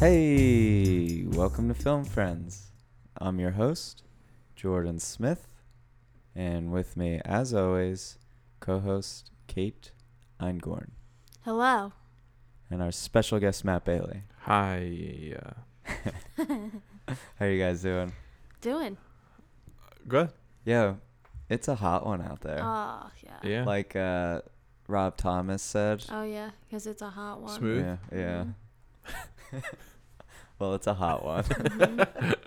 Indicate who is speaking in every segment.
Speaker 1: Hey, welcome to Film Friends. I'm your host, Jordan Smith, and with me, as always, co host Kate Eingorn
Speaker 2: Hello.
Speaker 1: and our special guest, Matt Bailey.
Speaker 3: Hi. uh,
Speaker 1: How you guys doing?
Speaker 2: Doing.
Speaker 3: Good.
Speaker 1: Yo, it's a hot one out there.
Speaker 2: Oh, yeah.
Speaker 3: Yeah.
Speaker 1: Like uh, Rob Thomas said.
Speaker 2: Oh, yeah. Because it's a hot one.
Speaker 3: Smooth.
Speaker 1: Yeah, yeah. Mm. well, it's a hot one.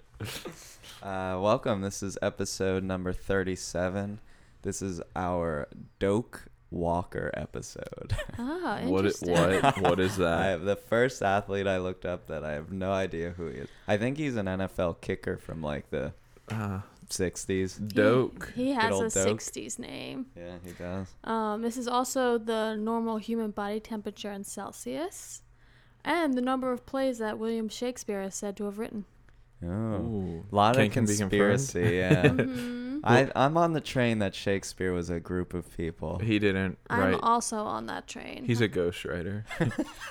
Speaker 1: uh, welcome. This is episode number 37. This is our Doak Walker episode.
Speaker 2: Oh,
Speaker 3: what? i-
Speaker 2: interesting.
Speaker 3: What? What is
Speaker 1: I
Speaker 3: that?
Speaker 1: have the first athlete I looked up that I have no idea who he is. I think he's an NFL kicker from like the
Speaker 3: Uh,
Speaker 1: 60s.
Speaker 2: He-
Speaker 3: doke.
Speaker 2: He, has
Speaker 1: old
Speaker 2: a
Speaker 1: Doke.
Speaker 2: 60s name.
Speaker 1: Yeah, he does.
Speaker 2: Um, this is also the normal human body temperature in Celsius and the number of plays that William Shakespeare is said to have written.
Speaker 1: Oh.
Speaker 3: Ooh.
Speaker 1: A lot of
Speaker 3: Can- can be confirmed.
Speaker 1: conspiracy, yeah.
Speaker 2: Mhm.
Speaker 1: I, I'm on the train that Shakespeare was a group of people.
Speaker 3: He didn't
Speaker 2: I'm Oh,
Speaker 3: write.
Speaker 2: also on that train.
Speaker 3: He's a ghostwriter.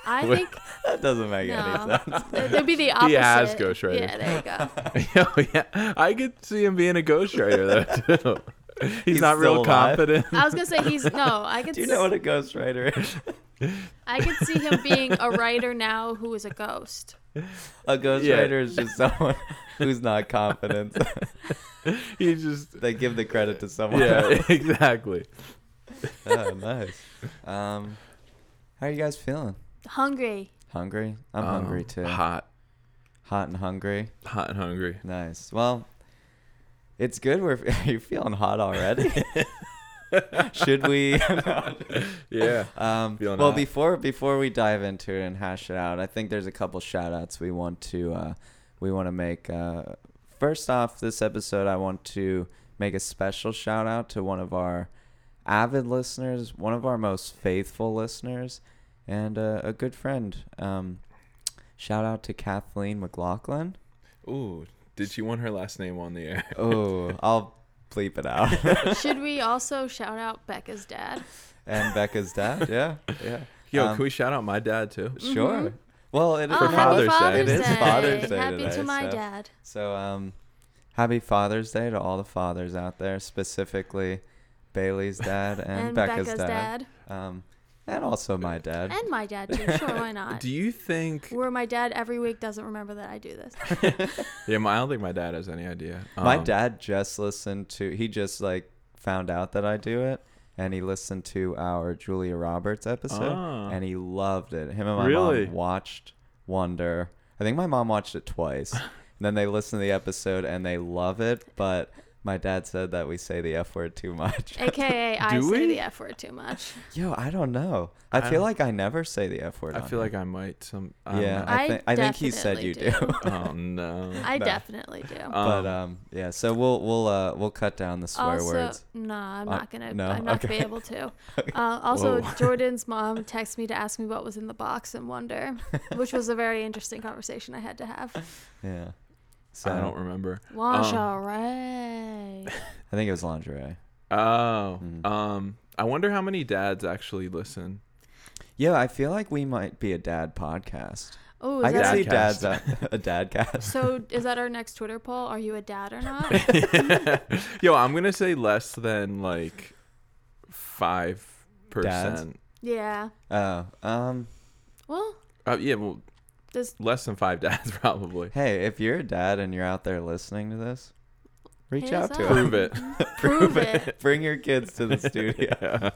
Speaker 2: I think
Speaker 1: That doesn't make any
Speaker 2: no,
Speaker 1: sense.
Speaker 2: It- it'd be the opposite.
Speaker 3: He has ghostwriters.
Speaker 2: Yeah, there you go.
Speaker 3: oh, yeah. I could see him being a ghostwriter though. Too. He's,
Speaker 1: He's
Speaker 3: not real
Speaker 1: still alive?
Speaker 3: confident.
Speaker 2: I was gonna say he's no. I could.
Speaker 1: Do you know
Speaker 2: s-
Speaker 1: what a ghostwriter is?
Speaker 2: I could see him being a writer now who is a ghost.
Speaker 1: A ghostwriter
Speaker 3: Yeah.
Speaker 1: is just someone who's not confident.
Speaker 3: He just.
Speaker 1: they give the credit to someone
Speaker 3: Yeah.
Speaker 1: else.
Speaker 3: Exactly.
Speaker 1: Oh, nice. Um, how are you guys feeling?
Speaker 2: Hungry.
Speaker 1: Hungry? I'm
Speaker 3: Um,
Speaker 1: hungry too.
Speaker 3: Hot.
Speaker 1: Hot and hungry.
Speaker 3: Hot and hungry.
Speaker 1: Nice. Well, it's good. We're you're feeling hot already. Should we?
Speaker 3: Yeah.
Speaker 1: Um,
Speaker 3: Feeling
Speaker 1: well,
Speaker 3: hot.
Speaker 1: before before we dive into it and hash it out, I think there's a couple shout outs we want to uh, we want to make. Uh, first off, this episode, I want to make a special shout out to one of our avid listeners, one of our most faithful listeners, and uh, a good friend. Um, shout out to Kathleen McLaughlin.
Speaker 3: Ooh. Did she want her last name on the air?
Speaker 1: Oh, I'll bleep it out.
Speaker 2: Should we also shout out Becca's dad?
Speaker 1: and Becca's dad. Yeah, yeah.
Speaker 3: Yo,
Speaker 1: Um,
Speaker 3: can we shout out my dad too?
Speaker 1: Sure. Well, it,
Speaker 2: oh,
Speaker 3: For
Speaker 2: happy
Speaker 3: Father's Day.
Speaker 2: Father's
Speaker 3: It is
Speaker 1: Father's Day
Speaker 2: Happy
Speaker 1: today,
Speaker 2: to my
Speaker 1: so-
Speaker 2: dad.
Speaker 1: So, um, happy Father's Day to all the fathers out there, specifically Bailey's dad and,
Speaker 2: And,
Speaker 1: Becca's,
Speaker 2: Becca's,
Speaker 1: dad,
Speaker 2: dad.
Speaker 1: um, and also my dad.
Speaker 2: And my dad too. Sure, why not?
Speaker 3: Do you think?
Speaker 2: Where my dad every week doesn't remember that I do this.
Speaker 3: Yeah, my, I don't think my dad has any idea.
Speaker 1: my
Speaker 3: Um,
Speaker 1: dad just listened to. He just like found out that I do it, and he listened to our Julia Roberts episode,
Speaker 3: Ah.
Speaker 1: and he loved it. Him and my
Speaker 3: Really?
Speaker 1: mom watched Wonder. I think my mom watched it twice, and then they listened to the episode and they love it. But my dad said that we say the f word too much.
Speaker 2: AKA, I
Speaker 3: Do
Speaker 2: say
Speaker 3: we?
Speaker 2: the F word too much.
Speaker 1: Yo, I don't know. I,
Speaker 3: I
Speaker 1: feel
Speaker 3: don't-
Speaker 1: like I never say the F word.
Speaker 3: I
Speaker 1: on
Speaker 3: feel
Speaker 1: here.
Speaker 3: like I might. Some. I
Speaker 1: yeah,
Speaker 3: don't know.
Speaker 1: I,
Speaker 2: I
Speaker 1: think I think he said you
Speaker 2: definitely
Speaker 1: do.
Speaker 2: do.
Speaker 3: oh no.
Speaker 2: I
Speaker 1: No.
Speaker 2: definitely do.
Speaker 1: but
Speaker 3: Um,
Speaker 1: um, yeah. So we'll we'll uh we'll cut down the swear
Speaker 2: also,
Speaker 1: words.
Speaker 2: no, I'm
Speaker 1: Uh,
Speaker 2: not gonna.
Speaker 1: no?
Speaker 2: I'm not gonna
Speaker 1: Okay.
Speaker 2: be able to. Uh, also,
Speaker 3: Whoa.
Speaker 2: Jordan's mom texted me to ask me what was in the box and wonder, which was a very interesting conversation I had to
Speaker 1: Um,
Speaker 2: have.
Speaker 1: Yeah. So
Speaker 3: I don't remember.
Speaker 2: Lingerie.
Speaker 1: I think it was lingerie.
Speaker 3: Oh.
Speaker 1: Mm.
Speaker 3: Um. I wonder how many dads actually listen.
Speaker 1: Yeah, I feel like we might be a dad podcast.
Speaker 2: Oh,
Speaker 1: I
Speaker 2: is
Speaker 1: can
Speaker 2: that
Speaker 1: see
Speaker 3: Dadcast.
Speaker 1: dads out, a dad cast.
Speaker 2: so? Is that our next Twitter poll? Are you a dad or not?
Speaker 3: Yo, I'm gonna say less than like five percent.
Speaker 2: yeah.
Speaker 1: Oh, um,
Speaker 2: Well,
Speaker 3: Uh, yeah. Well,
Speaker 2: does
Speaker 3: less than five dads probably.
Speaker 1: hey, if you're a dad and you're out there listening to this, reach
Speaker 2: Hit
Speaker 1: out
Speaker 2: us
Speaker 1: to
Speaker 2: up. Mhm.
Speaker 1: us.
Speaker 3: Prove it.
Speaker 2: prove it. Mm-hmm.
Speaker 1: Bring your kids to the studio.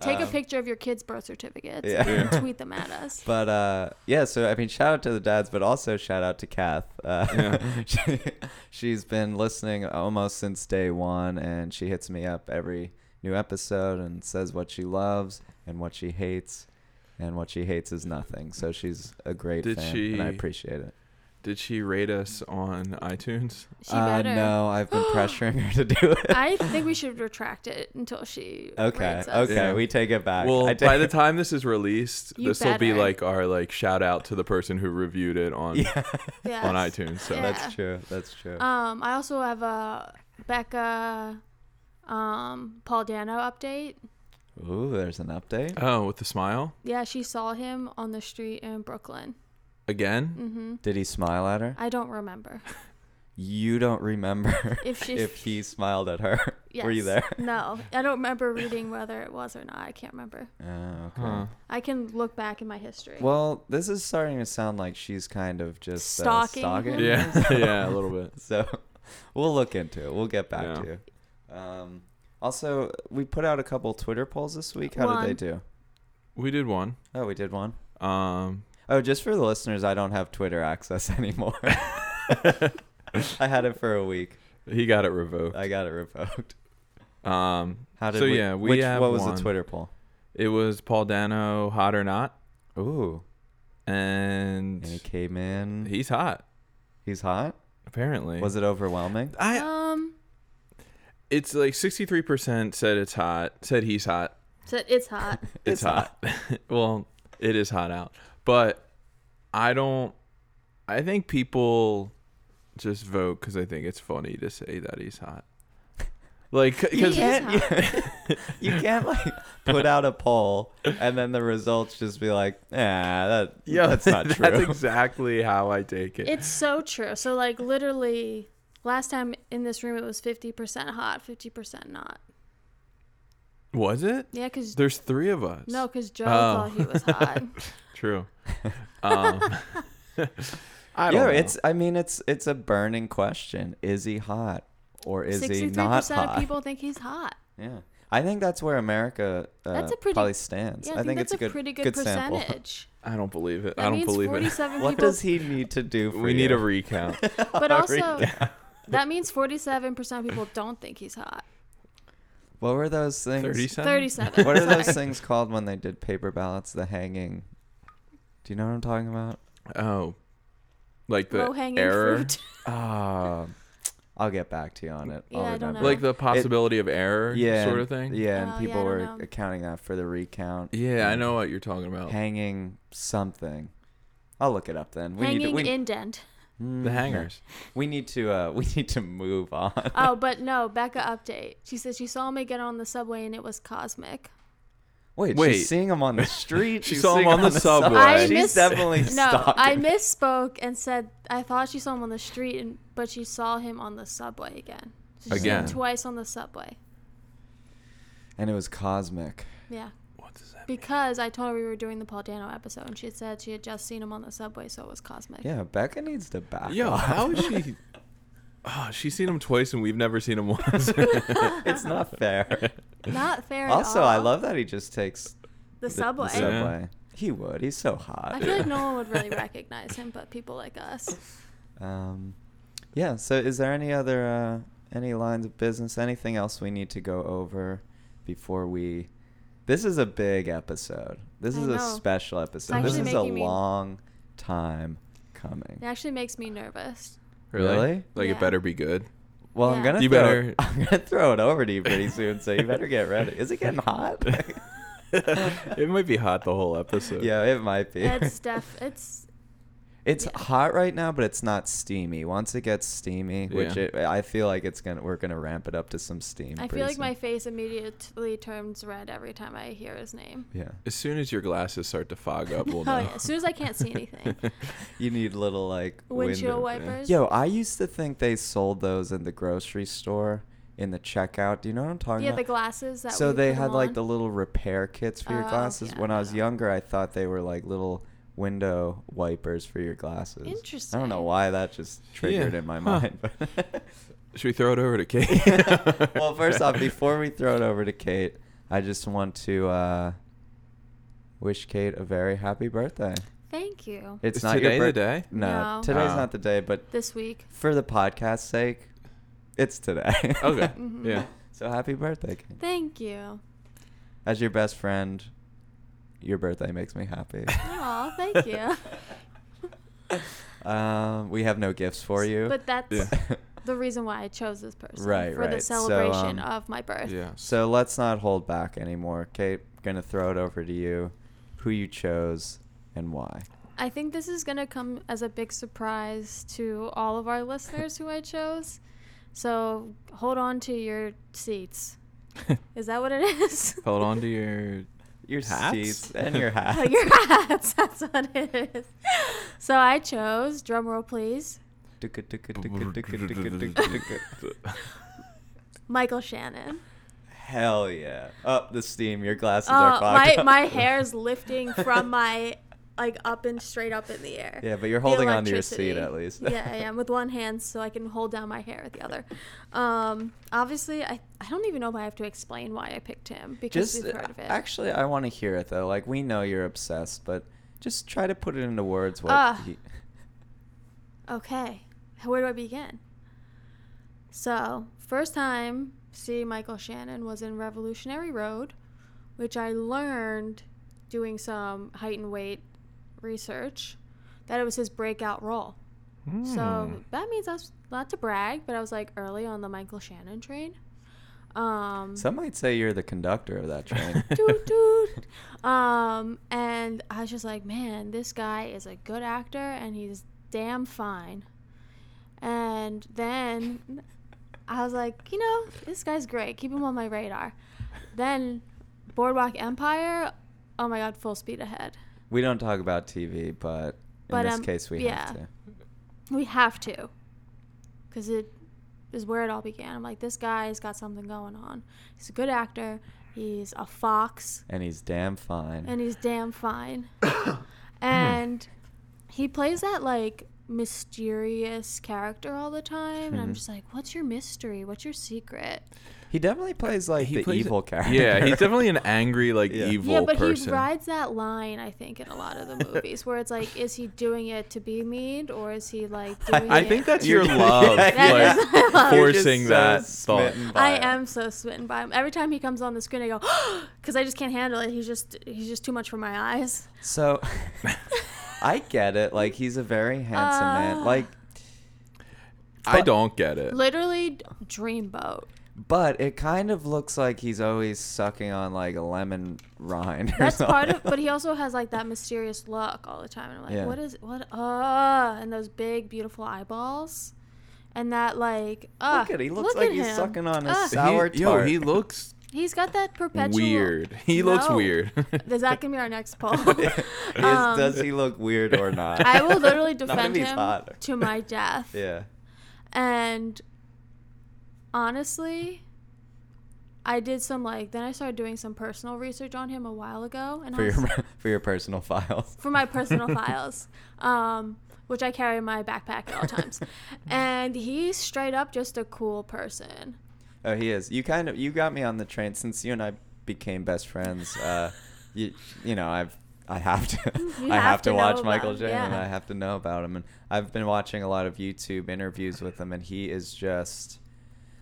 Speaker 2: Take a
Speaker 1: Um,
Speaker 2: picture of your kid's birth certificates
Speaker 1: yeah.
Speaker 2: and tweet them at us.
Speaker 1: But uh, yeah, so I mean, shout out to the dads, but also shout out to Kath. Uh, she, she's been listening almost since day one, and she hits me up every new episode and says what she loves and what she hates, and what she hates is nothing. So she's a great
Speaker 3: Did
Speaker 1: fan, and I
Speaker 3: she-
Speaker 1: appreciate it.
Speaker 3: Did she rate us on iTunes?
Speaker 2: She
Speaker 1: Uh,
Speaker 2: better.
Speaker 1: no, I've been pressuring her to do it.
Speaker 2: I think we should retract it until she.
Speaker 1: Okay,
Speaker 2: rates us.
Speaker 1: okay,
Speaker 3: Yeah.
Speaker 1: we take it back.
Speaker 3: Well,
Speaker 1: I
Speaker 3: by
Speaker 1: take-
Speaker 3: the time this is released,
Speaker 2: You
Speaker 3: this will be
Speaker 2: better.
Speaker 3: like our like shout out to the person who reviewed it on
Speaker 2: Yes.
Speaker 3: on iTunes. So
Speaker 2: Yeah.
Speaker 1: that's true. That's true.
Speaker 2: Um, I also have a Becca, um, Paul Dano update.
Speaker 1: Ooh, there's an update.
Speaker 3: Uh, Oh, with the smile.
Speaker 2: Yeah, she saw him on the street in Brooklyn.
Speaker 3: again?
Speaker 2: Mm-hmm.
Speaker 1: Did he smile at her?
Speaker 2: I don't remember.
Speaker 1: You don't remember
Speaker 2: If she.
Speaker 1: if he smiled at her. Were you
Speaker 2: Yes.
Speaker 1: there?
Speaker 2: no, I don't remember reading whether it was or not. I can't remember.
Speaker 1: Oh, okay.
Speaker 3: Huh.
Speaker 2: I can look back in my history.
Speaker 1: Well, this is starting to sound like she's kind of just Uh,
Speaker 2: Stalking
Speaker 1: stalking
Speaker 2: him.
Speaker 1: him,
Speaker 3: Yeah,
Speaker 1: so-
Speaker 3: yeah, a little bit.
Speaker 1: So we'll look into it. We'll get back
Speaker 3: Yeah.
Speaker 1: to you. Um, also, we put out a couple Twitter polls this week. How did
Speaker 2: One.
Speaker 1: they do?
Speaker 3: We did one.
Speaker 1: Oh, we did one.
Speaker 3: Um,
Speaker 1: Oh, just for the listeners, I don't have Twitter access anymore. I had it for a week.
Speaker 3: he got it revoked.
Speaker 1: I got it revoked.
Speaker 3: Um,
Speaker 1: How did
Speaker 3: So,
Speaker 1: we,
Speaker 3: yeah, we
Speaker 1: which,
Speaker 3: have
Speaker 1: what was
Speaker 3: one.
Speaker 1: the Twitter poll?
Speaker 3: it was Paul Dano, hot or not,
Speaker 1: Ooh,
Speaker 3: and
Speaker 1: and he came in.
Speaker 3: he's hot.
Speaker 1: He's hot.
Speaker 3: Apparently,
Speaker 1: Was it overwhelming?
Speaker 3: I?
Speaker 2: um,
Speaker 3: It's like sixty three percent said it's hot. Said he's hot.
Speaker 2: so it's hot.
Speaker 3: It's, hot. well, it is hot out, but I don't. I think people just vote because they think it's funny to say that he's hot. Like,
Speaker 2: He
Speaker 3: because
Speaker 2: is hot.
Speaker 1: You can't like put out a poll and then the results just be like, ah, that
Speaker 3: yeah,
Speaker 1: that's not true.
Speaker 3: That's exactly how I take it.
Speaker 2: It's so true. So like literally, last time in this room it was fifty percent hot, fifty percent not.
Speaker 3: Was it?
Speaker 2: Yeah, because
Speaker 3: There's three of us.
Speaker 2: no, because Joe
Speaker 3: Oh.
Speaker 2: thought he was hot.
Speaker 3: True. Um, I don't
Speaker 1: yeah,
Speaker 3: know.
Speaker 1: it's. I mean, it's it's a burning question. Is he hot or is he
Speaker 2: Sixty-three
Speaker 1: not
Speaker 2: percent
Speaker 1: hot?
Speaker 2: of people think he's hot.
Speaker 1: yeah, I think that's where America uh,
Speaker 2: That's a pretty-
Speaker 1: probably stands.
Speaker 2: Yeah,
Speaker 1: I think
Speaker 2: that's
Speaker 1: it's a good
Speaker 2: pretty good,
Speaker 1: good sample.
Speaker 2: percentage.
Speaker 3: I don't believe it.
Speaker 2: That
Speaker 3: I don't
Speaker 2: means
Speaker 3: believe it.
Speaker 2: forty-seven
Speaker 1: What
Speaker 2: people.
Speaker 1: does he need to do for
Speaker 3: We need a
Speaker 1: you?
Speaker 3: recount.
Speaker 2: but
Speaker 1: Sorry.
Speaker 2: also, that means forty-seven percent of people don't think he's hot.
Speaker 1: What were those things?
Speaker 3: Thirty-seven.
Speaker 2: Thirty-seven.
Speaker 1: What are
Speaker 2: sorry.
Speaker 1: those things called when they did paper ballots? The hanging. Do you know what I'm talking about?
Speaker 3: Oh, like the
Speaker 2: Low-hanging
Speaker 3: error. Ah.
Speaker 2: fruit.
Speaker 1: Uh, I'll get back to you on it.
Speaker 2: Yeah,
Speaker 1: I'll
Speaker 2: I don't
Speaker 1: remember.
Speaker 2: know.
Speaker 3: Like the possibility of error.
Speaker 1: yeah,
Speaker 3: Sort
Speaker 1: and-
Speaker 3: of thing.
Speaker 1: Yeah, and
Speaker 2: Oh, yeah,
Speaker 1: people
Speaker 2: I don't
Speaker 1: were
Speaker 2: know.
Speaker 1: accounting that for the recount.
Speaker 3: Yeah, I know what you're talking about.
Speaker 1: Hanging something. I'll look it up then. We
Speaker 2: Hanging
Speaker 1: need to, we,
Speaker 2: indent.
Speaker 1: Mm,
Speaker 3: the hangers.
Speaker 1: We need to uh we need to move on.
Speaker 2: Oh, but no, Becca update. She says she saw me get on the subway and it was cosmic.
Speaker 1: Wait,
Speaker 3: Wait.
Speaker 1: she's seeing him on the street.
Speaker 3: She
Speaker 1: she's
Speaker 3: saw him
Speaker 1: seeing
Speaker 3: on the subway. I
Speaker 1: She's
Speaker 2: miss-
Speaker 1: definitely
Speaker 2: No,
Speaker 1: stalking.
Speaker 2: I misspoke and said I thought she saw him on the street, and, but she saw him on the subway again. So she
Speaker 3: Again.
Speaker 2: saw him twice on the subway.
Speaker 1: and it was cosmic.
Speaker 2: Yeah,
Speaker 3: What does that mean?
Speaker 2: because I told her we were doing the Paul Dano episode, and she had said she had just seen him on the subway, so it was cosmic.
Speaker 1: Yeah, Becca needs to back
Speaker 3: Yo,
Speaker 1: off.
Speaker 3: how is she? Oh, she's seen him twice and we've never seen him once.
Speaker 1: it's not fair.
Speaker 2: Not fair.
Speaker 1: also,
Speaker 2: at all.
Speaker 1: I love that he just takes
Speaker 2: the subway.
Speaker 1: The subway. He would. He's so hot.
Speaker 2: I feel like no one would really recognize him, but people like us.
Speaker 1: Um, yeah. So, is there any other uh, any lines of business? Anything else we need to go over before we? This is a big episode. This
Speaker 2: I
Speaker 1: is a
Speaker 2: know.
Speaker 1: special episode. This
Speaker 2: actually
Speaker 1: is a
Speaker 2: making me-
Speaker 1: long time coming.
Speaker 2: It actually makes me nervous.
Speaker 1: Really?
Speaker 3: Like
Speaker 2: Yeah.
Speaker 3: it better be good.
Speaker 1: Well, I'm
Speaker 2: Yeah.
Speaker 1: gonna
Speaker 3: You
Speaker 1: throw,
Speaker 3: better-
Speaker 1: I'm gonna throw it over to you pretty soon, so you better get ready. Is it getting hot?
Speaker 3: it might be hot the whole episode.
Speaker 1: yeah, it might be.
Speaker 2: It's def. It's
Speaker 1: It's
Speaker 2: Yeah.
Speaker 1: hot right now, but it's not steamy. Once it gets steamy, which
Speaker 3: Yeah.
Speaker 1: it, I feel like it's gonna, we're gonna ramp it up to some steam.
Speaker 2: I
Speaker 1: pretty
Speaker 2: feel like
Speaker 1: soon.
Speaker 2: my face immediately turns red every time I hear his name.
Speaker 1: yeah.
Speaker 3: As soon as your glasses start to fog up, we'll know.
Speaker 2: Oh, yeah, as soon as I can't see anything.
Speaker 1: You need little like
Speaker 2: Windshield
Speaker 1: window-
Speaker 2: wipers.
Speaker 1: Yo, I used to think they sold those in the grocery store in the checkout. Do you know what I'm talking
Speaker 2: Yeah,
Speaker 1: about?
Speaker 2: the glasses that.
Speaker 1: so
Speaker 2: we
Speaker 1: they
Speaker 2: put 'em
Speaker 1: had like
Speaker 2: on.
Speaker 1: the little repair kits for your
Speaker 2: Oh,
Speaker 1: glasses.
Speaker 2: yeah,
Speaker 1: when I was
Speaker 2: no.
Speaker 1: younger, I thought they were like little window wipers for your glasses. I don't know
Speaker 2: Interesting.
Speaker 1: why that just triggered in my
Speaker 3: Huh.
Speaker 1: mind. But
Speaker 3: Should we throw it over to Kate?
Speaker 1: well, first off, before we throw it over to Kate, I just want to uh, wish Kate a very happy birthday.
Speaker 2: Thank you.
Speaker 1: It's
Speaker 3: Is
Speaker 1: not
Speaker 3: today
Speaker 1: your
Speaker 3: the
Speaker 1: birth-
Speaker 3: day?
Speaker 1: No,
Speaker 2: No.
Speaker 1: today's
Speaker 3: Oh.
Speaker 1: not the day, but
Speaker 2: this week.
Speaker 1: for the podcast's sake, it's today.
Speaker 3: Okay.
Speaker 2: Mhm.
Speaker 3: Yeah.
Speaker 1: so happy birthday, Kate.
Speaker 2: Thank you.
Speaker 1: As your best friend, your birthday makes me happy.
Speaker 2: Aw, thank you.
Speaker 1: um, we have no gifts for you.
Speaker 2: But that's
Speaker 3: Yeah.
Speaker 2: the reason why I chose this person
Speaker 1: Right,
Speaker 2: for the
Speaker 1: right. So,
Speaker 2: celebration
Speaker 1: um,
Speaker 2: of my birth.
Speaker 3: Yeah.
Speaker 1: so let's not hold back anymore. Kate, gonna throw it over to you. Who you chose and why.
Speaker 2: I think this is going to come as a big surprise to all of our listeners who I chose. So hold on to your seats. Is that what it is?
Speaker 3: Hold on to your
Speaker 1: Your
Speaker 3: Hats?
Speaker 1: seats and your hat.
Speaker 2: Oh, your hats. That's what it is. So I chose, drum roll please, Michael Shannon.
Speaker 1: Hell yeah! Up the steam. Your glasses
Speaker 2: Uh,
Speaker 1: are fogged
Speaker 2: my
Speaker 1: up.
Speaker 2: my hair is lifting from my like up and straight up in the air.
Speaker 1: Yeah, but you're
Speaker 2: The
Speaker 1: holding on to your
Speaker 2: electricity.
Speaker 1: seat at least.
Speaker 2: yeah, I am with one hand so I can hold down my hair with the other. Um, obviously, I I don't even know if I have to explain why I picked him because
Speaker 1: Just
Speaker 2: we've heard of it.
Speaker 1: actually, I want to hear it though. Like we know you're obsessed, but just try to put it into words. What?
Speaker 2: Ah.
Speaker 1: he-
Speaker 2: Okay, where do I begin? So, first time seeing Michael Shannon was in Revolutionary Road, which I learned doing some height and weight research that it was his breakout role.
Speaker 3: Hmm.
Speaker 2: So that means I was not to brag, but I was like early on the Michael Shannon train. Um,
Speaker 1: Some might say you're the conductor of that train.
Speaker 2: doot, doot. Um, and I was just like, man, this guy is a good actor and he's damn fine. And then I was like, you know, this guy's great. Keep him on my radar. Then Boardwalk Empire, oh my God, full speed ahead.
Speaker 1: we don't talk about TV, but in
Speaker 2: But,
Speaker 1: this
Speaker 2: um,
Speaker 1: case, we
Speaker 2: yeah.
Speaker 1: have to.
Speaker 2: We have to. Because it is where it all began. I'm like, this guy's got something going on. He's a good actor. He's a fox.
Speaker 1: And he's damn fine.
Speaker 2: and he's damn fine.
Speaker 3: Hmm.
Speaker 2: and he plays that like mysterious character all the time,
Speaker 3: Mm-hmm.
Speaker 2: and I'm
Speaker 1: Mhm.
Speaker 2: just like, "What's your mystery? What's your secret?"
Speaker 1: he definitely plays like
Speaker 3: He
Speaker 1: the
Speaker 3: plays-
Speaker 1: evil character.
Speaker 3: Yeah, he's definitely an angry, like
Speaker 1: Yeah. Yeah,
Speaker 3: evil
Speaker 2: yeah, but
Speaker 3: person.
Speaker 2: he rides that line, I think, in a lot of the movies where it's like, "Is he doing it to be mean, or is he like doing
Speaker 3: I
Speaker 2: it?"
Speaker 3: think that's
Speaker 1: You're
Speaker 3: your
Speaker 1: just-
Speaker 3: love,
Speaker 2: That
Speaker 3: like
Speaker 2: is my love.
Speaker 1: You're just
Speaker 3: forcing
Speaker 1: so
Speaker 3: that thought.
Speaker 1: smitten by
Speaker 2: I
Speaker 1: it.
Speaker 2: am so smitten by him. Every time he comes on the screen, I go, because I just can't handle it. He's just he's just too much for my eyes.
Speaker 1: So I get it. Like he's a very handsome man.
Speaker 2: Ah.
Speaker 1: Like,
Speaker 3: I don't get it.
Speaker 2: Literally, d- dreamboat.
Speaker 1: but it kind of looks like he's always sucking on like a lemon rind. or
Speaker 2: That's part of,
Speaker 1: something.
Speaker 2: but he also has like that mysterious look all the time. And I'm like,
Speaker 1: Yeah.
Speaker 2: what is what? Uh, and those big, beautiful eyeballs, and that like, uh,
Speaker 1: Look at he looks like he's
Speaker 2: him.
Speaker 1: sucking on his
Speaker 2: Ah.
Speaker 3: He-
Speaker 1: sour
Speaker 3: yo,
Speaker 1: tart.
Speaker 3: he looks
Speaker 2: He's got that perpetual
Speaker 3: weird. He looks
Speaker 2: No.
Speaker 3: weird.
Speaker 2: Is that gonna be our next poll?
Speaker 1: Is-
Speaker 2: Um,
Speaker 1: does he look weird or not?
Speaker 2: I will literally
Speaker 1: Not if
Speaker 2: defend
Speaker 1: he's
Speaker 2: him
Speaker 1: hot.
Speaker 2: to my death.
Speaker 1: yeah.
Speaker 2: And honestly, I did some like then I started doing some personal research on him a while ago, and
Speaker 1: For
Speaker 2: I was
Speaker 1: your for your personal files.
Speaker 2: for my personal files, um, which I carry in my backpack at all times. and he's straight up just a cool person.
Speaker 1: Oh, he is. You kind of you got me on the train since you and I became best friends. Uh, you you know I've I have to
Speaker 2: You
Speaker 1: I have,
Speaker 2: have
Speaker 1: to,
Speaker 2: to know
Speaker 1: watch
Speaker 2: about
Speaker 1: Michael
Speaker 2: him,
Speaker 1: Shannon. and
Speaker 2: yeah.
Speaker 1: I have to know about him, and I've been watching a lot of YouTube interviews with him, and he is just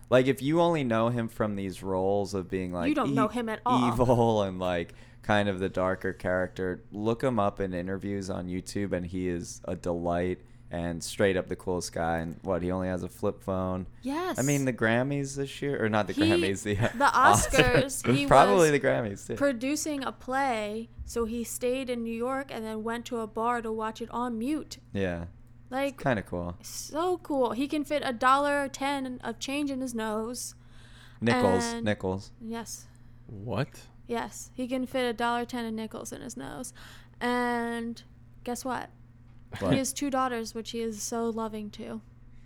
Speaker 1: like if you only know him from these roles of being like e,
Speaker 2: don't know him at all.
Speaker 1: evil and like kind of the darker character. Look him up in interviews on YouTube, and he is a delight and straight up the coolest guy. And what he only has a flip phone.
Speaker 2: Yes.
Speaker 1: I mean the Grammys this year, or not the
Speaker 2: He-
Speaker 1: Grammys, the, uh,
Speaker 2: the Oscars, he
Speaker 1: Probably
Speaker 2: was
Speaker 1: the Grammys too.
Speaker 2: Producing a play, so he stayed in New York and then went to a bar to watch it on mute.
Speaker 1: yeah,
Speaker 2: Like
Speaker 1: kind of cool.
Speaker 2: so cool. He can fit a dollar ten of change in his nose.
Speaker 1: Nichols,
Speaker 2: and-
Speaker 1: Nichols.
Speaker 2: Yes.
Speaker 3: what?
Speaker 2: Yes. He can fit a dollar ten of nickels in his nose. And guess what?
Speaker 1: What?
Speaker 2: He has two daughters, which he is so loving to.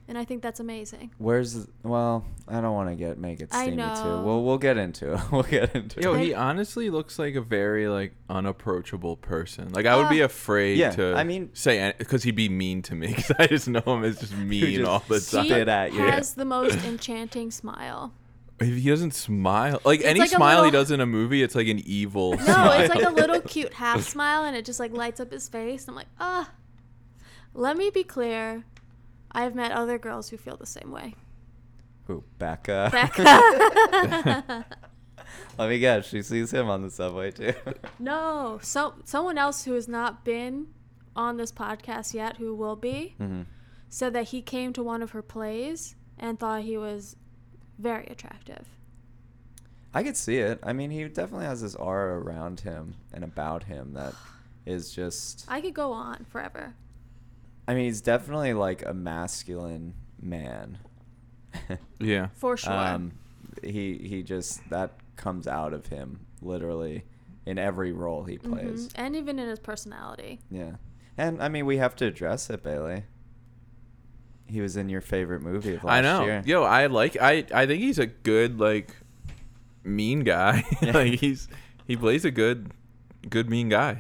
Speaker 2: And I think that's amazing.
Speaker 1: Where's the- well? I don't want to get make it
Speaker 2: I
Speaker 1: steamy too.
Speaker 2: know.
Speaker 1: We'll we'll get into it. We'll get into
Speaker 3: Yo,
Speaker 1: it.
Speaker 3: he honestly looks like a very like unapproachable person. Like I would be
Speaker 2: Uh,
Speaker 3: afraid
Speaker 1: Yeah,
Speaker 3: to.
Speaker 1: I mean-
Speaker 3: say because he'd be mean to me. Because I just know him as just mean
Speaker 1: just
Speaker 3: all the
Speaker 1: spit
Speaker 3: time.
Speaker 2: He
Speaker 1: Spit at you.
Speaker 2: has the most enchanting smile.
Speaker 3: If he doesn't smile, like any
Speaker 2: like a
Speaker 3: smile he
Speaker 2: little-
Speaker 3: does in a movie, it's like an evil
Speaker 2: No,
Speaker 3: smile.
Speaker 2: it's like a little cute half smile, and it just like lights up his face. I'm like, ah. Let me be clear. I've met other girls who feel the same way.
Speaker 1: Who? Becca.
Speaker 2: Becca.
Speaker 1: Let me guess. She sees him on the subway too.
Speaker 2: no, so someone else who has not been on this podcast yet, who will be,
Speaker 1: hmm
Speaker 2: said that he came to one of her plays and thought he was very attractive.
Speaker 1: I could see it. I mean, he definitely has this aura around him and about him that is just.
Speaker 2: I could go on forever.
Speaker 1: I mean, he's definitely like a masculine man.
Speaker 3: yeah.
Speaker 2: For sure.
Speaker 1: Um, he he just that comes out of him literally in every role he
Speaker 2: Mhm.
Speaker 1: plays.
Speaker 2: And even in his personality.
Speaker 1: Yeah. And I mean, we have to address it, Bailey. He was in your favorite movie of last
Speaker 3: I know.
Speaker 1: year.
Speaker 3: Yo, I like I I think he's a good like mean guy.
Speaker 1: Yeah.
Speaker 3: like he's he plays a good good mean guy.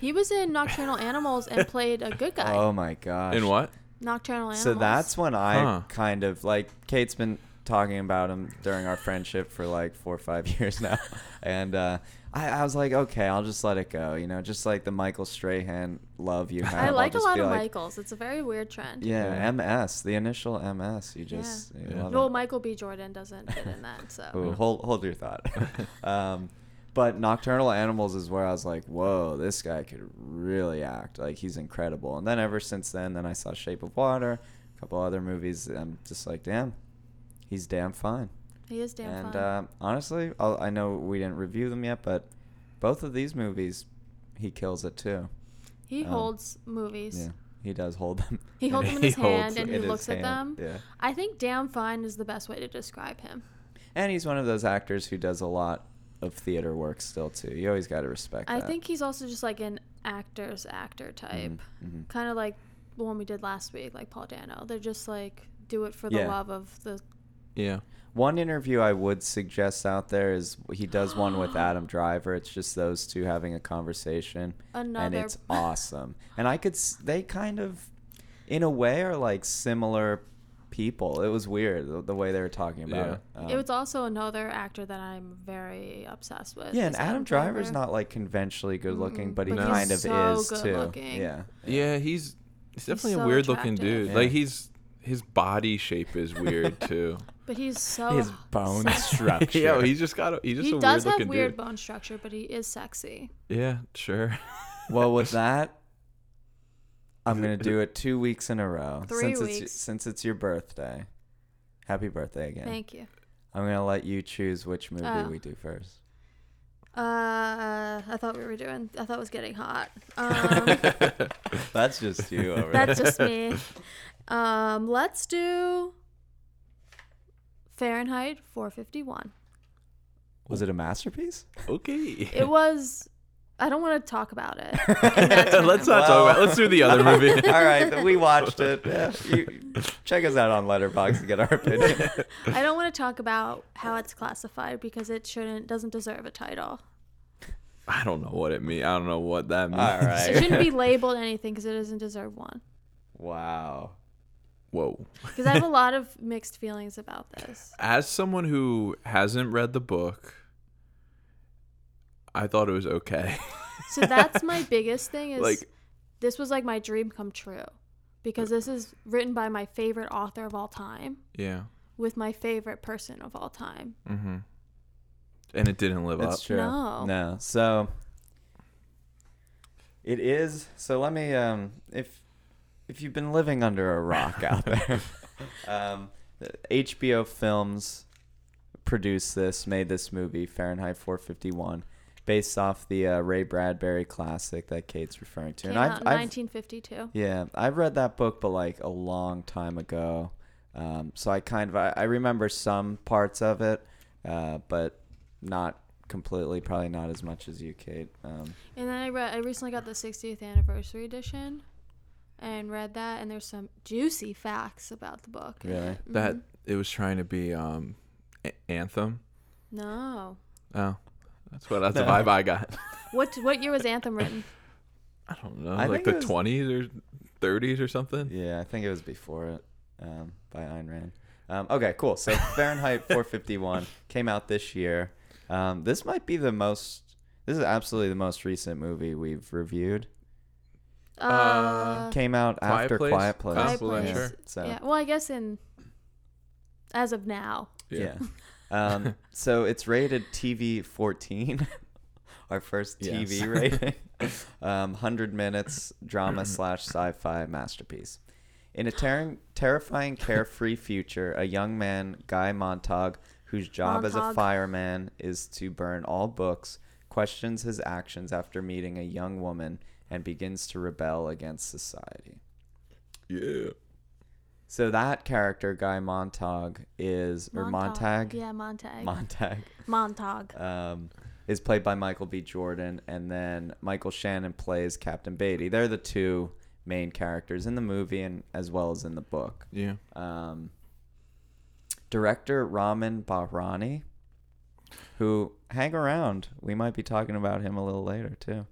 Speaker 2: He was in Nocturnal Animals and played a good guy.
Speaker 1: Oh my gosh.
Speaker 3: In what?
Speaker 2: Nocturnal Animals.
Speaker 1: So that's when I
Speaker 3: Huh.
Speaker 1: kind of like Kate's been talking about him during our friendship for like four or five years now, and uh, I, I was like, okay, I'll just let it go, you know, just like the Michael Strahan love you have.
Speaker 2: I
Speaker 1: I'll
Speaker 2: like a
Speaker 1: just
Speaker 2: lot
Speaker 1: be
Speaker 2: of
Speaker 1: like,
Speaker 2: Michaels. It's a very weird trend.
Speaker 1: Yeah,
Speaker 3: Yeah.
Speaker 1: MS, the initial MS. You just you
Speaker 3: Yeah.
Speaker 1: love
Speaker 2: Well,
Speaker 1: it.
Speaker 2: Michael B. Jordan doesn't fit in that. So.
Speaker 1: Ooh, hold hold your thought. um, but Nocturnal Animals is where I was like, whoa, this guy could really act. Like he's incredible. And then ever since then, then I saw Shape of Water, a couple other movies. And I'm just like, damn, he's damn fine.
Speaker 2: He is damn
Speaker 1: and
Speaker 2: fun.
Speaker 1: um, honestly, I'll, I know we didn't review them yet, but both of these movies, he kills it too.
Speaker 2: he
Speaker 1: um,
Speaker 2: holds movies.
Speaker 1: Yeah, he does hold them.
Speaker 2: He
Speaker 1: in
Speaker 2: holds
Speaker 1: his-
Speaker 2: them in his
Speaker 3: He holds
Speaker 2: hand and he
Speaker 1: in his
Speaker 2: looks at them.
Speaker 1: hand, Yeah.
Speaker 2: I think damn fine is the best way to describe him.
Speaker 1: And he's one of those actors who does a lot of theater work still too. You always got to respect.
Speaker 2: I
Speaker 1: that.
Speaker 2: think he's also just like an actor's actor type.
Speaker 1: Mhm.
Speaker 2: Kind of like the one we did last week, like Paul Dano. They're just like do it for the
Speaker 1: Yeah.
Speaker 2: love of the
Speaker 3: Yeah.
Speaker 1: One interview I would suggest out there is he does one with Adam Driver. It's just those two having a conversation, and
Speaker 2: Another-
Speaker 1: it's awesome. And I could s- they kind of, in a way, are like similar people. It was weird the, the way they were talking about
Speaker 3: Yeah.
Speaker 1: it. Um,
Speaker 2: it was also another actor that I'm very obsessed with.
Speaker 1: yeah, and
Speaker 2: is
Speaker 1: Adam, Driver's
Speaker 2: Driver.
Speaker 1: not like conventionally good looking,
Speaker 2: Mm-mm,
Speaker 1: but he
Speaker 3: but he's
Speaker 1: kind of
Speaker 2: so
Speaker 1: is
Speaker 2: good
Speaker 1: too.
Speaker 2: looking.
Speaker 1: Yeah,
Speaker 3: Yeah, he's he's definitely
Speaker 2: so
Speaker 3: a weird looking
Speaker 2: attractive.
Speaker 3: dude.
Speaker 1: Yeah.
Speaker 3: Like he's his body shape is weird too.
Speaker 2: But he's so
Speaker 1: His bone
Speaker 2: sexy.
Speaker 1: structure.
Speaker 3: Yo, he's just got a he's just
Speaker 2: he
Speaker 3: a
Speaker 2: does
Speaker 3: weird looking
Speaker 2: have weird
Speaker 3: dude.
Speaker 2: bone structure, but he is sexy.
Speaker 3: Yeah, sure.
Speaker 1: Well, with that, I'm gonna
Speaker 3: it-
Speaker 1: do it two weeks in a row.
Speaker 2: Three
Speaker 1: since It's,
Speaker 2: weeks.
Speaker 1: since it's your birthday, happy birthday again.
Speaker 2: Thank you.
Speaker 1: I'm gonna let you choose which movie
Speaker 2: Oh.
Speaker 1: we do first.
Speaker 2: Uh, I thought we were doing. I thought it was getting hot. Um,
Speaker 1: That's just you over there.
Speaker 2: that's just me. Um, let's do Fahrenheit 451.
Speaker 1: Was it a masterpiece?
Speaker 3: okay.
Speaker 2: It was. I don't want to talk about it. in that term.
Speaker 3: Let's not
Speaker 1: Well-
Speaker 3: talk about. it. Let's do the other movie.
Speaker 1: All right, but we watched it. Yeah, you- check us out on Letterbox to get our opinion.
Speaker 2: I don't want to talk about how it's classified because it shouldn't doesn't deserve a title.
Speaker 3: I don't know what it means. I don't know what that means.
Speaker 1: All
Speaker 2: It
Speaker 1: right.
Speaker 2: shouldn't be labeled anything because it doesn't deserve one.
Speaker 1: Wow.
Speaker 3: Whoa.
Speaker 2: Because I have a lot of mixed feelings about this.
Speaker 3: As someone who hasn't read the book, I thought it was okay.
Speaker 2: So that's my biggest thing is
Speaker 3: Like-
Speaker 2: this was like my dream come true because this is written by my favorite author of all time
Speaker 3: yeah.
Speaker 2: with my favorite person of all time.
Speaker 3: Mm-hmm. And it didn't live
Speaker 1: That's
Speaker 3: up.
Speaker 1: true.
Speaker 2: No.
Speaker 1: No. So it is. So let me. Um, if if you've been living under a rock out there, um, the HBO Films produced this, made this movie Fahrenheit 451, based off the uh, Ray Bradbury classic that Kate's referring to.
Speaker 2: Came
Speaker 1: I've-
Speaker 2: out in
Speaker 1: I've-
Speaker 2: 1952.
Speaker 1: yeah, I read that book, but like a long time ago. Um, so I kind of I, I remember some parts of it, uh, but not completely. Probably not as much as you, Kate. Um,
Speaker 2: And then I read I recently got the 60th anniversary edition and read that and there's some juicy facts about the book. in
Speaker 1: Really?
Speaker 2: it. Mhm.
Speaker 3: That it was trying to be um, a- Anthem.
Speaker 2: Mm-hmm. No.
Speaker 3: Oh, that's what that's the
Speaker 1: No.
Speaker 3: vibe I got.
Speaker 2: What what year was Anthem written?
Speaker 3: I don't know,
Speaker 1: I think
Speaker 3: like the
Speaker 1: it was-
Speaker 3: 20s or 30s or something.
Speaker 1: yeah, I think it was before it um, by Ayn Rand. Um, okay, cool. So Fahrenheit 451 came out this year. Um, this might be the most. This is absolutely the most recent movie we've reviewed.
Speaker 2: Uh,
Speaker 3: Uh,
Speaker 1: Came out
Speaker 3: Quiet
Speaker 1: after
Speaker 3: Place?
Speaker 1: Quiet Place.
Speaker 3: Quiet
Speaker 2: Quiet
Speaker 3: Possible, I'm
Speaker 2: Place.
Speaker 3: sure.
Speaker 1: So
Speaker 2: Yeah. Well, I guess in as of now.
Speaker 1: Yeah. um, so it's rated TV 14, our first TV
Speaker 3: Yes.
Speaker 1: rating. um, 100 minutes drama slash sci fi masterpiece. In a ter- terrifying, carefree future, a young man, Guy Montag, whose job as a
Speaker 2: Montag.
Speaker 1: fireman is to burn all books, questions his actions after meeting a young woman and begins to rebel against society.
Speaker 3: Yeah.
Speaker 1: So that character, Guy Montag, is, or Montag?
Speaker 2: Yeah, Montag.
Speaker 1: Montag.
Speaker 2: Montag.
Speaker 1: Um, is played by Michael B. Jordan, and then Michael Shannon plays Captain Beatty. They're the two main characters in the movie and as well as in the book.
Speaker 3: Yeah.
Speaker 1: Um, director Ramin Bahrani, who hang around. We might be talking about him a little later too.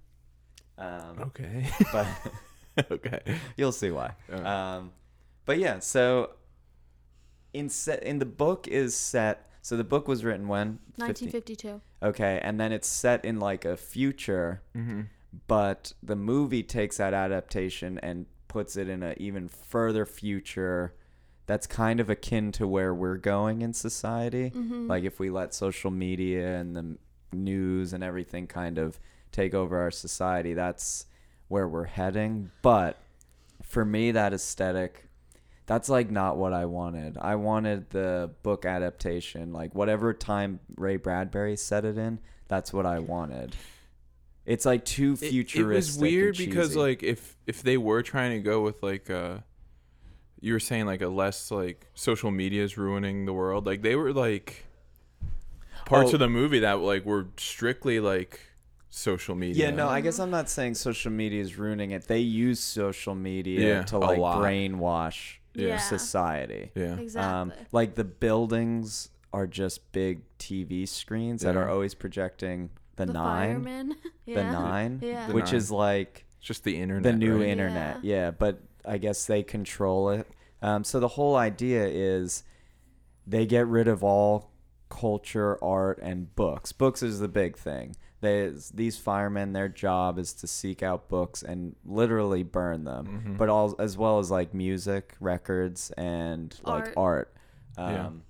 Speaker 1: Um,
Speaker 3: Okay.
Speaker 1: but
Speaker 3: okay.
Speaker 1: you'll see why.
Speaker 3: Alright.
Speaker 1: Um, but yeah, so in set in the book is set. So the book was written when 15
Speaker 2: 1952.
Speaker 1: Okay, and then it's set in like a future,
Speaker 3: Mm-hmm.
Speaker 1: but the movie takes that adaptation and puts it in an even further future that's kind of akin to where we're going in society.
Speaker 2: Mm-hmm.
Speaker 1: Like if we let social media and the m- news and everything kind of take over our society, that's where we're heading. But for me, that aesthetic, that's like not what I wanted. I wanted the book adaptation, like whatever time Ray Bradbury set it in, that's what I wanted. It's like too
Speaker 3: It-
Speaker 1: futuristic.
Speaker 3: It, was weird
Speaker 1: and
Speaker 3: because
Speaker 1: cheesy.
Speaker 3: like if if they were trying to go with like uh you were saying like a less like social media is ruining the world. Like they were like parts
Speaker 1: Oh.
Speaker 3: of the movie that like were strictly like social media.
Speaker 1: Yeah, no, I guess I'm not saying social media is ruining it. They use social media
Speaker 3: Yeah,
Speaker 1: to
Speaker 3: a
Speaker 1: like
Speaker 3: lot.
Speaker 1: brainwash
Speaker 3: Yeah.
Speaker 2: Yeah.
Speaker 1: society.
Speaker 3: Yeah.
Speaker 1: Um,
Speaker 2: Exactly.
Speaker 1: like the buildings are just big TV screens that
Speaker 3: Yeah.
Speaker 1: are always projecting the,
Speaker 2: the
Speaker 1: nine,
Speaker 2: fireman. yeah.
Speaker 1: the nine,
Speaker 2: Yeah. The
Speaker 1: which is like
Speaker 3: It's just the internet.
Speaker 1: the new
Speaker 3: right?
Speaker 1: internet. Yeah. but I guess they control it. Um, so the whole idea is they get rid of all culture, art, and books. Books is the big thing. They, these firemen, their job is to seek out books and literally burn them,
Speaker 3: Mm-hmm.
Speaker 1: but all as well as like music, records, and like art.
Speaker 3: Yeah.
Speaker 1: Um,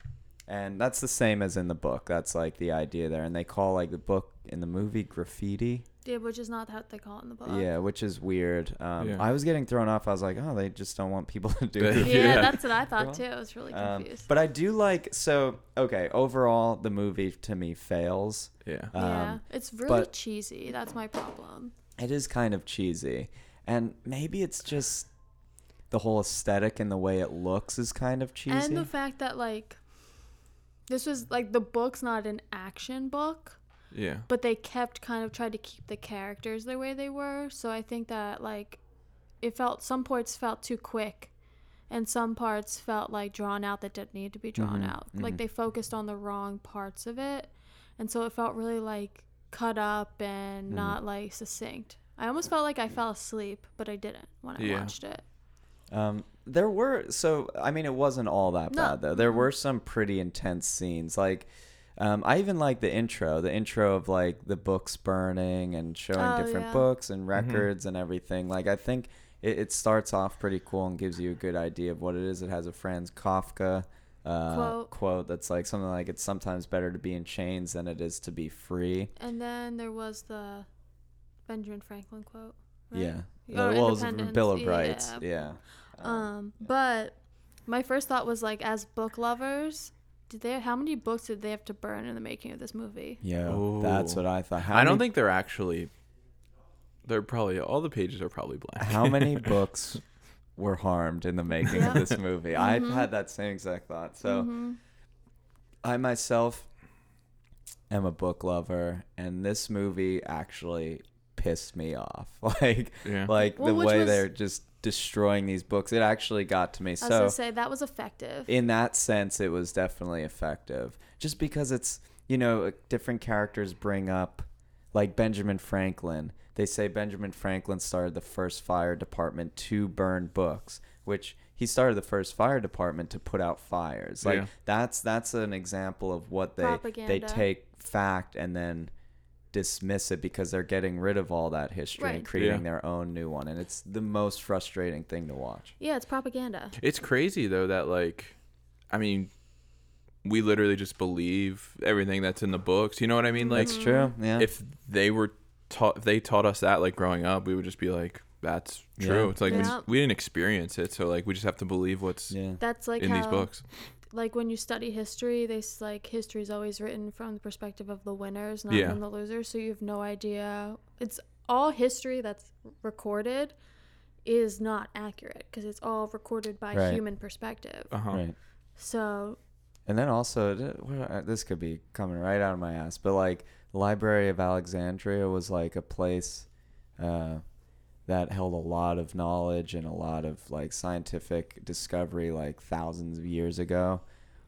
Speaker 1: And that's the same as in the book. That's like the idea there. And they call like the book in the movie graffiti.
Speaker 2: yeah, which is not how they call it in the book.
Speaker 1: Yeah, which is weird. Um,
Speaker 3: Yeah.
Speaker 1: I was getting thrown off. I was like, oh, they just don't want people to do
Speaker 2: Yeah,
Speaker 1: this.
Speaker 3: Yeah.
Speaker 2: that's what I thought
Speaker 1: Well,
Speaker 2: too. I was really
Speaker 1: Um,
Speaker 2: confused.
Speaker 1: but I do like so. Okay, overall, the movie to me fails.
Speaker 3: Yeah.
Speaker 1: um,
Speaker 2: yeah, it's really
Speaker 1: but-
Speaker 2: cheesy. That's my problem.
Speaker 1: It is kind of cheesy, and maybe it's just the whole aesthetic and the way it looks is kind of cheesy.
Speaker 2: And the fact that like this was like the book's not an action book,
Speaker 3: Yeah.
Speaker 2: but they kept kind of tried to keep the characters the way they were. So I think that like it felt some parts felt too quick and some parts felt like drawn out that didn't need to be drawn out. Like they focused on the wrong parts of it. And so it felt really like cut up and not like succinct. I almost felt like I fell asleep, but I didn't when I
Speaker 3: Yeah.
Speaker 2: watched it.
Speaker 1: Um, there were so I mean it wasn't all that
Speaker 2: No.
Speaker 1: bad though. There were some pretty intense scenes. Like, um, I even like the intro. The intro of like the books burning and showing
Speaker 2: Oh,
Speaker 1: different
Speaker 2: yeah.
Speaker 1: books
Speaker 3: Mm-hmm.
Speaker 1: and records and everything. Like I think it, it starts off pretty cool and gives you a good idea of what it is. It has a Franz Kafka uh,
Speaker 2: Quote.
Speaker 1: quote that's like something like it's sometimes better to be in chains than it is to be free.
Speaker 2: And then there was the Benjamin Franklin quote. right?
Speaker 1: Yeah.
Speaker 2: Oh,
Speaker 1: well, it was
Speaker 2: Independence,
Speaker 1: Bill of Rights.
Speaker 2: yeah.
Speaker 1: Yeah.
Speaker 2: Um, but my first thought was like, as book lovers, did they? How many books did they have to burn in the making of this movie?
Speaker 1: Yeah.
Speaker 3: Ooh.
Speaker 1: That's what I thought. How
Speaker 3: I don't
Speaker 1: many
Speaker 3: think they're actually. They're probably all the pages are probably black.
Speaker 1: how many books were harmed in the making
Speaker 2: Yeah. Mm-hmm.
Speaker 1: of this movie i've had that same exact thought so
Speaker 3: Mm-hmm.
Speaker 1: i myself am a book lover and this movie actually pissed me off like
Speaker 3: Yeah.
Speaker 1: like
Speaker 2: Well,
Speaker 1: the
Speaker 2: which
Speaker 1: way
Speaker 2: was-
Speaker 1: they're just destroying these books it actually got to me
Speaker 2: I was
Speaker 1: so
Speaker 2: gonna say that was effective.
Speaker 1: in that sense it was definitely effective just because it's you know different characters bring up like benjamin franklin they say benjamin franklin started the first fire department to burn books which he started the first fire department to put out fires like
Speaker 3: Yeah.
Speaker 1: that's that's an example of what they they
Speaker 2: Propaganda.
Speaker 1: take fact and then dismiss it because they're getting rid of all that history
Speaker 2: Right.
Speaker 1: and creating
Speaker 3: Yeah.
Speaker 1: their own new one and it's the most frustrating thing to watch
Speaker 2: yeah, it's propaganda.
Speaker 3: It's crazy though that like, I mean, we literally just believe everything that's in the books. You know what I mean? Like,
Speaker 2: Mm-hmm.
Speaker 1: that's true yeah
Speaker 3: if they were taught, if they taught us that like growing up, we would just be like, "That's true."
Speaker 1: Yeah.
Speaker 3: It's like we,
Speaker 2: Yeah.
Speaker 3: just, we didn't experience it, so like we just have to believe what's
Speaker 1: yeah
Speaker 2: That's like
Speaker 3: in
Speaker 2: how,
Speaker 3: these books.
Speaker 2: like when you study history, they s- like history is always written from the perspective of the winners, not
Speaker 3: Yeah.
Speaker 2: from the losers. So you have no idea. It's all history that's recorded is not accurate because it's all recorded by
Speaker 1: Right.
Speaker 3: Uh-huh.
Speaker 2: human perspective.
Speaker 3: Uh huh.
Speaker 1: right
Speaker 2: So
Speaker 1: And then also, th- where are- this could be coming right out of my ass, but like Library of Alexandria was like a place uh, that held a lot of knowledge and a lot of like scientific discovery, like thousands of years ago,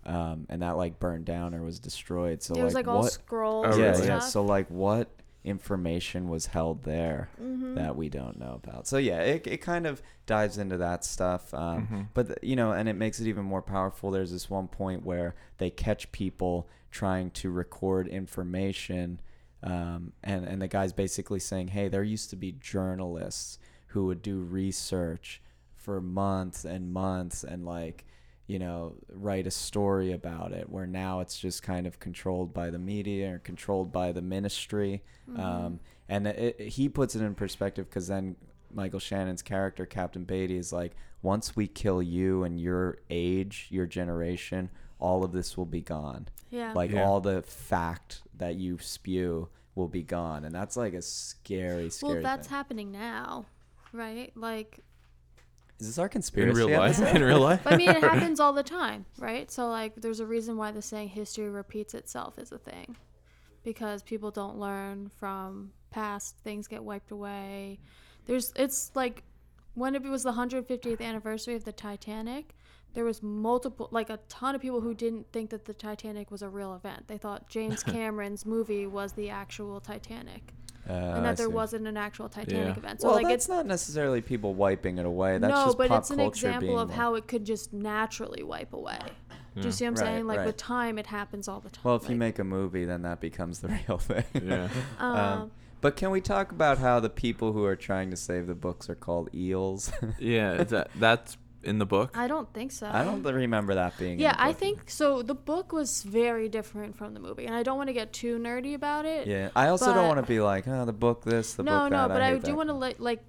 Speaker 1: um, and that like burned down or was destroyed. So
Speaker 2: it was like all
Speaker 1: what?
Speaker 2: scrolls
Speaker 3: Oh,
Speaker 2: and
Speaker 1: yeah,
Speaker 3: really?
Speaker 1: yeah.
Speaker 2: stuff.
Speaker 1: So like, what information was held there
Speaker 2: Mhm.
Speaker 3: Mm-hmm.
Speaker 1: that we don't know about? So yeah, it it kind of dives into that stuff. Um,
Speaker 2: Mm-hmm.
Speaker 3: Mhm.
Speaker 1: But th- you know, and it makes it even more powerful. There's this one point where they catch people trying to record information, um, and and the guy's basically saying, "Hey, there used to be journalists who would do research for months and months, and like." you know, write a story about it, where now it's just kind of controlled by the media or controlled by the ministry.
Speaker 2: Mm-hmm.
Speaker 1: Um, and it, it- he puts it in perspective because then Michael Shannon's character, Captain Beatty, is like, once we kill you and your age, your generation, all of this will be gone.
Speaker 2: yeah.
Speaker 1: Like
Speaker 3: Yeah.
Speaker 1: all the fact that you spew will be gone. And that's like a scary, scary
Speaker 2: well, that's
Speaker 1: thing.
Speaker 2: happening now, right? Like,
Speaker 1: is this our conspiracy?
Speaker 3: in real life.
Speaker 1: episode?
Speaker 3: In real life.
Speaker 2: but I mean, it happens all the time, right? So, like, there's a reason why the saying history repeats itself is a thing because people don't learn from past things get wiped away. There's, it's like when it was the 150th anniversary of the Titanic, there was multiple, like a ton of people who didn't think that the Titanic was a real event. They thought James Cameron's movie was the actual Titanic
Speaker 1: Uh,
Speaker 2: and
Speaker 1: I
Speaker 2: that there
Speaker 1: see.
Speaker 2: wasn't an actual Titanic
Speaker 3: Yeah.
Speaker 2: event. So,
Speaker 1: well,
Speaker 2: like,
Speaker 1: that's
Speaker 2: it's
Speaker 1: not necessarily people wiping it away. That's
Speaker 2: no,
Speaker 1: just
Speaker 2: but
Speaker 1: pop
Speaker 2: it's an
Speaker 1: culture being
Speaker 2: example of
Speaker 1: like-
Speaker 2: how it could just naturally wipe away. Do you see what I'm
Speaker 1: Right,
Speaker 2: saying? Like
Speaker 1: right.
Speaker 2: with time, it happens all the time.
Speaker 1: Well, if you
Speaker 2: Like,
Speaker 1: make a movie, then that becomes the real thing.
Speaker 3: Yeah.
Speaker 2: um,
Speaker 1: Um, but can we talk about how the people who are trying to save the books are called eels?
Speaker 3: yeah, that that's in the book.
Speaker 2: I don't think so.
Speaker 1: I don't remember that being. in
Speaker 2: Yeah,
Speaker 1: the
Speaker 2: I
Speaker 1: book.
Speaker 2: think so. The book was very different from the movie, and I don't want to get too nerdy about it.
Speaker 1: Yeah, I also don't
Speaker 2: but-
Speaker 1: want to be like, oh, the book this, the
Speaker 2: no,
Speaker 1: book
Speaker 2: no,
Speaker 1: that.
Speaker 2: but I,
Speaker 1: I,
Speaker 2: do want to li- like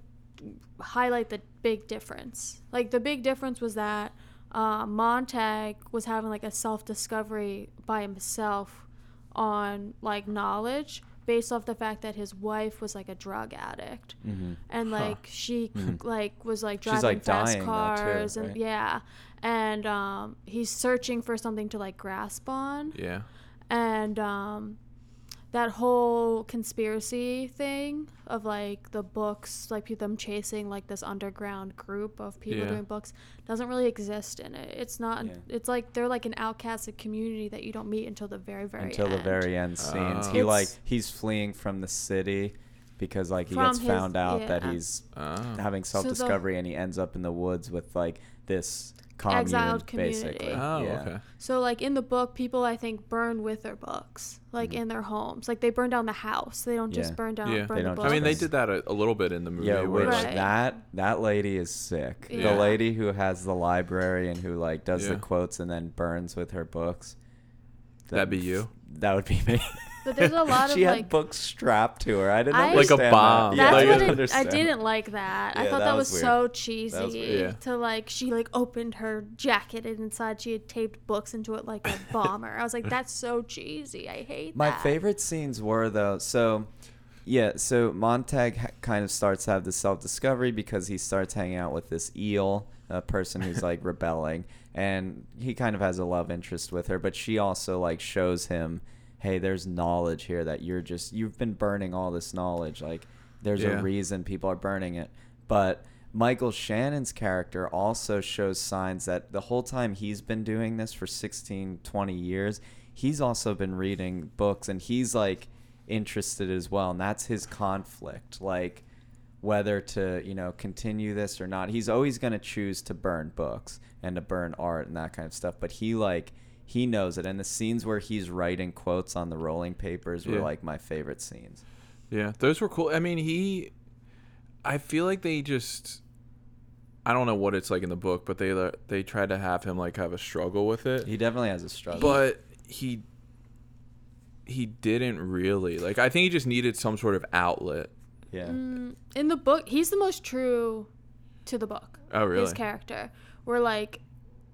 Speaker 2: highlight the big difference. Like the big difference was that uh, Montag was having like a self discovery by himself on like knowledge based off the fact that his wife was like a drug addict
Speaker 1: hmm
Speaker 2: and like she like was like
Speaker 1: She's,
Speaker 2: driving
Speaker 1: like,
Speaker 2: fast
Speaker 1: dying, though, too,
Speaker 2: cars and
Speaker 1: right?
Speaker 2: yeah and um he's searching for something to like grasp on
Speaker 3: yeah.
Speaker 2: and um that whole conspiracy thing of like the books like pe- them chasing like this underground group of people
Speaker 3: Yeah.
Speaker 2: doing books doesn't really exist in it it's not
Speaker 1: Yeah.
Speaker 2: it's like they're like an outcasted community that you don't meet until the very very
Speaker 1: Until the
Speaker 2: end.
Speaker 1: very e-, end scenes, he
Speaker 2: Oh.
Speaker 1: like
Speaker 2: It's-
Speaker 1: he's fleeing from the city because like he
Speaker 2: From
Speaker 1: gets
Speaker 2: his-
Speaker 1: found out that
Speaker 2: yeah. uh,
Speaker 1: he's
Speaker 3: Oh.
Speaker 1: having
Speaker 2: So the-
Speaker 1: self discovery and he ends up in the woods with like this commune,
Speaker 2: Exiled community.
Speaker 1: basically.
Speaker 3: Oh,
Speaker 1: Yeah.
Speaker 3: okay.
Speaker 2: So like in the book, people I think burn with their books, like in their homes. Like they burn down the house. They don't
Speaker 1: Mm-hmm.
Speaker 2: just
Speaker 1: Yeah.
Speaker 2: burn down
Speaker 3: Yeah.
Speaker 2: burn
Speaker 1: They
Speaker 2: the
Speaker 1: don't
Speaker 2: books.
Speaker 3: I mean, they
Speaker 1: Books.
Speaker 3: did that a, a little bit in the movie.
Speaker 1: Yeah,
Speaker 3: where
Speaker 1: which
Speaker 2: Right.
Speaker 1: that that lady is sick.
Speaker 2: Yeah.
Speaker 1: The lady who has the library and who like does the
Speaker 3: Yeah.
Speaker 1: quotes and then burns with her books.
Speaker 3: That'd be you.
Speaker 1: That would be me.
Speaker 2: But there's a lot
Speaker 1: she
Speaker 2: of,
Speaker 1: had
Speaker 2: like-
Speaker 1: books strapped to her. I didn't
Speaker 2: I- Like a
Speaker 1: understand that.
Speaker 3: bomb.
Speaker 1: Yeah,
Speaker 2: That's
Speaker 1: Um, I
Speaker 3: Like,
Speaker 2: what
Speaker 1: didn't
Speaker 2: it- I
Speaker 1: understand.
Speaker 2: didn't like that. I
Speaker 1: Yeah,
Speaker 2: thought that,
Speaker 1: that
Speaker 2: was,
Speaker 1: was
Speaker 2: so cheesy
Speaker 1: weird.
Speaker 3: Yeah.
Speaker 2: to like she like opened her jacket and inside she had taped books into it like a bomber. I was like, that's so cheesy. I hate
Speaker 1: My
Speaker 2: that. Mm,
Speaker 1: favorite scenes were though. So, yeah. So Montag ha- kind of starts to have this self discovery because he starts hanging out with this eel, a person who's like rebelling, and he kind of has a love interest with her. But she also like shows him, hey, there's knowledge here that you're just you've been burning all this knowledge. Like, there's
Speaker 3: Yeah.
Speaker 1: a reason people are burning it. But Michael Shannon's character also shows signs that the whole time he's been doing this for 16, 20 years, he's also been reading books and he's like interested as well. And that's his conflict. Like, whether to you know continue this or not he's always going to choose to burn books and to burn art and that kind of stuff but he like he knows it and the scenes where he's writing quotes on the rolling papers were
Speaker 3: Yeah.
Speaker 1: like my favorite scenes
Speaker 3: Yeah, those were cool. I mean, he. I feel like they just. I don't know what it's like in the book, but they they tried to have him like have a struggle with it.
Speaker 1: he definitely has a struggle
Speaker 3: but he he didn't really like i think he just needed some sort of outlet
Speaker 1: yeah
Speaker 2: Mm, in the book, he's the most true to the book.
Speaker 3: oh really
Speaker 2: his character where like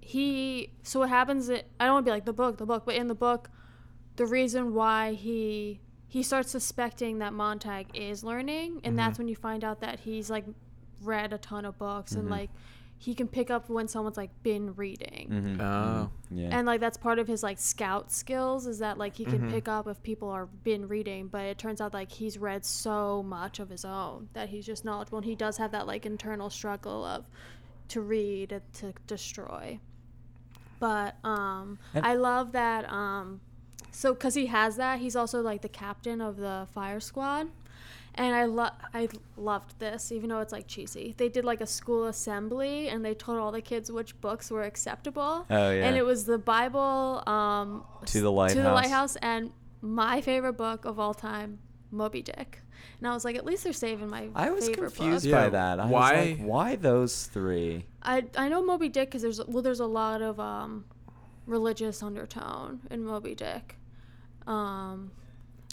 Speaker 2: he so what happens i I don't want to be like the book the book but in the book the reason why he he starts suspecting that
Speaker 3: Mm-hmm. Mm-hmm.
Speaker 2: montag is learning and that's when you find out that he's like read a ton of books and like he can pick up when someone's like been reading.
Speaker 1: Mm-hmm.
Speaker 3: Oh.
Speaker 1: Yeah. Mm-hmm.
Speaker 2: And like that's part of his like scout skills is that like he can
Speaker 3: Mhm.
Speaker 2: pick up if people are been reading, but it turns out like he's read so much of his own that he's just knowledgeable and he does have that like internal struggle of to read and to destroy. But um
Speaker 1: And-
Speaker 2: I love that um so cuz he has that, he's also like the captain of the fire squad. And I love I loved this, even though it's like cheesy. They did like a school assembly, and they told all the kids which books were acceptable.
Speaker 1: Oh, yeah.
Speaker 2: And it was the Bible. Um,
Speaker 1: To the
Speaker 2: s- To the
Speaker 1: Lighthouse.
Speaker 2: lighthouse, and my favorite book of all time, Moby Dick. And I was like, at least they're saving my.
Speaker 1: I was
Speaker 2: favorite
Speaker 1: confused
Speaker 2: Book.
Speaker 3: Yeah,
Speaker 1: by that. I why?
Speaker 3: why-
Speaker 1: Was like, why those three?
Speaker 2: I I know Moby Dick because there's well there's a lot of um, religious undertone in Moby Dick. Um,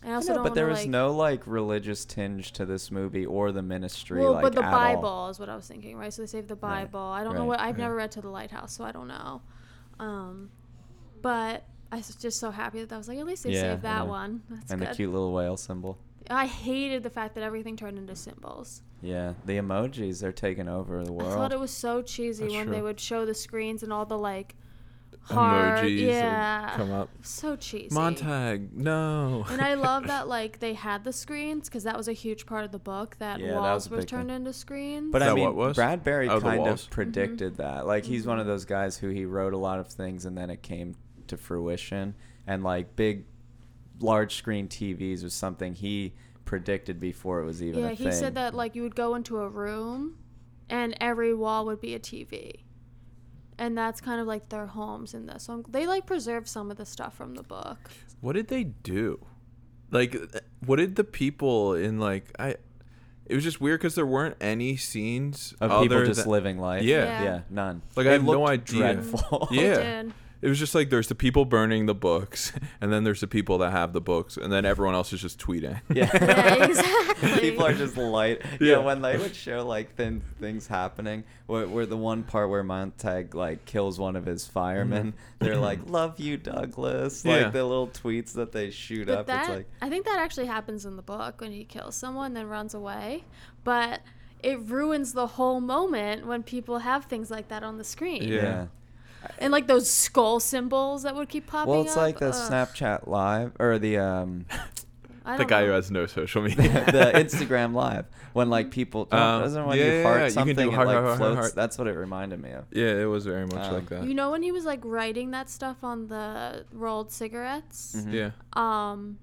Speaker 2: and I also
Speaker 1: No,
Speaker 2: don't
Speaker 1: but there
Speaker 2: wanna,
Speaker 1: was
Speaker 2: like,
Speaker 1: no like religious tinge to this movie or the ministry.
Speaker 2: Well,
Speaker 1: like,
Speaker 2: but the
Speaker 1: at all.
Speaker 2: Bible is what I was thinking, right? So they saved the
Speaker 1: Right,
Speaker 2: Bible. I don't know
Speaker 1: right,
Speaker 2: what I've
Speaker 3: right.
Speaker 2: never read to the Lighthouse, so I don't know. Um, but I was just so happy that I was like, at least they
Speaker 1: Yeah,
Speaker 2: saved that
Speaker 1: yeah.
Speaker 2: one. That's
Speaker 1: and
Speaker 2: good.
Speaker 1: the cute little whale symbol.
Speaker 2: I hated the fact that everything turned into symbols.
Speaker 1: Yeah, the emojis they're taking over the world.
Speaker 2: I thought it was so cheesy
Speaker 3: That's
Speaker 2: when
Speaker 3: true.
Speaker 2: they would show the screens and all the like hard,
Speaker 3: Emojis would
Speaker 2: yeah,
Speaker 3: come up.
Speaker 2: So cheesy.
Speaker 3: Montag,
Speaker 1: Oh.
Speaker 3: no.
Speaker 2: and I love that like they had the screens because that was a huge part of the book that
Speaker 1: Yeah, that was
Speaker 2: walls
Speaker 1: a
Speaker 2: were
Speaker 1: big thing.
Speaker 2: turned into screens.
Speaker 1: But
Speaker 3: Is
Speaker 1: I
Speaker 3: that
Speaker 1: mean,
Speaker 3: what was?
Speaker 1: Bradbury
Speaker 3: Oh, the
Speaker 1: kind
Speaker 3: walls.
Speaker 1: of
Speaker 2: Mm-hmm.
Speaker 1: predicted that. Like he's one of those guys who he wrote a lot of things and then it came to fruition. And like big, large screen TVs was something he predicted before it was even.
Speaker 2: Yeah,
Speaker 1: a
Speaker 2: he
Speaker 1: thing.
Speaker 2: said that like you would go into a room and every wall would be a TV. And that's kind of like their homes in this. So I'm- they like preserve some of the stuff from the book.
Speaker 3: What did they do? Like, what did the people in like I? It was just weird because there weren't any scenes
Speaker 1: of
Speaker 3: other
Speaker 1: people just
Speaker 3: than-
Speaker 1: living life.
Speaker 3: Yeah.
Speaker 2: Yeah.
Speaker 1: yeah, none.
Speaker 3: Like, I
Speaker 1: It
Speaker 3: have no
Speaker 1: looked
Speaker 3: idea.
Speaker 1: Dreadful.
Speaker 3: Yeah.
Speaker 2: Mm. They did.
Speaker 3: It was just like there's the people burning the books, and then there's the people that have the books, and then everyone else is just tweeting.
Speaker 2: Yeah, exactly.
Speaker 1: People are just light. Yeah.
Speaker 3: Yeah.
Speaker 1: when they would show like thin things happening, where, where the one part where Montag like kills one of his firemen, they're like "Love you, Douglas."
Speaker 3: Mm-hmm. Yeah.
Speaker 1: Like the little tweets that they shoot
Speaker 2: But
Speaker 1: up.
Speaker 2: that,
Speaker 1: it's like
Speaker 2: I think that actually happens in the book when he kills someone then runs away. But it ruins the whole moment when people have things like that on the screen.
Speaker 1: yeah.
Speaker 3: Yeah.
Speaker 2: And like those skull symbols that would keep popping
Speaker 1: Well, it's
Speaker 2: up.
Speaker 1: like the
Speaker 2: Ugh,
Speaker 1: Snapchat live or the um
Speaker 2: I
Speaker 3: the
Speaker 2: don't
Speaker 3: guy
Speaker 2: know.
Speaker 3: who has no social
Speaker 1: the
Speaker 3: media.
Speaker 1: Instagram live when like people
Speaker 3: Um,
Speaker 1: doesn't when
Speaker 3: yeah,
Speaker 1: you
Speaker 3: yeah,
Speaker 1: heart
Speaker 3: yeah, you can
Speaker 1: something
Speaker 3: do
Speaker 1: it
Speaker 3: heart,
Speaker 1: like
Speaker 3: heart, heart,
Speaker 1: floats.
Speaker 3: heart.
Speaker 1: That's what it reminded me of.
Speaker 3: yeah, it was very much
Speaker 1: Um,
Speaker 3: like that.
Speaker 2: You know when he was like writing that stuff on the rolled cigarettes?
Speaker 1: Mhm.
Speaker 3: yeah.
Speaker 2: Um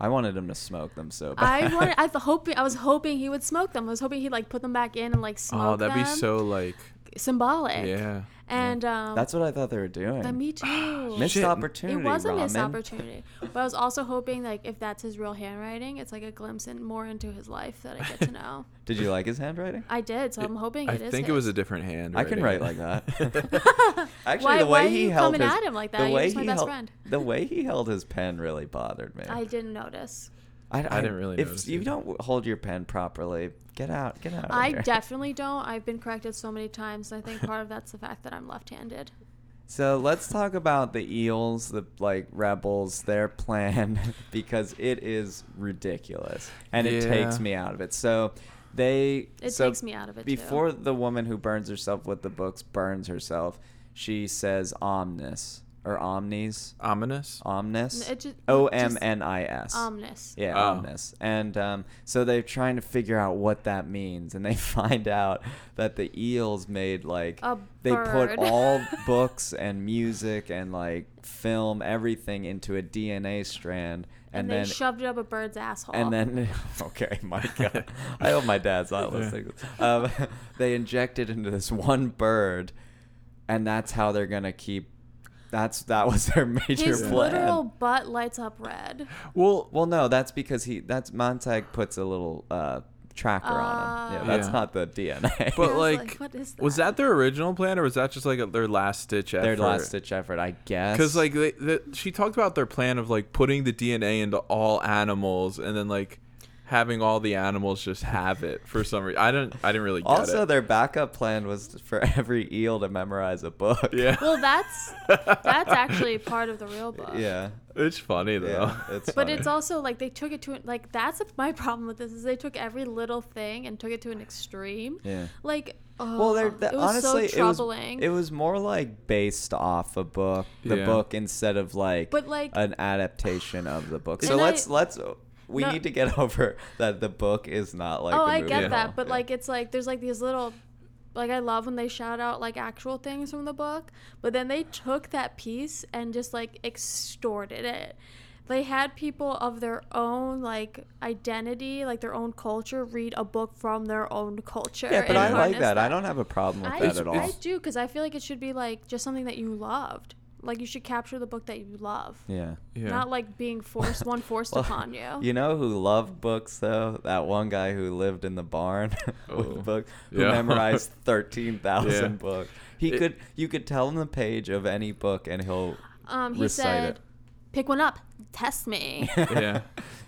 Speaker 1: I wanted him to smoke them so bad.
Speaker 2: I wanted I th- hoping I was hoping he would smoke them. I was hoping he'd like put them back in and like smoke
Speaker 3: Oh, that'd be
Speaker 2: them.
Speaker 3: so like.
Speaker 2: symbolic.
Speaker 3: Yeah.
Speaker 2: And um
Speaker 1: That's what I thought they were doing.
Speaker 2: but me too.
Speaker 1: missed
Speaker 3: Shit.
Speaker 1: opportunity.
Speaker 2: it was a
Speaker 1: ramen.
Speaker 2: missed opportunity. But I was also hoping like if that's his real handwriting, it's like a glimpse in more into his life that I get to know.
Speaker 1: Did you like his handwriting?
Speaker 2: I did, so I'm hoping
Speaker 3: I
Speaker 2: it is
Speaker 3: think it
Speaker 2: his.
Speaker 3: was a different hand.
Speaker 1: I can write
Speaker 3: writing
Speaker 1: like
Speaker 3: it.
Speaker 1: that. Actually,
Speaker 2: Why-
Speaker 1: the
Speaker 2: why
Speaker 1: way
Speaker 2: are
Speaker 1: he
Speaker 2: you
Speaker 1: held
Speaker 2: coming
Speaker 1: his,
Speaker 2: at him like that?
Speaker 1: the
Speaker 2: You're
Speaker 1: way
Speaker 2: just my
Speaker 1: he
Speaker 2: best
Speaker 1: held,
Speaker 2: friend.
Speaker 1: the way he held his pen really bothered me.
Speaker 2: I didn't notice.
Speaker 3: I didn't really
Speaker 1: If
Speaker 3: notice
Speaker 1: you
Speaker 3: either.
Speaker 1: don't w- hold your pen properly, get out, get out. of
Speaker 2: I
Speaker 1: there.
Speaker 2: definitely don't. I've been corrected so many times. and I think part of that's the fact that I'm left-handed.
Speaker 1: So let's talk about the Eels, the like Rebels, their plan because it is ridiculous and it
Speaker 3: Yeah.
Speaker 1: takes me out of it. So they
Speaker 2: It
Speaker 1: so
Speaker 2: takes me out of it, too.
Speaker 1: Before the woman who burns herself with the books burns herself, she says omnis or omnis,
Speaker 3: Ominous.
Speaker 1: omnis,
Speaker 2: N- it ju- just-
Speaker 1: O M N I S.
Speaker 2: Omnis.
Speaker 1: Yeah,
Speaker 3: Oh.
Speaker 1: omnis. And um, so they're trying to figure out what that means, and they find out that the eels made like
Speaker 2: A
Speaker 1: they
Speaker 2: bird.
Speaker 1: put all books and music and like film everything into a DNA strand,
Speaker 2: And,
Speaker 1: and,
Speaker 2: they
Speaker 1: then.
Speaker 2: shoved it up a bird's asshole.
Speaker 1: and then, okay, my God, I hope my dad's not
Speaker 3: Yeah.
Speaker 1: listening. Um, they injected into this one bird, and that's how they're gonna keep. That's that was their major
Speaker 2: his
Speaker 1: plan.
Speaker 2: literal butt lights up red.
Speaker 3: Well,
Speaker 1: Well, no, that's because he that's Montag puts a little uh, tracker on him. Yeah,
Speaker 2: Ah.
Speaker 1: that's
Speaker 3: Yeah.
Speaker 1: not the DNA.
Speaker 2: I
Speaker 3: but
Speaker 2: was
Speaker 3: like,
Speaker 2: like, what is
Speaker 3: was
Speaker 2: that?
Speaker 3: that their original plan, or was that just like a, their last stitch effort?
Speaker 1: their last ditch effort, I guess.
Speaker 3: Because like they, the, she talked about their plan of like putting the DNA into all animals, and then like having all the animals just have it for some reason. I don't. I didn't really get
Speaker 1: also
Speaker 3: it.
Speaker 1: their backup plan was for every eel to memorize a book.
Speaker 3: yeah.
Speaker 2: Well, that's that's actually part of the real book.
Speaker 1: yeah,
Speaker 3: It's funny though.
Speaker 1: yeah. It's
Speaker 2: But
Speaker 1: funny.
Speaker 2: it's also like they took it to an- like that's my problem with this is they took every little thing and took it to an extreme.
Speaker 1: yeah.
Speaker 2: Like
Speaker 1: Well, they're-
Speaker 2: Ugh,
Speaker 1: the-
Speaker 2: it was
Speaker 1: honestly,
Speaker 2: so
Speaker 1: it was-
Speaker 2: troubling.
Speaker 1: It was more like based off a book, the
Speaker 3: Yeah.
Speaker 1: book instead of like,
Speaker 2: but like,
Speaker 1: an adaptation of the book.
Speaker 2: And
Speaker 1: So
Speaker 2: I-
Speaker 1: let's let's we
Speaker 2: No.
Speaker 1: need to get over that the book is not like.
Speaker 2: oh,
Speaker 1: the
Speaker 2: I
Speaker 1: movie
Speaker 2: get
Speaker 1: at all.
Speaker 2: that, but
Speaker 1: Yeah.
Speaker 2: like, it's like there's like these little, like I love when they shout out like actual things from the book, but then they took that piece and just like extorted it. They had people of their own like identity, like their own culture, read a book from their own culture.
Speaker 1: Yeah, but
Speaker 2: and
Speaker 1: I like
Speaker 2: harness
Speaker 1: that. I don't have a problem with
Speaker 2: I,
Speaker 1: that at all.
Speaker 2: I do because I feel like it should be like just something that you loved. Like you should capture the book that you love,
Speaker 1: yeah.
Speaker 3: Yeah.
Speaker 2: not like being forced one forced
Speaker 1: Well,
Speaker 2: upon you.
Speaker 1: You know who loved books though? That one guy who lived in the barn with
Speaker 3: Oh.
Speaker 1: books, who
Speaker 3: Yeah.
Speaker 1: memorized thirteen thousand
Speaker 3: Yeah.
Speaker 1: books. He
Speaker 3: It-
Speaker 1: could, you could tell him the page of any book, and he'll.
Speaker 2: Um, he
Speaker 1: Recite
Speaker 2: said,
Speaker 1: it.
Speaker 2: "Pick one up, test me."
Speaker 3: yeah.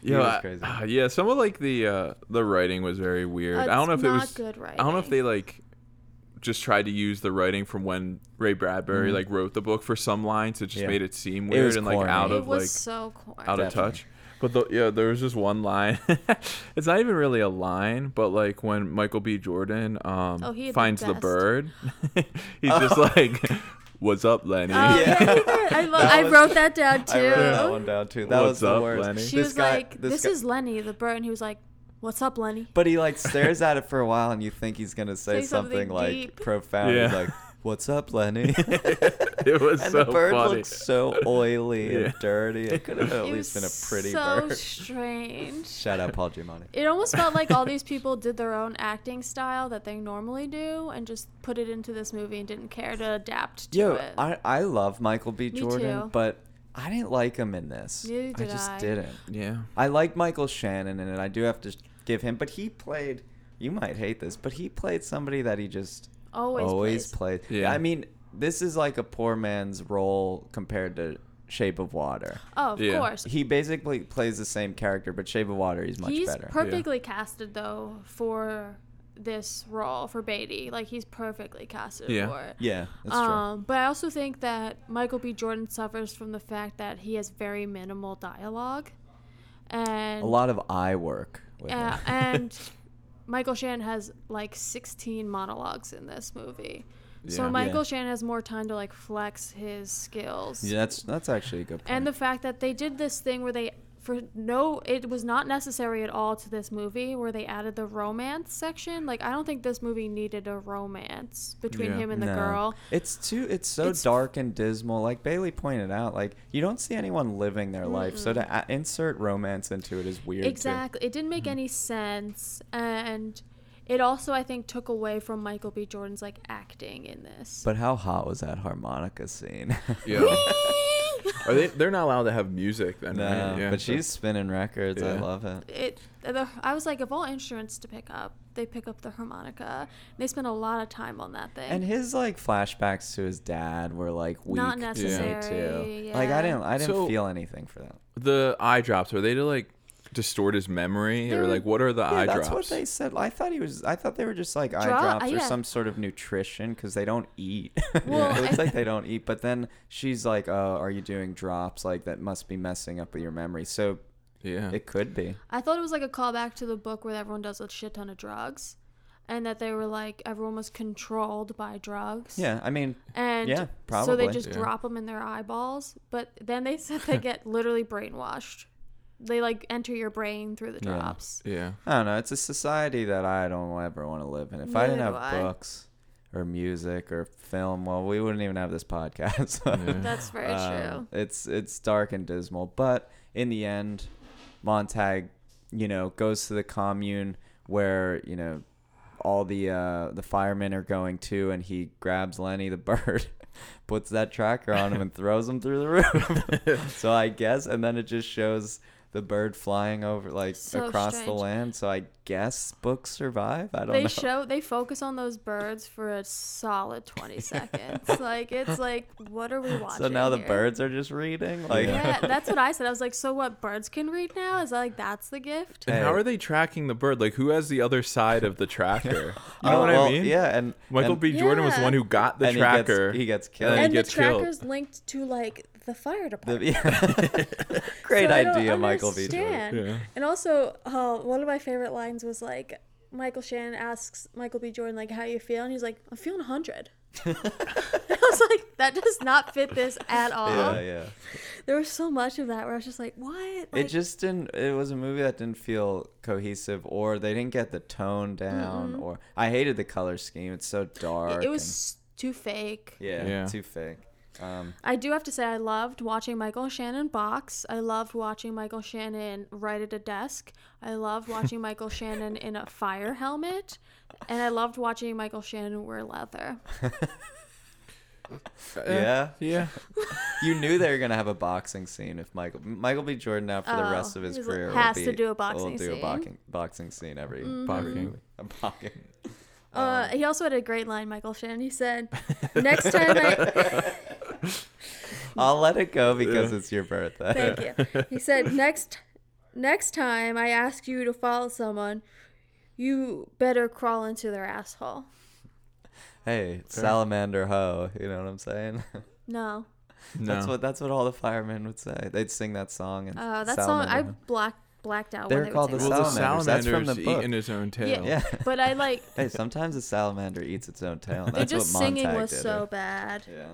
Speaker 1: He
Speaker 3: Yeah,
Speaker 1: was
Speaker 3: I-
Speaker 1: crazy.
Speaker 3: ah, yeah, some of like the uh the writing was very weird. I don't know if
Speaker 2: It's
Speaker 3: it
Speaker 2: not
Speaker 3: was
Speaker 2: good writing.
Speaker 3: I don't know if they like just tried to use the writing from when Ray Bradbury
Speaker 1: Mhm.
Speaker 3: like wrote the book for some lines. It just
Speaker 1: Yeah.
Speaker 3: made it seem
Speaker 1: It
Speaker 3: weird
Speaker 1: was
Speaker 3: and like
Speaker 1: corny.
Speaker 3: out
Speaker 2: it
Speaker 3: of
Speaker 2: was
Speaker 3: like
Speaker 2: so corny.
Speaker 3: out of
Speaker 1: Definitely.
Speaker 3: touch. But the, yeah, there was just one line. it's not even really a line, but like when Michael B. Jordan um
Speaker 2: Oh, he had the
Speaker 3: finds the,
Speaker 2: best.
Speaker 3: bird, he's
Speaker 1: Oh.
Speaker 3: just like, "What's up, Lenny?"
Speaker 2: Oh,
Speaker 1: Yeah.
Speaker 2: yeah. I, lo-
Speaker 1: That
Speaker 2: I
Speaker 1: was-
Speaker 2: wrote that down too.
Speaker 1: I wrote that one down too. That was
Speaker 3: What's
Speaker 1: the
Speaker 3: up,
Speaker 1: worst.
Speaker 3: Lenny?
Speaker 2: She
Speaker 1: This
Speaker 2: was
Speaker 1: guy-
Speaker 2: like, "This,
Speaker 1: guy-
Speaker 2: is Lenny the bird," and he was like, "What's up, Lenny?"
Speaker 1: But he like stares at it for a while, and you think he's gonna say,
Speaker 2: Say
Speaker 1: something,
Speaker 2: something
Speaker 1: like
Speaker 2: deep.
Speaker 1: profound. He's
Speaker 3: Yeah.
Speaker 1: like, "What's up, Lenny?"
Speaker 3: It was
Speaker 1: and the
Speaker 3: so
Speaker 1: bird
Speaker 3: funny.
Speaker 1: looked so oily
Speaker 3: Yeah.
Speaker 1: and dirty. It could have at
Speaker 2: It
Speaker 1: least been a
Speaker 2: was
Speaker 1: pretty
Speaker 2: so
Speaker 1: bird.
Speaker 2: strange.
Speaker 1: Shout out Paul Giamatti.
Speaker 2: It almost felt like all these people did their own acting style that they normally do, and just put it into this movie and didn't care to adapt to
Speaker 1: Yo,
Speaker 2: it.
Speaker 1: I I love Michael B.
Speaker 2: Me
Speaker 1: Jordan,
Speaker 2: too.
Speaker 1: but I didn't like him in this.
Speaker 2: Neither
Speaker 1: I
Speaker 2: did
Speaker 1: just
Speaker 2: I.
Speaker 1: didn't.
Speaker 3: yeah.
Speaker 1: I like Michael Shannon in it. I do have to give him, but he played. You might hate this, but he played somebody that he just
Speaker 2: always,
Speaker 1: always
Speaker 2: plays.
Speaker 1: played.
Speaker 3: Yeah.
Speaker 1: I mean, this is like a poor man's role compared to Shape of Water.
Speaker 2: Oh, of
Speaker 3: Yeah.
Speaker 2: course.
Speaker 1: He basically plays the same character, but Shape of Water he's much
Speaker 2: he's
Speaker 1: better.
Speaker 2: perfectly casted though for this role for Beatty. Like he's perfectly casted
Speaker 3: Yeah.
Speaker 2: for it.
Speaker 1: yeah, that's
Speaker 2: Um, but I also think that Michael B. Jordan suffers from the fact that he has very minimal dialogue, and
Speaker 1: true. A lot of eye work. With
Speaker 2: uh,
Speaker 1: him.
Speaker 2: and Michael Shannon has like 16 monologues in this movie. So
Speaker 3: Yeah.
Speaker 2: Michael
Speaker 1: Yeah.
Speaker 2: Shannon has more time to like flex his skills.
Speaker 1: yeah, that's that's actually a good point.
Speaker 2: And the fact that they did this thing where they, for no, it was not necessary at all to this movie, where they added the romance section. Like, I don't think this movie needed a romance between
Speaker 3: Yeah.
Speaker 2: him and the
Speaker 1: No.
Speaker 2: girl.
Speaker 1: It's too. It's so
Speaker 2: It's-
Speaker 1: dark and dismal. Like Bailey pointed out, like you don't see anyone living their life. So to a- insert romance into it is weird. too.
Speaker 2: Exactly. It didn't
Speaker 1: Mm-hmm.
Speaker 2: make any sense. And it also, I think, took away from Michael B. Jordan's, like, acting in this.
Speaker 1: But how hot was that harmonica scene?
Speaker 3: Yeah. Are they? They're not allowed to have music then.
Speaker 1: no,
Speaker 3: right? Yeah,
Speaker 1: but she's
Speaker 3: that's-
Speaker 1: spinning records. I
Speaker 3: Yeah.
Speaker 1: love it.
Speaker 2: it the, I was like of all instruments to pick up they pick up the harmonica they spend a lot of time on that thing
Speaker 1: And his like flashbacks to his dad were like weak.
Speaker 2: Not
Speaker 1: to me,
Speaker 2: necessary,
Speaker 1: too. Like I
Speaker 2: yeah.
Speaker 1: didn't. I didn't
Speaker 3: So-
Speaker 1: feel anything for that.
Speaker 3: the eye drops are they to like distort his memory
Speaker 2: They
Speaker 3: or
Speaker 2: were-
Speaker 3: like what are the
Speaker 1: yeah,
Speaker 3: eye
Speaker 1: that's
Speaker 3: drops
Speaker 1: what they said. I thought he was. I thought they were just like eye
Speaker 2: Draw-
Speaker 1: drops or
Speaker 2: yeah.
Speaker 1: some sort of nutrition because they don't eat.
Speaker 2: Well,
Speaker 1: it looks
Speaker 2: I-
Speaker 1: like they don't eat. But then she's like, "Oh, are you doing drops? Like that must be messing up with your memory." So
Speaker 3: yeah
Speaker 1: it could be.
Speaker 2: I thought it was like a callback to the book where everyone does a shit ton of drugs, and that they were like everyone was controlled by drugs.
Speaker 1: Yeah, I mean,
Speaker 2: And
Speaker 1: Yeah,
Speaker 2: So
Speaker 1: probably.
Speaker 2: they just
Speaker 3: Yeah.
Speaker 2: drop them in their eyeballs, but then they said they get literally brainwashed. They like enter your brain through the
Speaker 1: Yeah.
Speaker 2: drops.
Speaker 3: yeah
Speaker 1: I don't know. It's a society that I don't ever want to live in. If I didn't
Speaker 2: Neither
Speaker 1: have
Speaker 2: do I.
Speaker 1: books or music or film, well, we wouldn't even have this podcast.
Speaker 3: Yeah. Uh,
Speaker 2: That's very
Speaker 1: Um, It's it's dark and dismal, but in the end, Montag, you know, goes to the commune where you know all the uh, the firemen are going to, and he grabs Lenny the bird, puts that tracker on him, and throws him through the roof. so I guess, and then it just shows the bird flying over like
Speaker 2: So
Speaker 1: across the
Speaker 2: strange.
Speaker 1: land. So I guess books survive. I don't
Speaker 2: true. They
Speaker 1: know.
Speaker 2: show they focus on those birds for a solid twenty seconds. like it's like what are we watching?
Speaker 1: so now the
Speaker 2: here?
Speaker 1: birds are just reading. Like
Speaker 2: Yeah, that's what I said. I was like, so what? Birds can read now? Is that like that's the gift?
Speaker 3: and how
Speaker 1: Hey.
Speaker 3: are they tracking the bird like who has the other side of the tracker you know
Speaker 1: Oh,
Speaker 3: what i
Speaker 1: well,
Speaker 3: mean
Speaker 1: Yeah, and
Speaker 3: michael
Speaker 1: and-
Speaker 3: b jordan was the
Speaker 2: Yeah.
Speaker 3: one who got the
Speaker 1: and he gets-
Speaker 3: tracker
Speaker 1: He gets,
Speaker 3: And
Speaker 1: killed.
Speaker 3: he
Speaker 2: and the
Speaker 3: gets killed.
Speaker 2: tracker's linked to like the
Speaker 1: The-
Speaker 2: fire department.
Speaker 1: yeah. Great
Speaker 2: So I don't
Speaker 1: idea, Michael B. Jordan.
Speaker 2: understand.
Speaker 3: Yeah.
Speaker 2: And also, uh, one of my favorite lines was like Michael Shannon asks Michael B. Jordan like how you feel, and he's like, I'm feeling hundred. I was like, that does not fit this at all.
Speaker 1: yeah, yeah.
Speaker 2: There was so much of that where I was just like, what?
Speaker 1: It
Speaker 2: Like,
Speaker 1: just didn't. It was a movie that didn't feel cohesive, or they didn't get the tone down, or I hated the color scheme. It's so dark.
Speaker 2: it was too fake.
Speaker 1: and- yeah,
Speaker 3: Yeah.
Speaker 1: too fake. Um,
Speaker 2: I do have to say I loved watching Michael Shannon box. I loved watching Michael Shannon write at a desk. I loved watching Michael Shannon in a fire helmet. And I loved watching Michael Shannon wear leather.
Speaker 1: Uh, yeah,
Speaker 3: Yeah.
Speaker 1: you knew they were gonna have a boxing scene if Michael Michael B. Jordan now for the rest
Speaker 2: Oh,
Speaker 1: of his
Speaker 2: he's like,
Speaker 1: career
Speaker 2: has
Speaker 1: will
Speaker 2: to
Speaker 1: be-
Speaker 2: do a boxing
Speaker 1: will do a
Speaker 2: scene.
Speaker 1: boxing boxing scene every,
Speaker 2: Mm-hmm.
Speaker 1: every
Speaker 3: Barking.
Speaker 1: movie. A boxing.
Speaker 2: uh,
Speaker 1: Um,
Speaker 2: he also had a great line, Michael Shannon. He said, "Next time I
Speaker 1: I'll let it go because it's your birthday.
Speaker 2: thank you." He said, "Next, next time I ask you to follow someone, you better crawl into their asshole."
Speaker 1: Hey, salamander ho, you know what I'm saying?
Speaker 2: No,
Speaker 3: No.
Speaker 1: That's what that's what all the firemen would say. They'd sing that song and
Speaker 2: uh, that
Speaker 1: salamander
Speaker 2: song I
Speaker 1: ho.
Speaker 2: blacked blacked out.
Speaker 1: They
Speaker 2: when
Speaker 1: were
Speaker 2: they would
Speaker 1: called
Speaker 2: say
Speaker 1: the
Speaker 2: that.
Speaker 3: well, the
Speaker 1: Salamanders, that's from
Speaker 3: salamander's
Speaker 1: the book.
Speaker 3: eating his own
Speaker 2: Yeah.
Speaker 3: tail.
Speaker 1: Yeah.
Speaker 2: But I like
Speaker 1: Hey, sometimes a salamander eats its own tail. And
Speaker 2: the
Speaker 1: that's
Speaker 2: just
Speaker 1: what Montag
Speaker 2: singing was
Speaker 1: did. eh?
Speaker 2: so bad.
Speaker 1: Yeah.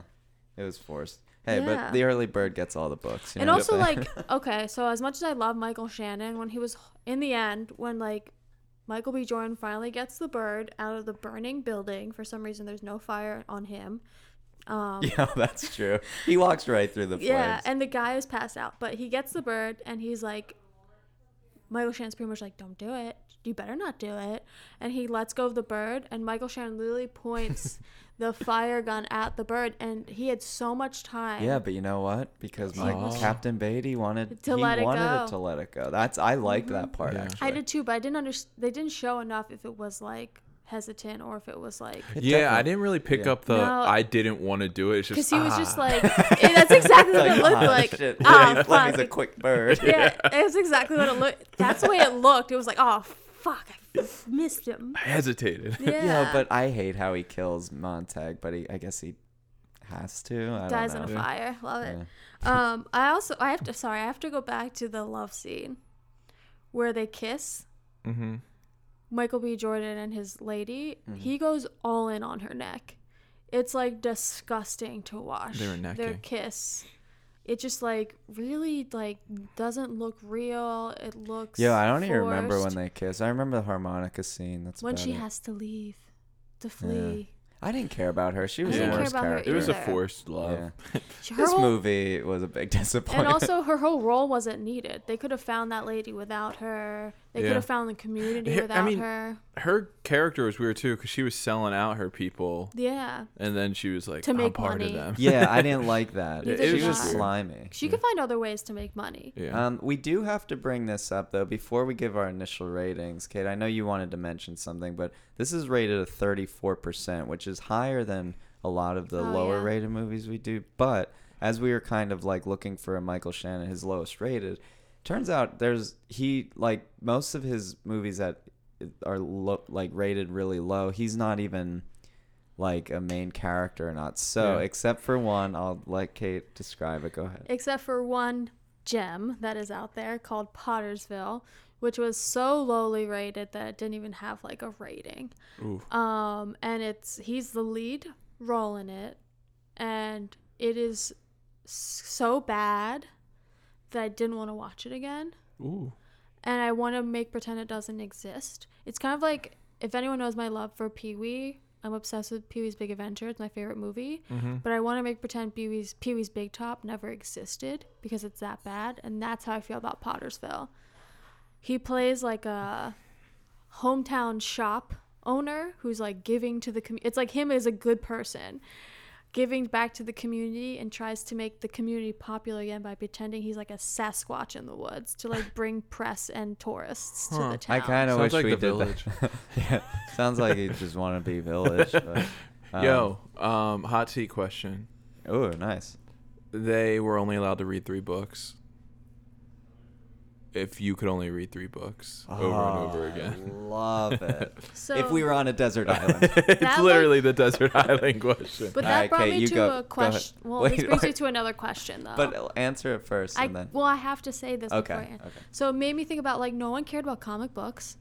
Speaker 1: It was forced. Hey,
Speaker 2: Yeah.
Speaker 1: but the early bird gets all the books. You
Speaker 2: And
Speaker 1: know what
Speaker 2: also,
Speaker 1: I'm saying?
Speaker 2: like, okay, so as much as I love Michael Shannon, when he was in the end, when like Michael B. Jordan finally gets the bird out of the burning building, for some reason there's no fire on him. Um,
Speaker 1: Yeah, that's true. He walks right through the flames.
Speaker 2: yeah, and the guy is passed out, but he gets the bird and he's like, Michael Shannon's pretty much like, don't do it. You better not do it. And he lets go of the bird, and Michael Shannon literally points the fire gun at the bird, and he had so much time.
Speaker 1: yeah, but you know what? Because my
Speaker 3: Oh.
Speaker 1: Captain Beatty wanted
Speaker 2: To
Speaker 1: he
Speaker 2: let it
Speaker 1: wanted
Speaker 2: go.
Speaker 1: it to let it go. That's I liked that part
Speaker 3: Mm-hmm. Yeah.
Speaker 1: actually.
Speaker 2: I did too, but I didn't understand. They didn't show enough if it was like hesitant or if it was like.
Speaker 1: It
Speaker 3: Yeah, I
Speaker 1: definitely-
Speaker 3: didn't really pick
Speaker 1: Yeah.
Speaker 3: up the
Speaker 2: No.
Speaker 3: I didn't want to do it. It's
Speaker 2: Because
Speaker 3: just
Speaker 2: he was just
Speaker 3: "Ah."
Speaker 2: like, "Eh, that's exactly what it looked
Speaker 1: "Ah,
Speaker 2: like.
Speaker 1: shit.
Speaker 2: Ah,
Speaker 1: yeah, he's like, he's a
Speaker 2: fuck.
Speaker 1: quick bird.
Speaker 2: Yeah, that's exactly what it looked. That's the way it looked. It was like, oh fuck, I f- missed him.
Speaker 3: I hesitated.
Speaker 2: Yeah,
Speaker 1: Yeah, but I hate how he kills Montag, but he, I guess he has to. I
Speaker 2: dies in
Speaker 1: don't
Speaker 2: a
Speaker 1: know.
Speaker 2: fire. Love it. Um, I also I have to sorry I have to go back to the love scene where they kiss.
Speaker 3: mm-hmm.
Speaker 2: Michael B. Jordan and his lady.
Speaker 1: Mm-hmm.
Speaker 2: He goes all in on her neck. It's like disgusting to watch.
Speaker 3: They were
Speaker 2: Their
Speaker 3: necking.
Speaker 2: kiss. It just like really like doesn't look real. It looks.
Speaker 1: Yo, I don't even remember when
Speaker 2: forced.
Speaker 1: they kiss. I remember the harmonica scene. That's
Speaker 2: When
Speaker 1: about
Speaker 2: she
Speaker 1: it.
Speaker 2: has to leave, to flee.
Speaker 1: I didn't care about her. She was
Speaker 3: didn't
Speaker 1: the
Speaker 3: care
Speaker 1: worst
Speaker 2: about her
Speaker 1: character.
Speaker 3: It was a
Speaker 2: Either.
Speaker 3: forced love.
Speaker 1: Yeah.
Speaker 2: She- her
Speaker 1: This
Speaker 2: whole-
Speaker 1: movie was a big disappointment.
Speaker 2: And also, her whole role wasn't needed. They could have found that lady without her. They
Speaker 3: Yeah.
Speaker 2: could have found the community
Speaker 3: Yeah, I
Speaker 2: without
Speaker 3: mean-
Speaker 2: her.
Speaker 3: Her character was weird too because she was selling out her people,
Speaker 2: Yeah.
Speaker 3: and then she was like,
Speaker 2: To
Speaker 3: "I'm
Speaker 2: make
Speaker 3: part
Speaker 2: money.
Speaker 3: of them."
Speaker 1: yeah, I didn't like that.
Speaker 2: Neither
Speaker 1: she
Speaker 2: did
Speaker 1: was
Speaker 2: I.
Speaker 1: slimy.
Speaker 2: She could find other ways to make money.
Speaker 3: Yeah.
Speaker 1: Um, we do have to bring this up though before we give our initial ratings, Kate. I know you wanted to mention something, but this is rated a 34%, which is higher than a lot of the
Speaker 2: Oh,
Speaker 1: lower
Speaker 2: yeah.
Speaker 1: rated movies we do. But as we were kind of like looking for a Michael Shannon, his lowest rated, turns out there's he like most of his movies that are lo- like rated really low. He's not even like a main character or not. So
Speaker 3: Yeah.
Speaker 1: except for one, I'll let Kate describe it. Go ahead.
Speaker 2: except for one gem that is out there called Pottersville, which was so lowly rated that it didn't even have like a rating.
Speaker 1: Uh,
Speaker 3: Ooh.
Speaker 2: Um, and it's he's the lead role in it, and it is s- so bad that I didn't want to watch it again,
Speaker 3: Ooh.
Speaker 2: and I want to make pretend it doesn't exist. It's kind of like if anyone knows my love for Pee Wee. I'm obsessed with Pee Wee's Big Adventure. It's my favorite movie
Speaker 3: Mm-hmm.
Speaker 2: but I want to make pretend Pee Wee's Pee Wee's Big Top never existed because it's that bad, and that's how I feel about Pottersville. He plays like a hometown shop owner who's like giving to the community. It's like him as a good person, giving back to the community, and tries to make the community popular again by pretending he's like a Sasquatch in the woods to like bring press and tourists to
Speaker 3: Huh.
Speaker 2: the town.
Speaker 1: I kind of wish
Speaker 3: Sounds like
Speaker 1: we
Speaker 3: the
Speaker 1: did
Speaker 3: village.
Speaker 1: that. yeah, sounds like he just want to be village. But, um,
Speaker 3: Yo, um, hot seat question.
Speaker 1: oh, nice.
Speaker 3: They were only allowed to read three books. If you could only read three books over
Speaker 1: Oh,
Speaker 3: and over again.
Speaker 1: Love it.
Speaker 2: so
Speaker 1: if we were on a desert island.
Speaker 3: it's
Speaker 2: That, like-
Speaker 3: literally the desert island question.
Speaker 2: But
Speaker 1: All
Speaker 2: that
Speaker 1: right,
Speaker 2: brought
Speaker 1: Kate,
Speaker 2: me
Speaker 1: you
Speaker 2: to
Speaker 1: go- go
Speaker 2: a question.
Speaker 1: ahead.
Speaker 2: Well,
Speaker 1: Wait,
Speaker 2: this brings me
Speaker 1: wait.
Speaker 2: to another question, though.
Speaker 1: but answer it first,
Speaker 2: I
Speaker 1: and then
Speaker 2: well, I have to say this
Speaker 1: okay,
Speaker 2: before. I
Speaker 1: okay.
Speaker 2: So it made me think about like no one cared about comic books.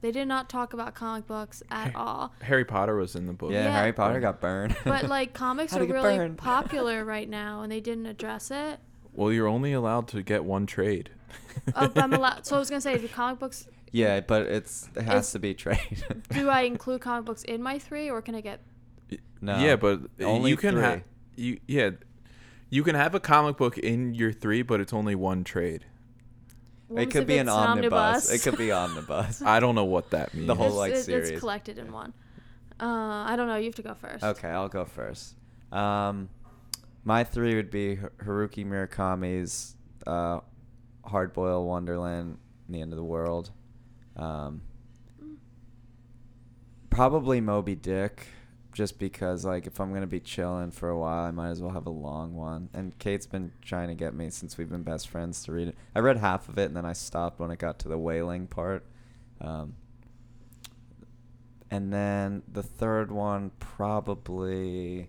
Speaker 2: They did not talk about comic books at all.
Speaker 3: Harry Potter was in the book.
Speaker 1: Yeah,
Speaker 2: Yeah.
Speaker 1: Harry Potter got burned.
Speaker 2: But like comics
Speaker 1: How'd
Speaker 2: are
Speaker 1: it get
Speaker 2: really
Speaker 1: burned?
Speaker 2: popular right now, and they didn't address it.
Speaker 3: Well, you're only allowed to get one trade.
Speaker 2: Oh, but I'm allowed. So I was gonna say, do comic books?
Speaker 1: yeah, but it's it has
Speaker 2: It's-
Speaker 1: to be trade.
Speaker 2: Do I include comic books in my three, or can I get?
Speaker 1: no.
Speaker 3: Yeah, but
Speaker 1: Only
Speaker 3: you can have
Speaker 1: three.
Speaker 3: you yeah, you can have a comic book in your three, but it's only one trade.
Speaker 2: what
Speaker 1: it
Speaker 2: was
Speaker 1: could be
Speaker 2: if
Speaker 1: an
Speaker 2: it's
Speaker 1: omnibus. It could be omnibus.
Speaker 3: I don't know what that means.
Speaker 1: The whole
Speaker 2: It's-
Speaker 1: like
Speaker 2: it-
Speaker 1: series.
Speaker 2: It's collected in one. Uh, I don't know. You have to go first.
Speaker 1: Okay, I'll go first. Um, my three would be Har- Haruki Murakami's uh, Hard Boiled Wonderland and the End of the World. Um, probably Moby Dick, just because like if I'm gonna be chilling for a while, I might as well have a long one. And Kate's been trying to get me since we've been best friends to read it. I read half of it and then I stopped when it got to the whaling part. Um, and then the third one probably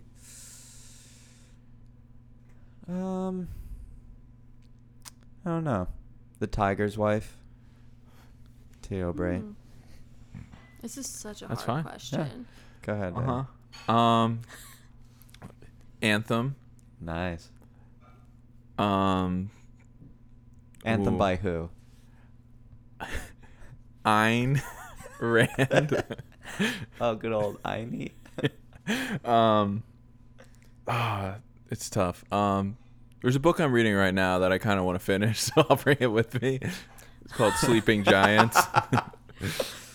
Speaker 1: um I don't know. The Tiger's Wife. Teo Bray.
Speaker 2: Hmm. This is such a
Speaker 3: That's
Speaker 2: hard
Speaker 3: fine.
Speaker 2: question.
Speaker 1: Go ahead. Ed.
Speaker 3: Uh huh. Um, Anthem.
Speaker 1: Nice.
Speaker 3: Um,
Speaker 1: Anthem
Speaker 3: Ooh.
Speaker 1: by who?
Speaker 3: Ayn Rand.
Speaker 1: Oh, good old Aini.
Speaker 3: um, ah, it's tough. Um, there's a book I'm reading right now that I kind of want to finish, so I'll bring it with me. It's called Sleeping Giants.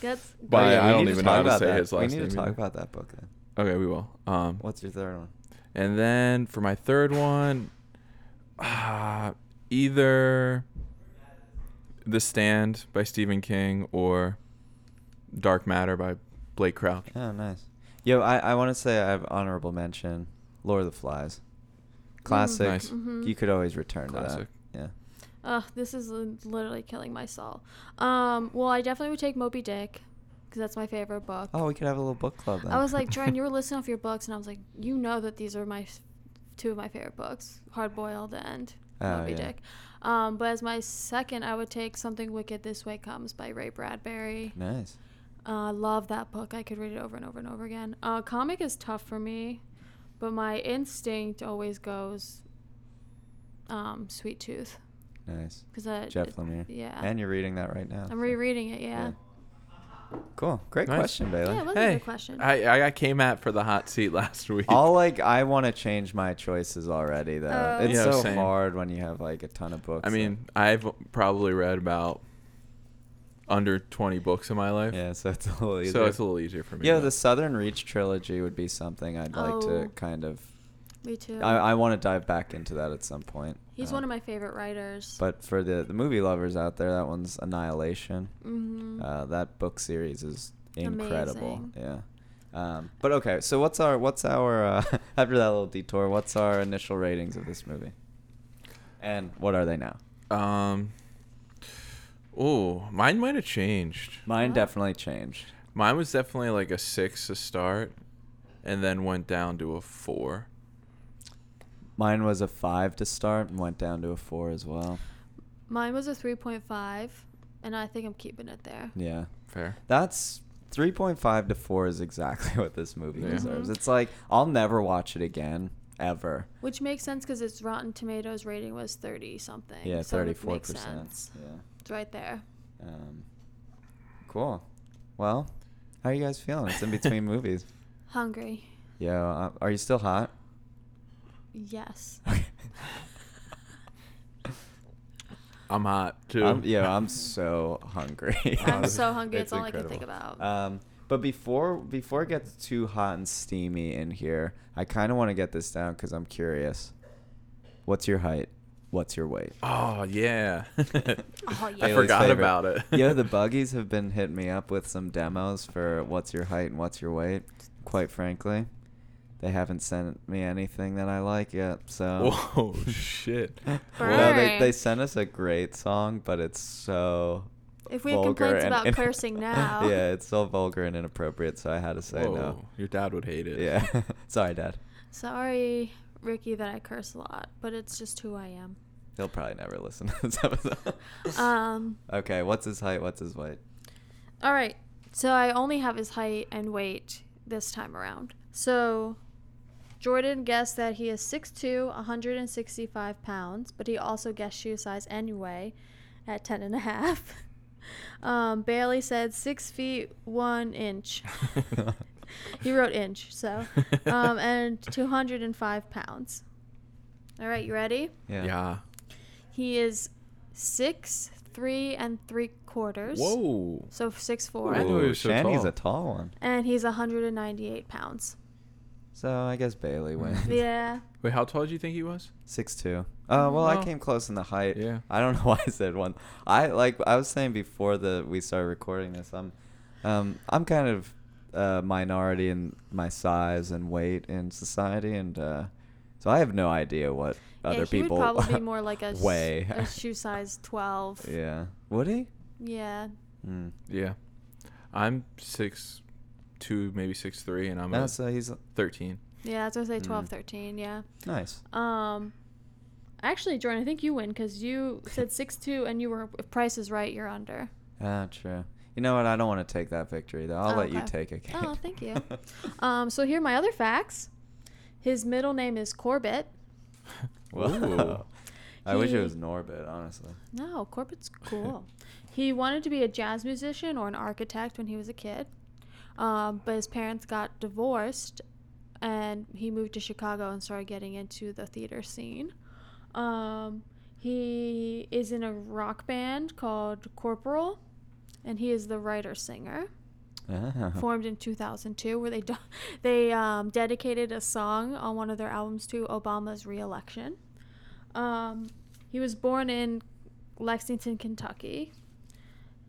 Speaker 2: That's
Speaker 3: But
Speaker 1: Oh, yeah,
Speaker 3: I
Speaker 1: we
Speaker 3: don't
Speaker 1: need talk
Speaker 3: even know how to
Speaker 1: about
Speaker 3: say
Speaker 1: that.
Speaker 3: his
Speaker 1: We
Speaker 3: last
Speaker 1: need
Speaker 3: name
Speaker 1: to talk
Speaker 3: either.
Speaker 1: about that book then.
Speaker 3: okay, we will. Um,
Speaker 1: What's your third one?
Speaker 3: And then for my third one, uh, either The Stand by Stephen King or Dark Matter by Blake Crouch.
Speaker 1: Oh, nice. Yo, I, I want to say I have honorable mention Lord of the Flies. Classic.
Speaker 3: Nice.
Speaker 2: Mhm.
Speaker 1: You could always return
Speaker 3: Classic.
Speaker 1: to that.
Speaker 2: Ugh, this is li- literally killing my soul. Um, well, I definitely would take Moby Dick because that's my favorite book.
Speaker 1: Yeah. Oh, we could have a little book club then.
Speaker 2: I was like, Jordan, you were listing off your books, and I was like, you know that these are my f- two of my favorite books, Hard Boiled and
Speaker 1: Oh,
Speaker 2: Moby
Speaker 1: yeah.
Speaker 2: Dick. Um, but as my second, I would take Something Wicked This Way Comes by Ray Bradbury.
Speaker 1: nice.
Speaker 2: Uh, love that book. I could read it over and over and over again. Uh, comic is tough for me, but my instinct always goes um, Sweet Tooth.
Speaker 1: Nice.
Speaker 2: Cause I,
Speaker 1: Jeff
Speaker 2: it-
Speaker 1: Lemire.
Speaker 2: Yeah.
Speaker 1: And you're reading that right now. so-
Speaker 2: I'm rereading it, yeah.
Speaker 1: Cool. Great
Speaker 3: Nice.
Speaker 1: question,
Speaker 2: Yeah,
Speaker 1: Bailey.
Speaker 2: it was a
Speaker 3: Hey,
Speaker 2: good question.
Speaker 3: I, I I came at for the hot seat last week.
Speaker 1: All like I want to change my choices already though.
Speaker 2: Oh.
Speaker 1: it's
Speaker 3: Yeah,
Speaker 1: so
Speaker 3: same.
Speaker 1: hard when you have like a ton of books.
Speaker 3: I mean, I've probably read about under 20 books in my
Speaker 1: that-
Speaker 3: life,
Speaker 1: yeah, so it's a little easier.
Speaker 3: so it's a little easier for me.
Speaker 1: yeah,
Speaker 3: but-
Speaker 1: the Southern Reach trilogy would be something I'd like
Speaker 2: Oh.
Speaker 1: to kind of.
Speaker 2: Me too.
Speaker 1: I, I want to dive back into that at some point.
Speaker 2: He's
Speaker 1: Um,
Speaker 2: one of my favorite writers.
Speaker 1: But for the the movie lovers out there, that one's Annihilation.
Speaker 2: Mhm.
Speaker 1: Uh, that book series is incredible.
Speaker 2: Amazing.
Speaker 1: Yeah. Um, but okay, so what's our what's our uh, after that little detour? What's our initial ratings of this movie? And what are they now?
Speaker 3: um, oh, mine might have changed.
Speaker 1: Mine
Speaker 2: Wow.
Speaker 1: definitely changed.
Speaker 3: Mine was definitely like a six to start, and then went down to a four.
Speaker 1: Mine was a five to start and went down to a four as well.
Speaker 2: Mine was a 3.5, and I think I'm keeping it there.
Speaker 1: Yeah,
Speaker 3: Fair.
Speaker 1: that's three point five to four is exactly what this movie
Speaker 3: Yeah.
Speaker 1: deserves.
Speaker 2: Mhm.
Speaker 1: It's like I'll never watch it again ever.
Speaker 2: Which makes sense because its Rotten Tomatoes rating was 30 something.
Speaker 1: Yeah,
Speaker 2: so it
Speaker 1: thirty
Speaker 2: makes
Speaker 1: four percent.
Speaker 2: sense.
Speaker 1: Yeah.
Speaker 2: It's right there.
Speaker 1: Um, cool. Well, how are you guys feeling? It's in between movies.
Speaker 2: Hungry.
Speaker 1: Yo, uh, are you still hot?
Speaker 2: Yes.
Speaker 3: I'm hot too.
Speaker 1: I'm, yeah, I'm so hungry.
Speaker 2: I'm
Speaker 3: Wow,
Speaker 2: so hungry. It's,
Speaker 3: it's
Speaker 2: all I can think
Speaker 3: incredible.
Speaker 2: about.
Speaker 1: Um, but before before it gets too hot and steamy in here, I kind of want to get this down because I'm curious. What's your height? What's your weight?
Speaker 3: Oh yeah. I
Speaker 2: yeah.
Speaker 3: forgot
Speaker 1: favorite.
Speaker 3: about it.
Speaker 1: Yo, the buggies have been hitting me up with some demos for what's your height and what's your weight. Quite frankly, they haven't sent me anything that I like yet. So.
Speaker 3: Whoa, shit.
Speaker 1: No, they,
Speaker 2: Burn.
Speaker 1: they sent us a great song, but it's so.
Speaker 2: If we have
Speaker 1: vulgar
Speaker 2: complaints
Speaker 1: and-
Speaker 2: about cursing now.
Speaker 1: yeah, it's so vulgar and inappropriate, so I had to say
Speaker 3: Whoa,
Speaker 1: no.
Speaker 3: your dad would hate it.
Speaker 1: Yeah. Sorry, Dad.
Speaker 2: Sorry, Ricky, that I curse a lot, but it's just who I am.
Speaker 1: He'll probably never listen to this episode.
Speaker 2: Um,
Speaker 1: okay, what's his height? What's his weight?
Speaker 2: all right. So I only have his height and weight this time around. So Jordan guessed that he is 6'2, 165 pounds, but he also guessed shoe size anyway at 10 and a half. Um, Bailey said 6 feet 1 inch. he wrote inch, so. Um, and 205 pounds. All right, you ready?
Speaker 1: Yeah.
Speaker 3: yeah.
Speaker 2: He is 6, 3 and 3 quarters.
Speaker 3: Whoa.
Speaker 2: So 6'4.
Speaker 3: Ooh. I knew he was so
Speaker 1: Shandy's
Speaker 3: tall.
Speaker 1: a tall one.
Speaker 2: And he's 198 pounds.
Speaker 1: So I guess Bailey wins.
Speaker 2: Yeah.
Speaker 3: Wait, how tall did you think he was?
Speaker 1: Six two. Uh, well, I
Speaker 3: Wow.
Speaker 1: came close in the height.
Speaker 3: Yeah.
Speaker 1: I don't know why I said one. I like I was saying before the we started recording this. I'm, um, I'm kind of a minority in my size and weight in society, and uh, so I have no idea what other
Speaker 2: yeah, he
Speaker 1: people
Speaker 2: would probably be more like a, s-
Speaker 1: weigh.
Speaker 2: a shoe size 12. Yeah.
Speaker 1: yeah. Would he? Hmm.
Speaker 3: Yeah. I'm six two, maybe six three, and I'm
Speaker 1: No,
Speaker 3: a
Speaker 1: so he's
Speaker 3: thirteen.
Speaker 2: Yeah, that's what I say 12,
Speaker 1: Mm.
Speaker 2: 13, yeah.
Speaker 1: nice.
Speaker 2: Um, actually, Jordan, I think you win because you said six two, and you were, if price is right, you're under.
Speaker 1: Ah, true. You know what? I don't want to take that victory though. I'll
Speaker 2: Oh,
Speaker 1: let you
Speaker 2: okay.
Speaker 1: take it. Kate.
Speaker 2: Oh, thank you. Um, so here are my other facts. His middle name is Corbett.
Speaker 1: Whoa. I wish it
Speaker 2: He-
Speaker 1: was Norbit, honestly.
Speaker 2: No, Corbett's cool. he wanted to be a jazz musician or an architect when he was a kid, um, but his parents got divorced, and he moved to Chicago and started getting into the theater scene. Um, he is in a rock band called Corporal, and he is the writer singer.
Speaker 1: Ah.
Speaker 2: Formed in 2002, where they do- they um, dedicated a song on one of their albums to Obama's reelection. Um, he was born in Lexington, Kentucky,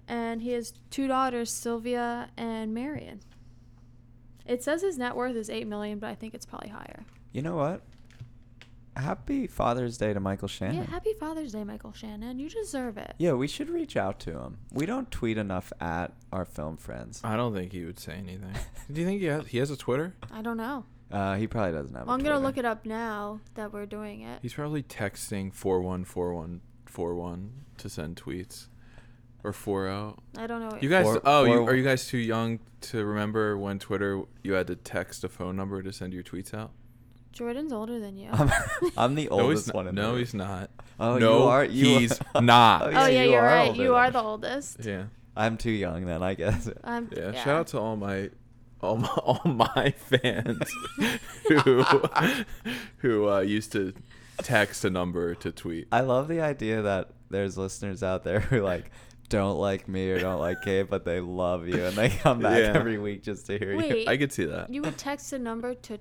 Speaker 2: and he has two daughters, Sylvia and Marion. It says his net worth is eight million, but I think it's probably higher.
Speaker 1: You know what? Happy Father's Day to Michael Shannon.
Speaker 2: Yeah, happy Father's Day, Michael Shannon. You deserve it.
Speaker 1: Yeah, we should reach out to him. We don't tweet enough at our film friends.
Speaker 3: I don't think he would say anything. Do you think he has he has a Twitter?
Speaker 2: I don't know.
Speaker 1: Uh, he probably doesn't have.
Speaker 2: Well,
Speaker 1: a
Speaker 2: I'm gonna
Speaker 1: Twitter.
Speaker 2: look it up now that we're doing it.
Speaker 3: He's probably texting four one four one four one to send tweets. Or four oh.
Speaker 2: I don't know. what-
Speaker 3: You guys
Speaker 1: Four-
Speaker 3: oh, you,
Speaker 1: four-
Speaker 3: are you guys too young to remember when Twitter you had to text a phone number to send your tweets out?
Speaker 2: Jordan's older than you.
Speaker 1: I'm, I'm the
Speaker 3: no,
Speaker 1: oldest
Speaker 3: he's not.
Speaker 1: one. In the
Speaker 3: no,
Speaker 1: room.
Speaker 3: he's not.
Speaker 1: Oh, you
Speaker 3: no,
Speaker 1: are- you-
Speaker 3: he's
Speaker 1: Oh,
Speaker 3: not.
Speaker 1: yeah,
Speaker 2: oh yeah,
Speaker 1: you
Speaker 2: you are
Speaker 1: are
Speaker 2: right.
Speaker 1: older
Speaker 2: You
Speaker 1: than
Speaker 2: are
Speaker 1: us.
Speaker 2: the oldest.
Speaker 3: Yeah.
Speaker 1: I'm too young then, I guess.
Speaker 2: Um,
Speaker 3: Yeah, shout out to all my all my, all my fans who who uh, used to text a number to tweet.
Speaker 1: I love the idea that there's listeners out there who like don't like me or don't like Kate, but they love you and they come back
Speaker 3: Yeah.
Speaker 1: every week just to hear you.
Speaker 2: Wait.
Speaker 3: I could see that.
Speaker 2: You would text a number to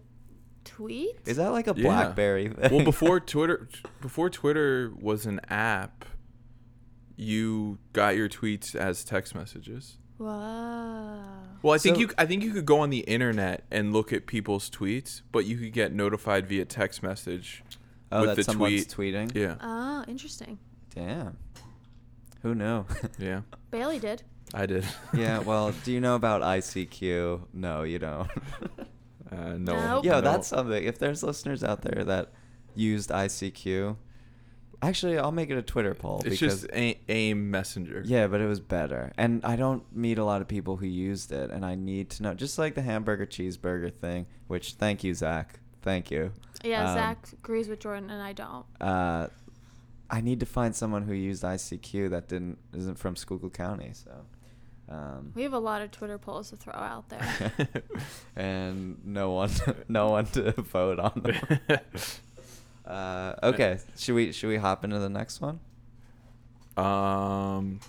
Speaker 2: tweet.
Speaker 1: Is that like a
Speaker 3: Yeah.
Speaker 1: BlackBerry thing?
Speaker 3: Well, before Twitter before Twitter was an app, you got your tweets as text messages.
Speaker 2: Wow.
Speaker 3: Well, I think
Speaker 1: So-
Speaker 3: you I think you could go on the internet and look at people's tweets, but you could get notified via text message.
Speaker 1: oh,
Speaker 3: with
Speaker 1: that
Speaker 3: the
Speaker 1: someone's
Speaker 3: tweet.
Speaker 1: tweeting.
Speaker 3: Yeah.
Speaker 2: Oh, interesting.
Speaker 1: Damn. Who knew?
Speaker 3: Yeah.
Speaker 2: Bailey did.
Speaker 3: I did.
Speaker 1: yeah. Well, do you know about ICQ? No, you don't.
Speaker 3: uh, no.
Speaker 2: Nope.
Speaker 1: Yo,
Speaker 3: no.
Speaker 1: that's something. If there's listeners out there that used ICQ, actually, I'll make it a Twitter poll
Speaker 3: It's
Speaker 1: because
Speaker 3: just a- AIM Messenger.
Speaker 1: yeah, but it was better. And I don't meet a lot of people who used it, and I need to know. Just like the hamburger cheeseburger thing, which thank you, Zach. Thank you.
Speaker 2: Yeah,
Speaker 1: Um,
Speaker 2: Zach agrees with Jordan, and I don't.
Speaker 1: Uh, I need to find someone who used ICQ that didn't isn't from Schuylkill County. So. Um,
Speaker 2: We have a lot of Twitter polls to throw out there.
Speaker 1: and no one, no one to vote on them. Uh, okay, should we should we hop into the next one?
Speaker 3: Um.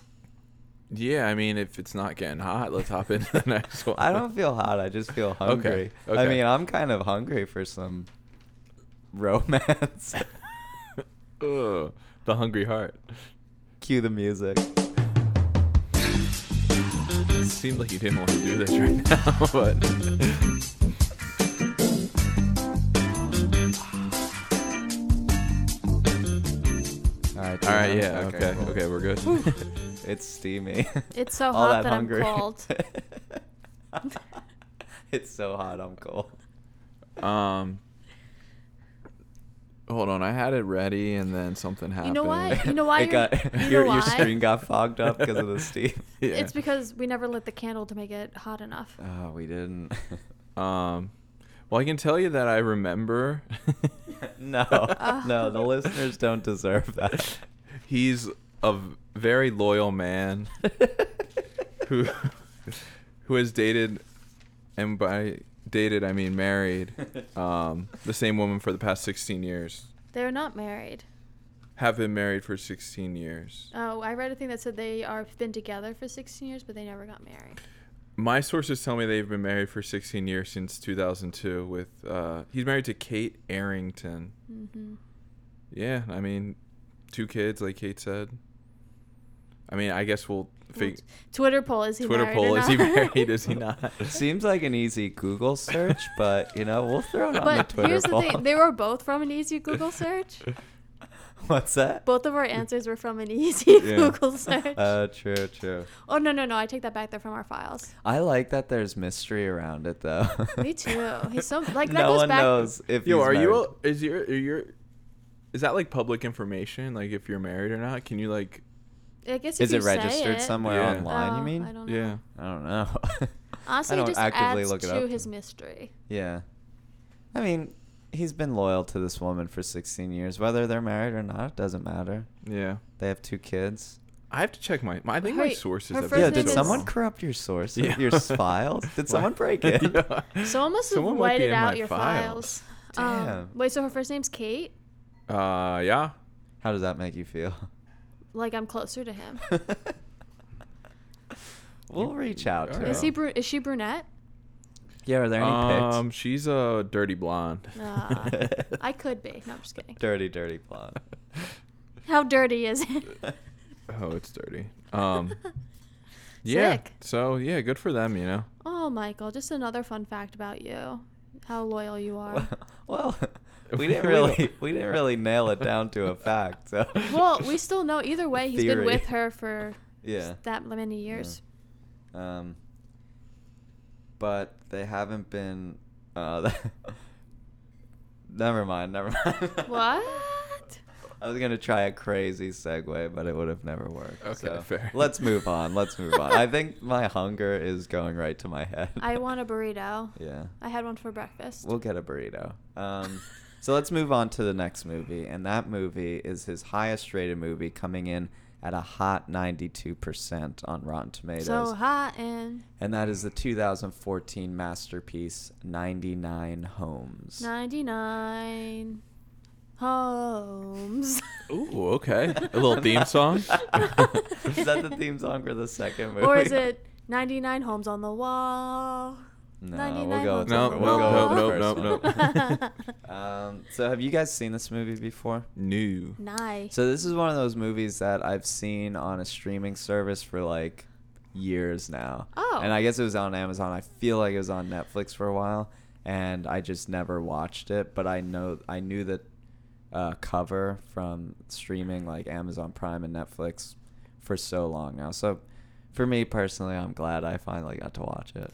Speaker 3: Yeah, I mean, if it's not getting hot, let's hop into the next one.
Speaker 1: I don't feel hot. I just feel hungry. I
Speaker 3: okay.
Speaker 1: mean, I'm kind of hungry for some romance.
Speaker 3: Ugh, the hungry heart.
Speaker 1: Cue the music.
Speaker 3: It seemed like you didn't want to do this right now, but
Speaker 1: All right.
Speaker 3: all right,
Speaker 1: Tina.
Speaker 3: yeah, okay, okay,
Speaker 1: cool.
Speaker 3: we're good.
Speaker 1: It's steamy.
Speaker 2: It's so
Speaker 1: All
Speaker 2: hot that, I'm
Speaker 1: hungry.
Speaker 2: cold.
Speaker 1: it's so hot. I'm cold.
Speaker 3: um, Hold on, I had it ready and then something happened.
Speaker 2: You know why? You know why?
Speaker 1: it
Speaker 2: you're-
Speaker 1: got
Speaker 2: you know
Speaker 1: your,
Speaker 2: why?
Speaker 1: your screen got fogged up because of the steam.
Speaker 3: Yeah.
Speaker 2: It's because we never lit the candle to make it hot enough.
Speaker 3: Uh.
Speaker 1: Oh, we didn't.
Speaker 3: um, well, I can tell you that I remember.
Speaker 1: no, no, the listeners don't deserve that.
Speaker 3: He's a v- very loyal man who who has dated, and by dated I mean married, um, the same woman for the past 16 years.
Speaker 2: They're not married.
Speaker 3: Have been married for 16 years.
Speaker 2: Oh, I read a thing that said they are been together for 16 years, but they never got married.
Speaker 3: My sources tell me they've been married for 16 years since 2002. With uh, he's married to Kate Arrington.
Speaker 2: hmm
Speaker 3: Yeah, I mean, two kids, like Kate said. I mean, I guess we'll fig-
Speaker 2: Twitter poll is he
Speaker 3: Twitter
Speaker 2: married
Speaker 3: poll:
Speaker 2: or
Speaker 3: Is he
Speaker 2: not?
Speaker 3: married? Is he not?
Speaker 1: Seems like an easy Google search, but you know we'll throw it on
Speaker 2: But
Speaker 1: the Twitter
Speaker 2: here's
Speaker 1: poll.
Speaker 2: the thing: they were both from an easy Google search.
Speaker 1: What's that?
Speaker 2: Both of our answers were from an easy
Speaker 3: Yeah.
Speaker 2: Google search.
Speaker 1: Uh, true, true.
Speaker 2: oh no, no, no! I take that back. They're from our files.
Speaker 1: I like that there's mystery around it though.
Speaker 2: Me too. He's so like that
Speaker 1: no
Speaker 2: goes
Speaker 1: one
Speaker 2: back.
Speaker 1: knows if
Speaker 3: Yo,
Speaker 1: he's
Speaker 3: are you?
Speaker 1: married.
Speaker 3: a- Is your? Are your? Is that like public information? Like if you're married or not? Can you like?
Speaker 2: I guess if
Speaker 1: Is
Speaker 2: you
Speaker 1: it
Speaker 2: say
Speaker 1: registered
Speaker 2: it-
Speaker 1: somewhere
Speaker 3: Yeah.
Speaker 1: online?
Speaker 2: Oh,
Speaker 1: you mean?
Speaker 2: I don't know.
Speaker 3: Yeah.
Speaker 1: I don't know.
Speaker 2: Honestly,
Speaker 1: I
Speaker 2: it
Speaker 1: don't
Speaker 2: just
Speaker 1: actively
Speaker 2: adds
Speaker 1: look it
Speaker 2: to
Speaker 1: up.
Speaker 2: his mystery.
Speaker 1: Yeah. I mean, he's been loyal to this woman for 16 years. Whether they're married or not, it doesn't matter.
Speaker 3: Yeah.
Speaker 1: They have two kids.
Speaker 3: I have to check my. my I think my
Speaker 2: Wait,
Speaker 3: sources.
Speaker 2: her
Speaker 3: have
Speaker 2: first
Speaker 1: yeah,
Speaker 3: been
Speaker 1: did
Speaker 2: name
Speaker 1: someone
Speaker 2: is-
Speaker 1: corrupt your source,
Speaker 3: Yeah.
Speaker 1: your s- files? Did someone break in?
Speaker 3: Yeah.
Speaker 2: Someone must have
Speaker 3: Someone might be
Speaker 2: whited
Speaker 3: in
Speaker 2: out
Speaker 3: my
Speaker 2: your
Speaker 3: files.
Speaker 2: files. Um,
Speaker 1: Damn.
Speaker 2: wait, so her first name's Kate?
Speaker 3: Uh, yeah.
Speaker 1: How does that make you feel?
Speaker 2: Like I'm closer to him.
Speaker 1: we'll reach out to
Speaker 3: Alright.
Speaker 2: Is he
Speaker 1: him.
Speaker 2: bru- is she brunette?
Speaker 1: Yeah, are there any
Speaker 3: Um, she's a dirty blonde.
Speaker 2: Ah,
Speaker 1: pics?
Speaker 2: I could be. No, I'm just kidding.
Speaker 1: Dirty, dirty blonde.
Speaker 2: How dirty is it?
Speaker 3: Oh, it's dirty. Um, yeah.
Speaker 2: Sick.
Speaker 3: So yeah, good for them. You know.
Speaker 2: Oh, Michael, just another fun fact about you. How loyal Oh, you are.
Speaker 1: well,
Speaker 3: We
Speaker 1: we didn't
Speaker 3: don't-
Speaker 1: really, we didn't really nail it down to a fact. So.
Speaker 2: well, we still know either way he's
Speaker 1: Theory.
Speaker 2: been with her for
Speaker 1: Yeah.
Speaker 2: that many years.
Speaker 1: Um, but they haven't been. Uh, never mind. Never mind.
Speaker 2: What?
Speaker 1: I was gonna try a crazy segue, but it would have never worked.
Speaker 3: Okay,
Speaker 1: so
Speaker 3: fair.
Speaker 1: Let's move on. Let's move on. I think my hunger is going right to my head.
Speaker 2: I want a burrito.
Speaker 1: Yeah,
Speaker 2: I had one for breakfast.
Speaker 1: we'll get a burrito. Um, so let's move on to the next movie, and that movie is his highest-rated movie, coming in at a hot 92% on Rotten Tomatoes.
Speaker 2: so hot and
Speaker 1: And that is the 2014 masterpiece 99 Homes.
Speaker 2: 99 homes.
Speaker 3: Ooh, okay. A little theme song.
Speaker 1: is that the theme song for the second movie?
Speaker 2: or is it 99 homes on the wall?
Speaker 1: No,
Speaker 2: 99
Speaker 1: we'll go with
Speaker 2: homes
Speaker 1: the,
Speaker 3: No,
Speaker 1: we'll
Speaker 2: on
Speaker 3: no,
Speaker 1: go
Speaker 3: no,
Speaker 1: with
Speaker 3: no,
Speaker 1: the
Speaker 3: no,
Speaker 1: first one.
Speaker 3: no.
Speaker 1: Um, so have you guys seen this movie before?
Speaker 3: New.
Speaker 2: nice.
Speaker 1: So this is one of those movies that I've seen on a streaming service for like years now.
Speaker 2: Oh.
Speaker 1: And I guess it was on Amazon. I feel like it was on Netflix for a while and I just never watched it, but I know I knew the uh, cover from streaming like Amazon Prime and Netflix for so long now. So for me personally, I'm glad I finally got to watch it.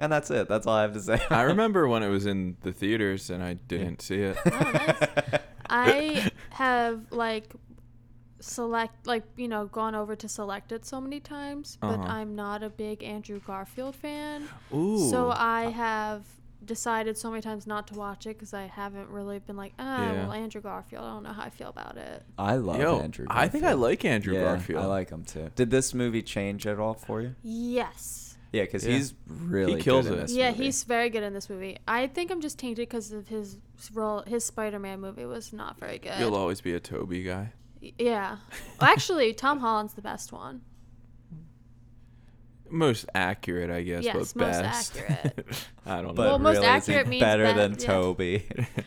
Speaker 1: And that's it. That's all I have to say.
Speaker 3: I remember when it was in the theaters and I didn't see it.
Speaker 2: Oh, nice. I have like select like you know gone over to select it so many times, but
Speaker 3: Uh-huh.
Speaker 2: I'm not a big Andrew Garfield fan.
Speaker 3: Ooh.
Speaker 2: So I have decided so many times not to watch it because I haven't really been like, ah,
Speaker 3: Yeah.
Speaker 2: well, Andrew Garfield. I don't know how I feel about it.
Speaker 1: I love
Speaker 3: Yo,
Speaker 1: Andrew.
Speaker 3: I think I
Speaker 1: Garfield.
Speaker 3: like Andrew
Speaker 1: Yeah,
Speaker 3: Garfield.
Speaker 1: I like him too. Did this movie change at all for you?
Speaker 2: Yes.
Speaker 1: Yeah, because
Speaker 3: Yeah.
Speaker 1: he's really
Speaker 3: kills
Speaker 1: good in
Speaker 3: it.
Speaker 1: this
Speaker 2: yeah,
Speaker 1: movie.
Speaker 2: he's very good in this movie. I think I'm just tainted because of his role. His Spider-Man movie was not very good.
Speaker 3: You'll always be a Toby guy.
Speaker 2: Y- yeah. Well, actually, Tom Holland's the best one.
Speaker 3: Most accurate, I guess,
Speaker 2: Yes,
Speaker 3: but
Speaker 2: most
Speaker 3: best.
Speaker 2: accurate.
Speaker 3: I don't
Speaker 1: but
Speaker 2: Well,
Speaker 3: know.
Speaker 2: most
Speaker 1: really is he
Speaker 2: accurate means
Speaker 1: better
Speaker 2: that-
Speaker 1: than
Speaker 2: yeah.
Speaker 1: Toby.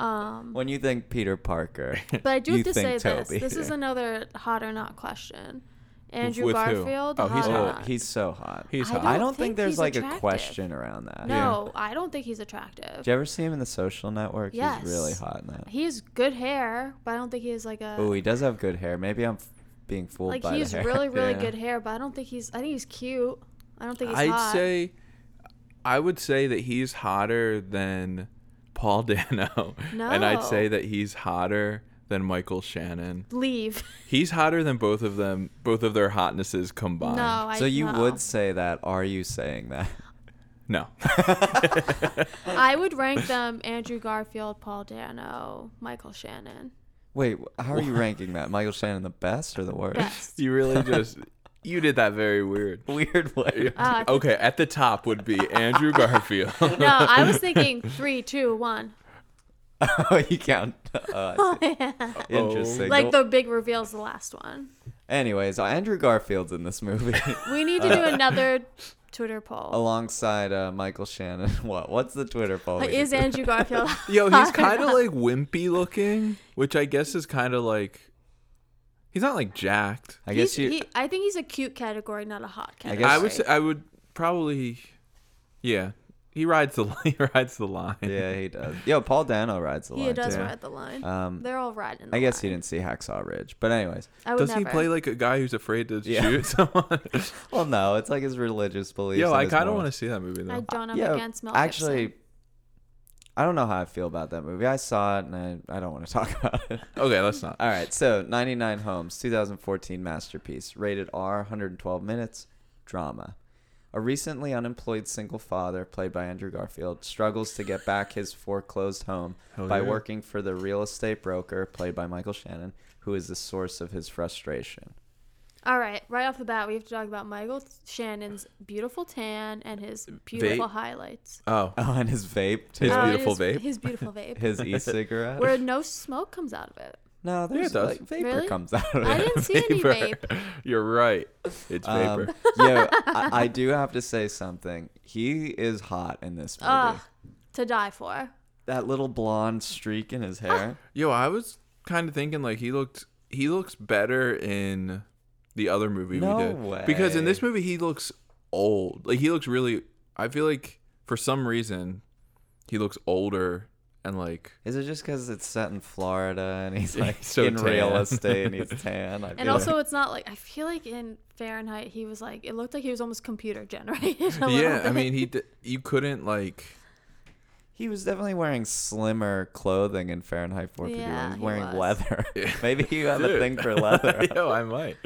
Speaker 2: Um,
Speaker 1: when you think Peter Parker,
Speaker 2: But I do
Speaker 1: You
Speaker 2: have to say
Speaker 1: think Toby.
Speaker 2: this. This is
Speaker 1: Yeah.
Speaker 2: another hot or not question. Andrew
Speaker 3: with who?
Speaker 2: Garfield.
Speaker 3: Oh, he's
Speaker 2: hot or
Speaker 1: oh,
Speaker 3: hot.
Speaker 2: not?
Speaker 1: he's so hot.
Speaker 3: He's
Speaker 2: I
Speaker 3: hot.
Speaker 1: I don't
Speaker 2: think
Speaker 1: think there's
Speaker 2: he's
Speaker 1: like a
Speaker 2: attractive.
Speaker 1: question around that.
Speaker 2: No, I don't think he's attractive.
Speaker 1: Did you ever see him in The Social Network?
Speaker 2: Yes.
Speaker 1: He's really hot in that.
Speaker 2: He has good hair, but I don't think he has like a
Speaker 1: Oh, he does have good hair. Maybe I'm f- being fooled
Speaker 2: like
Speaker 1: by
Speaker 2: he's
Speaker 1: the hair.
Speaker 2: really really
Speaker 3: Yeah.
Speaker 2: good hair, but I don't think he's I think he's cute. I don't think he's
Speaker 3: I'd
Speaker 2: hot.
Speaker 3: say, I would say that he's hotter than Paul Dano,
Speaker 2: No.
Speaker 3: and I'd say that he's hotter than Michael Shannon.
Speaker 2: leave.
Speaker 3: He's hotter than both of them, both of their hotnesses combined.
Speaker 2: No, I
Speaker 1: so you
Speaker 2: no.
Speaker 1: would say that. Are you saying that?
Speaker 3: No.
Speaker 2: I would rank them Andrew Garfield, Paul Dano, Michael Shannon.
Speaker 1: Wait, wh- how are you ranking that? Michael Shannon the best or the worst?
Speaker 2: Best.
Speaker 3: you really just you did that very weird.
Speaker 1: Weird way.
Speaker 2: Ah, I
Speaker 3: Okay, at the top would be Andrew Garfield.
Speaker 2: No, I was thinking three, two, one.
Speaker 1: oh, you count. Uh,
Speaker 3: Oh.
Speaker 1: interesting.
Speaker 2: Like the big reveal's the last one.
Speaker 1: Anyways, uh, Andrew Garfield's in this movie
Speaker 2: We need to do another Twitter poll.
Speaker 1: alongside uh, Michael Shannon. What? What's the Twitter poll? we
Speaker 2: Is
Speaker 1: did?
Speaker 2: Andrew Garfield?
Speaker 3: Yo, he's
Speaker 2: hot or
Speaker 3: kind of
Speaker 2: not?
Speaker 3: like wimpy looking, which I guess is kind of like he's not like jacked.
Speaker 1: I guess
Speaker 2: He's-
Speaker 1: you.
Speaker 2: He, I think he's a cute category, not a hot
Speaker 1: I
Speaker 2: category.
Speaker 1: guess-
Speaker 3: I would say, I would probably yeah. He rides the he rides the line.
Speaker 1: yeah, he does. Yo, Paul Dano rides a lot.
Speaker 2: he does
Speaker 1: too.
Speaker 2: ride the line.
Speaker 1: Um,
Speaker 2: They're all riding. The
Speaker 1: I guess
Speaker 2: line.
Speaker 1: you didn't see Hacksaw Ridge, but anyways.
Speaker 2: I would
Speaker 3: Does
Speaker 2: never.
Speaker 3: he play like a guy who's afraid to
Speaker 1: Yeah.
Speaker 3: shoot someone?
Speaker 1: Well, no, it's like his religious beliefs.
Speaker 3: Yo,
Speaker 1: and
Speaker 3: I
Speaker 1: his
Speaker 3: kind of
Speaker 1: morals.
Speaker 3: want to see that movie though.
Speaker 2: I don't. I'm against Mel
Speaker 1: actually,
Speaker 2: Gibson.
Speaker 1: I don't know how I feel about that movie. I saw it and I, I don't want to talk about it.
Speaker 3: okay, let's not.
Speaker 1: All right, so 99 Homes, 2014 masterpiece, rated R, 112 minutes, drama. A recently unemployed single father, played by Andrew Garfield, struggles to get back his foreclosed home
Speaker 3: Hell
Speaker 1: by
Speaker 3: yeah.
Speaker 1: working for the real estate broker, played by Michael Shannon, who is the source of his frustration.
Speaker 2: All right, right off the bat, we have to talk about Michael Shannon's beautiful tan and his beautiful highlights.
Speaker 3: Oh,
Speaker 1: Oh, and his vape, too.
Speaker 3: His
Speaker 2: Oh,
Speaker 3: beautiful
Speaker 2: his-
Speaker 3: vape?
Speaker 2: His beautiful vape.
Speaker 1: His e cigarette.
Speaker 2: where no smoke comes out of it.
Speaker 1: No, there's
Speaker 3: does.
Speaker 1: like vapor
Speaker 2: Really?
Speaker 1: comes out of it.
Speaker 2: I didn't see any vape.
Speaker 3: You're right. It's
Speaker 1: Um,
Speaker 3: vapor.
Speaker 1: yo, I, I do have to say something. He is hot in this movie.
Speaker 3: Ah,
Speaker 2: Ugh, to die for.
Speaker 1: that little blonde streak in his hair.
Speaker 3: Yo, I was kind of thinking like he looked he looks better in the other movie
Speaker 1: No
Speaker 3: we did because in this
Speaker 1: way.
Speaker 3: movie he looks old. Like he looks really. I feel like for some reason he looks older and like
Speaker 1: Is it just because it's set in Florida and he's
Speaker 3: Yeah,
Speaker 1: like
Speaker 3: he's so
Speaker 1: in real
Speaker 3: tan.
Speaker 1: estate and he's tan? I
Speaker 2: And
Speaker 1: feel
Speaker 2: also, it's not like I feel like in Fahrenheit, he was like it looked like he was almost computer generated. a little
Speaker 3: yeah. I
Speaker 2: bit.
Speaker 3: mean he d- you couldn't like
Speaker 1: he was definitely wearing slimmer clothing in Fahrenheit 451.
Speaker 2: Yeah,
Speaker 1: he's
Speaker 2: he
Speaker 1: wearing
Speaker 2: was.
Speaker 1: leather.
Speaker 3: Yeah.
Speaker 1: Maybe you have a
Speaker 3: Dude.
Speaker 1: thing for leather.
Speaker 3: Yo, I might.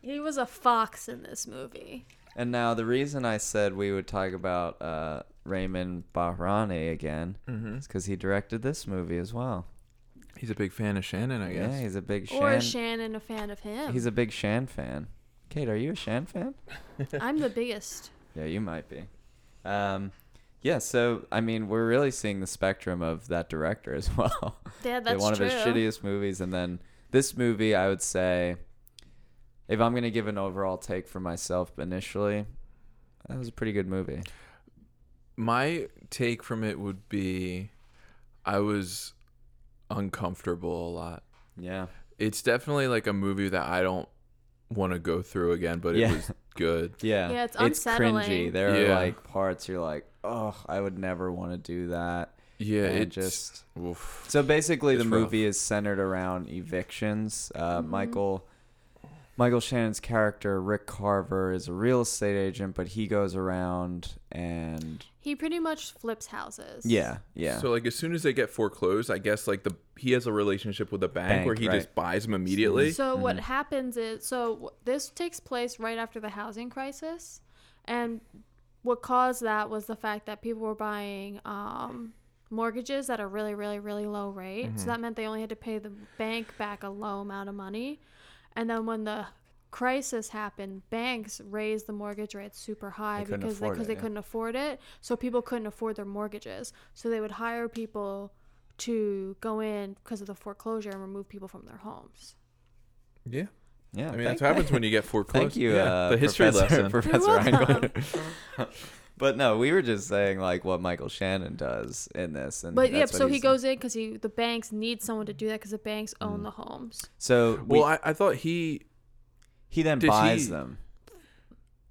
Speaker 2: he was a fox in this movie.
Speaker 1: And now the reason I said we would talk about uh, Raymond Bahrani again is because he directed this movie as well.
Speaker 3: He's a big fan of Shannon, I guess.
Speaker 1: Yeah, he's a big
Speaker 2: Or
Speaker 1: Shan.
Speaker 2: is Shannon a fan of him?
Speaker 1: He's a big Shan fan. Kate, are you a Shan fan?
Speaker 2: I'm the biggest.
Speaker 1: Yeah, you might be. Um, yeah, so I mean, we're really seeing the spectrum of that director as well.
Speaker 2: Yeah,
Speaker 1: Did
Speaker 2: that's
Speaker 1: One
Speaker 2: true.
Speaker 1: of his shittiest movies, and then this movie, I would say, if I'm gonna give an overall take for myself initially, that was a pretty good movie.
Speaker 3: my take from it would be, I was uncomfortable a lot.
Speaker 1: Yeah,
Speaker 3: It's definitely like a movie that I don't want to go through again, but
Speaker 1: Yeah.
Speaker 3: it was good.
Speaker 1: yeah,
Speaker 2: Yeah, it's
Speaker 1: cringy.
Speaker 2: unsettling.
Speaker 1: There
Speaker 3: Yeah.
Speaker 1: are like parts you're like, oh, I would never want to do that.
Speaker 3: Yeah,
Speaker 1: And
Speaker 3: it just
Speaker 1: just So basically, the
Speaker 3: It's rough.
Speaker 1: movie is centered around evictions. Uh,
Speaker 2: Mm-hmm.
Speaker 1: Michael Michael Shannon's character Rick Carver is a real estate agent, but he goes around and
Speaker 2: He pretty much flips houses.
Speaker 1: yeah, yeah,
Speaker 3: So like as soon as they get foreclosed, I guess like the he has a relationship with the bank,
Speaker 1: Bank,
Speaker 3: where he
Speaker 1: right.
Speaker 3: just buys them immediately.
Speaker 2: So
Speaker 1: Mm-hmm.
Speaker 2: what happens is, so w- this takes place right after the housing crisis, and what caused that was the fact that people were buying um, mortgages at a really, really, really low rate. So
Speaker 1: Mm-hmm.
Speaker 2: that meant they only had to pay the bank back a low amount of money, and then when the crisis happened, banks raised the mortgage rates super high
Speaker 1: couldn't
Speaker 2: because they,
Speaker 1: afford
Speaker 2: cause
Speaker 1: it,
Speaker 2: they
Speaker 1: yeah.
Speaker 2: couldn't afford it. So people couldn't afford their mortgages, so they would hire people. To go in because of the foreclosure and remove people from their homes.
Speaker 3: yeah,
Speaker 1: yeah.
Speaker 3: I mean that's
Speaker 1: thank-
Speaker 3: what happens when you get foreclosed.
Speaker 1: Thank you,
Speaker 3: Yeah,
Speaker 1: uh,
Speaker 3: the history
Speaker 1: Professor,
Speaker 3: lesson.
Speaker 1: Professor Reingold. but no, we were just saying like what Michael Shannon does in this, and
Speaker 2: But yeah,
Speaker 1: that's what
Speaker 2: so he
Speaker 1: he's-
Speaker 2: goes in because he the banks need someone to do that because the banks
Speaker 3: Mm.
Speaker 2: own the homes.
Speaker 1: So we,
Speaker 3: well, I, I thought he
Speaker 1: he then
Speaker 3: did
Speaker 1: buys
Speaker 3: he-
Speaker 1: them,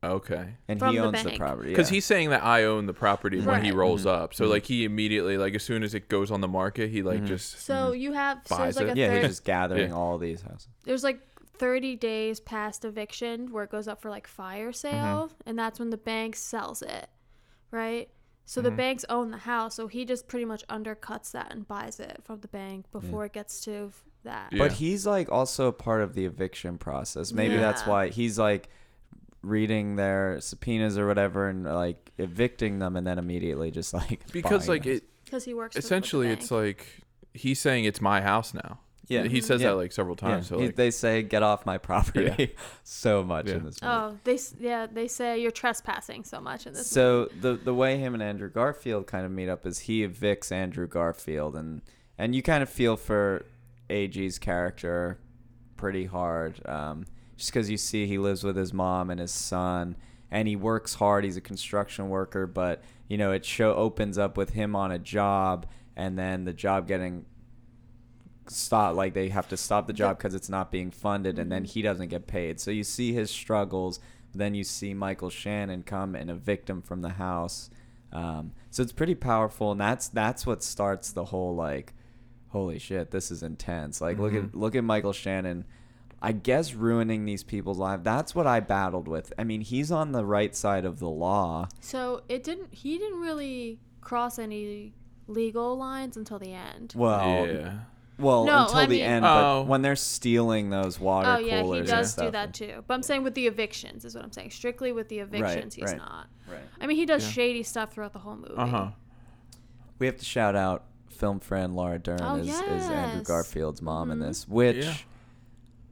Speaker 3: okay
Speaker 1: and
Speaker 2: From
Speaker 1: he
Speaker 2: the
Speaker 1: owns the
Speaker 2: bank.
Speaker 1: property yeah.
Speaker 3: because
Speaker 1: Mm-hmm.
Speaker 3: he's saying that I own the property when he
Speaker 2: Right.
Speaker 3: rolls up. So like he immediately like as soon as it goes on the market, he
Speaker 1: Mm-hmm.
Speaker 3: like just
Speaker 2: So you have so
Speaker 3: Mm-hmm. Buys
Speaker 2: there's like
Speaker 3: it.
Speaker 2: a
Speaker 1: yeah,
Speaker 2: third,
Speaker 1: he's just gathering
Speaker 3: Yeah.
Speaker 1: all these houses.
Speaker 2: there's like 30 days past
Speaker 3: Mm-hmm.
Speaker 2: eviction where it goes up for like fire sale, and that's when the bank sells it, right? So the
Speaker 3: Mhm.
Speaker 2: banks own the house, so he just pretty much undercuts that and buys it from the bank before it gets to f- that.
Speaker 3: Yeah.
Speaker 1: But he's like also a part of the eviction process. Maybe that's
Speaker 2: Yeah.
Speaker 1: why he's like reading their subpoenas or whatever and like evicting them and then immediately just like
Speaker 3: because
Speaker 1: buying
Speaker 3: like
Speaker 1: them.
Speaker 3: it
Speaker 2: Because he works. for- for the
Speaker 3: essentially it's
Speaker 2: bank.
Speaker 3: like he's saying it's my house now.
Speaker 1: yeah
Speaker 3: He says
Speaker 1: Yeah.
Speaker 3: that like several
Speaker 1: Yeah.
Speaker 3: times. So
Speaker 1: He-
Speaker 3: like,
Speaker 1: they say get off my property so much
Speaker 3: Yeah.
Speaker 1: in this movie.
Speaker 2: Oh, they s- yeah they say you're trespassing so much in this.
Speaker 1: so the the way him and Andrew Garfield kind of meet up is he evicts Andrew Garfield and and you kind of feel for Ag's character pretty hard um, just because you see he lives with his mom and his son and he works hard he's a construction worker but you know it show opens up with him on a job and then the job getting stop like they have to stop the job because it's not being funded and then
Speaker 2: Mm-hmm.
Speaker 1: he doesn't get paid so you see his struggles then you see michael shannon come and evict him from the house um, so it's pretty powerful and that's that's what starts the whole like holy shit this is intense like look at
Speaker 2: Mm-hmm.
Speaker 3: Mhm.
Speaker 1: look at michael shannon i guess ruining these people's lives that's what i battled with i mean he's on the right side of the law
Speaker 2: So it didn't. He didn't really cross any legal lines until the end.
Speaker 1: well
Speaker 3: yeah.
Speaker 1: well
Speaker 2: No,
Speaker 1: until
Speaker 2: I
Speaker 1: the
Speaker 2: mean-
Speaker 1: end
Speaker 3: Oh.
Speaker 1: but when they're stealing those water
Speaker 2: Oh yeah, he
Speaker 1: coolers and
Speaker 2: does
Speaker 1: stuff
Speaker 2: do that too. But I'm saying with the evictions is what I'm saying. Strictly with the evictions, he's
Speaker 1: right.
Speaker 2: not.
Speaker 1: right
Speaker 2: I mean, he does
Speaker 3: Yeah.
Speaker 2: shady stuff throughout the whole movie.
Speaker 3: Uh huh.
Speaker 1: We have to shout out film friend Laura Dern
Speaker 2: Oh,
Speaker 1: is, is Andrew
Speaker 2: yes.
Speaker 1: Garfield's mom in
Speaker 2: Mhm.
Speaker 1: this, which
Speaker 3: Yeah.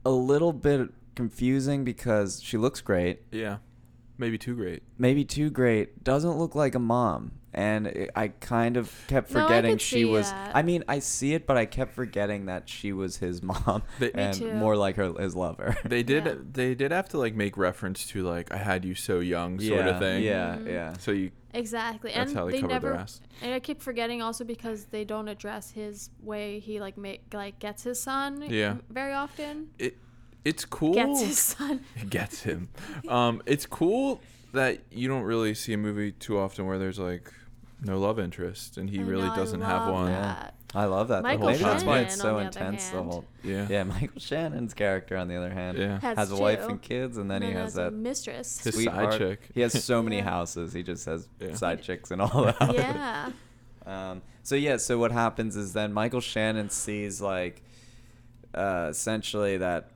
Speaker 1: a little bit confusing because she looks great,
Speaker 3: Yeah. Maybe too great.
Speaker 1: maybe too great, doesn't look like a mom. And it- I kind of kept
Speaker 2: No, I
Speaker 1: forgetting
Speaker 2: could
Speaker 1: she
Speaker 2: see
Speaker 1: was.
Speaker 2: that.
Speaker 1: I mean, I see it, but I kept forgetting that she was his mom
Speaker 3: They- Me
Speaker 1: and
Speaker 2: too.
Speaker 1: more like her his lover.
Speaker 3: They did.
Speaker 2: Yeah.
Speaker 3: They did have to like make reference to like I had you so young
Speaker 1: yeah,
Speaker 3: sort of thing.
Speaker 1: Yeah,
Speaker 2: Mhm.
Speaker 1: yeah.
Speaker 3: So you.
Speaker 2: Exactly,
Speaker 3: That's
Speaker 2: and
Speaker 3: how they,
Speaker 2: they
Speaker 3: covered
Speaker 2: never.
Speaker 3: their ass.
Speaker 2: And I keep forgetting also because they don't address his way he like make like gets his son.
Speaker 3: Yeah.
Speaker 2: Very often
Speaker 3: It's cool.
Speaker 2: gets his son.
Speaker 3: It gets him. um, it's cool that you don't really see a movie too often where there's like no love interest and he
Speaker 2: I
Speaker 3: really
Speaker 2: know, I
Speaker 3: doesn't have
Speaker 2: love
Speaker 3: one.
Speaker 1: Oh, Yeah.
Speaker 2: that.
Speaker 1: I love that. the
Speaker 2: Michael
Speaker 1: whole- maybe that's why
Speaker 2: Shannon,
Speaker 1: it's
Speaker 2: on
Speaker 1: so
Speaker 2: the other
Speaker 1: intense. The
Speaker 2: hand.
Speaker 1: whole
Speaker 3: Yeah.
Speaker 1: yeah. Michael Shannon's character, on the other hand,
Speaker 3: Yeah.
Speaker 2: Has,
Speaker 1: has a wife
Speaker 2: two.
Speaker 1: and kids, and then he has
Speaker 2: a
Speaker 1: that
Speaker 2: mistress.
Speaker 3: His
Speaker 1: sweet
Speaker 3: side
Speaker 1: art.
Speaker 3: chick.
Speaker 1: He has so many
Speaker 2: Yeah.
Speaker 1: houses. He just has
Speaker 3: Yeah.
Speaker 1: side chicks and all that.
Speaker 2: yeah.
Speaker 1: Um, so yeah. So what happens is then Michael Shannon sees like, uh, essentially that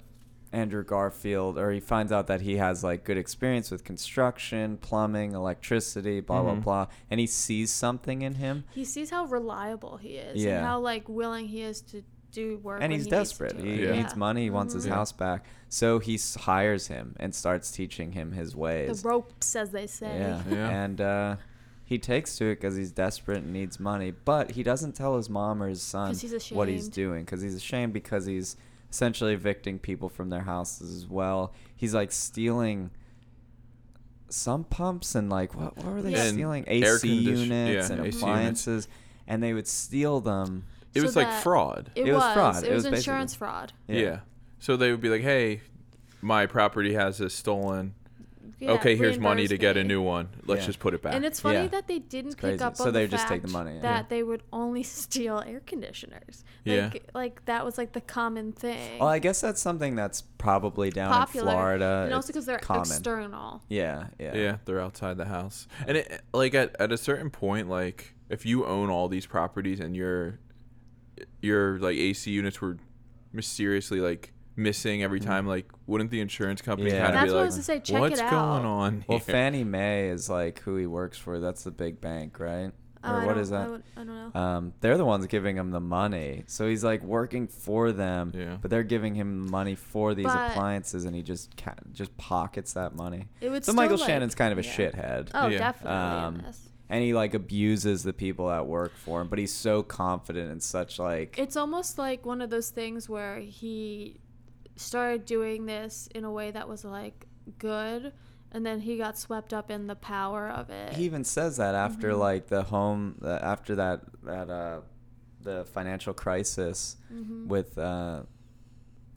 Speaker 1: Andrew Garfield, or he finds out that he has like good experience with construction, plumbing, electricity, blah
Speaker 3: Mhm.
Speaker 1: blah blah, and he sees something in him,
Speaker 2: He sees how reliable he is
Speaker 1: Yeah.
Speaker 2: and how like willing he is to do work.
Speaker 1: and
Speaker 2: when
Speaker 1: he's
Speaker 2: he needs to
Speaker 1: desperate.
Speaker 2: do
Speaker 1: He
Speaker 2: it. Mm-hmm.
Speaker 3: Yeah.
Speaker 1: needs money. He wants his
Speaker 3: Mhm. Yeah.
Speaker 1: house back. So he s- hires him and starts teaching him his
Speaker 2: The
Speaker 1: ways.
Speaker 2: ropes, eh? as they say.
Speaker 1: Yeah.
Speaker 3: Yeah.
Speaker 1: And uh, he takes to it because he's desperate and needs money, but he doesn't tell his mom or his son
Speaker 2: 'Cause he's
Speaker 1: what he's
Speaker 2: ashamed.
Speaker 1: doing because he's ashamed because he's essentially evicting people from their houses as well. He's like stealing some pumps and like what, what were they
Speaker 2: Yeah. And
Speaker 1: stealing? AC
Speaker 3: air condition-
Speaker 1: units
Speaker 3: yeah,
Speaker 1: and
Speaker 3: AC units.
Speaker 1: appliances, and they would steal them.
Speaker 3: It
Speaker 2: So
Speaker 3: was like
Speaker 2: that-
Speaker 3: fraud.
Speaker 2: It,
Speaker 1: It was
Speaker 2: was.
Speaker 1: fraud.
Speaker 2: It,
Speaker 1: It
Speaker 2: was,
Speaker 1: was
Speaker 2: insurance
Speaker 1: basically-
Speaker 2: fraud.
Speaker 3: Yeah. So they would be like, "Hey, my property has this stolen.
Speaker 2: Yeah,
Speaker 3: okay, here's money to
Speaker 2: reimburse
Speaker 3: get a
Speaker 2: me.
Speaker 3: new one. Let's
Speaker 1: Yeah.
Speaker 3: just put it back."
Speaker 2: And it's funny
Speaker 1: Yeah.
Speaker 2: that they didn't
Speaker 1: crazy.
Speaker 2: pick up
Speaker 1: So
Speaker 2: on
Speaker 1: they
Speaker 2: the
Speaker 1: just
Speaker 2: fact
Speaker 1: take the money, yeah.
Speaker 2: that they would only steal air conditioners.
Speaker 3: Yeah.
Speaker 2: Like, like that was like the common thing.
Speaker 1: Well, I guess that's something that's probably down
Speaker 2: Popular.
Speaker 1: in Florida.
Speaker 2: and also
Speaker 1: It's
Speaker 2: because they're
Speaker 1: common.
Speaker 2: external.
Speaker 1: Yeah, yeah,
Speaker 3: yeah, they're outside the house. And it like at, at a certain point, like if you own all these properties and your your like AC units were mysteriously like missing every time, like wouldn't the insurance company
Speaker 1: Mm-hmm. Yeah.
Speaker 3: kind of
Speaker 2: That's
Speaker 3: be
Speaker 2: what I
Speaker 3: like,
Speaker 2: was to say. Check
Speaker 3: "What's
Speaker 2: it out.
Speaker 3: going on?"
Speaker 1: Well,
Speaker 3: here?"
Speaker 1: Fannie Mae is like who he works for. That's the big bank, right?
Speaker 2: Oh, I
Speaker 1: or what
Speaker 2: don't-
Speaker 1: is
Speaker 2: I,
Speaker 1: that?
Speaker 2: would- I don't know.
Speaker 1: Um, they're the ones giving him the money, so he's like working for them.
Speaker 3: Yeah.
Speaker 1: But they're giving him money for these
Speaker 2: But-
Speaker 1: appliances, and he just ca- just pockets that money.
Speaker 2: It would
Speaker 1: so Michael
Speaker 2: still, like-
Speaker 1: Shannon's kind of a
Speaker 2: yeah.
Speaker 1: shithead,
Speaker 2: oh,
Speaker 3: yeah.
Speaker 2: definitely.
Speaker 1: um,
Speaker 2: in this.
Speaker 1: and he like abuses the people that work for him. But he's so confident and such like
Speaker 2: It's almost like one of those things where he started doing this in a way that was like good, and then he got swept up in the power of it.
Speaker 1: he even says that after
Speaker 2: Mm-hmm.
Speaker 1: like the home uh, after that that uh the financial crisis
Speaker 2: Mhm.
Speaker 1: with uh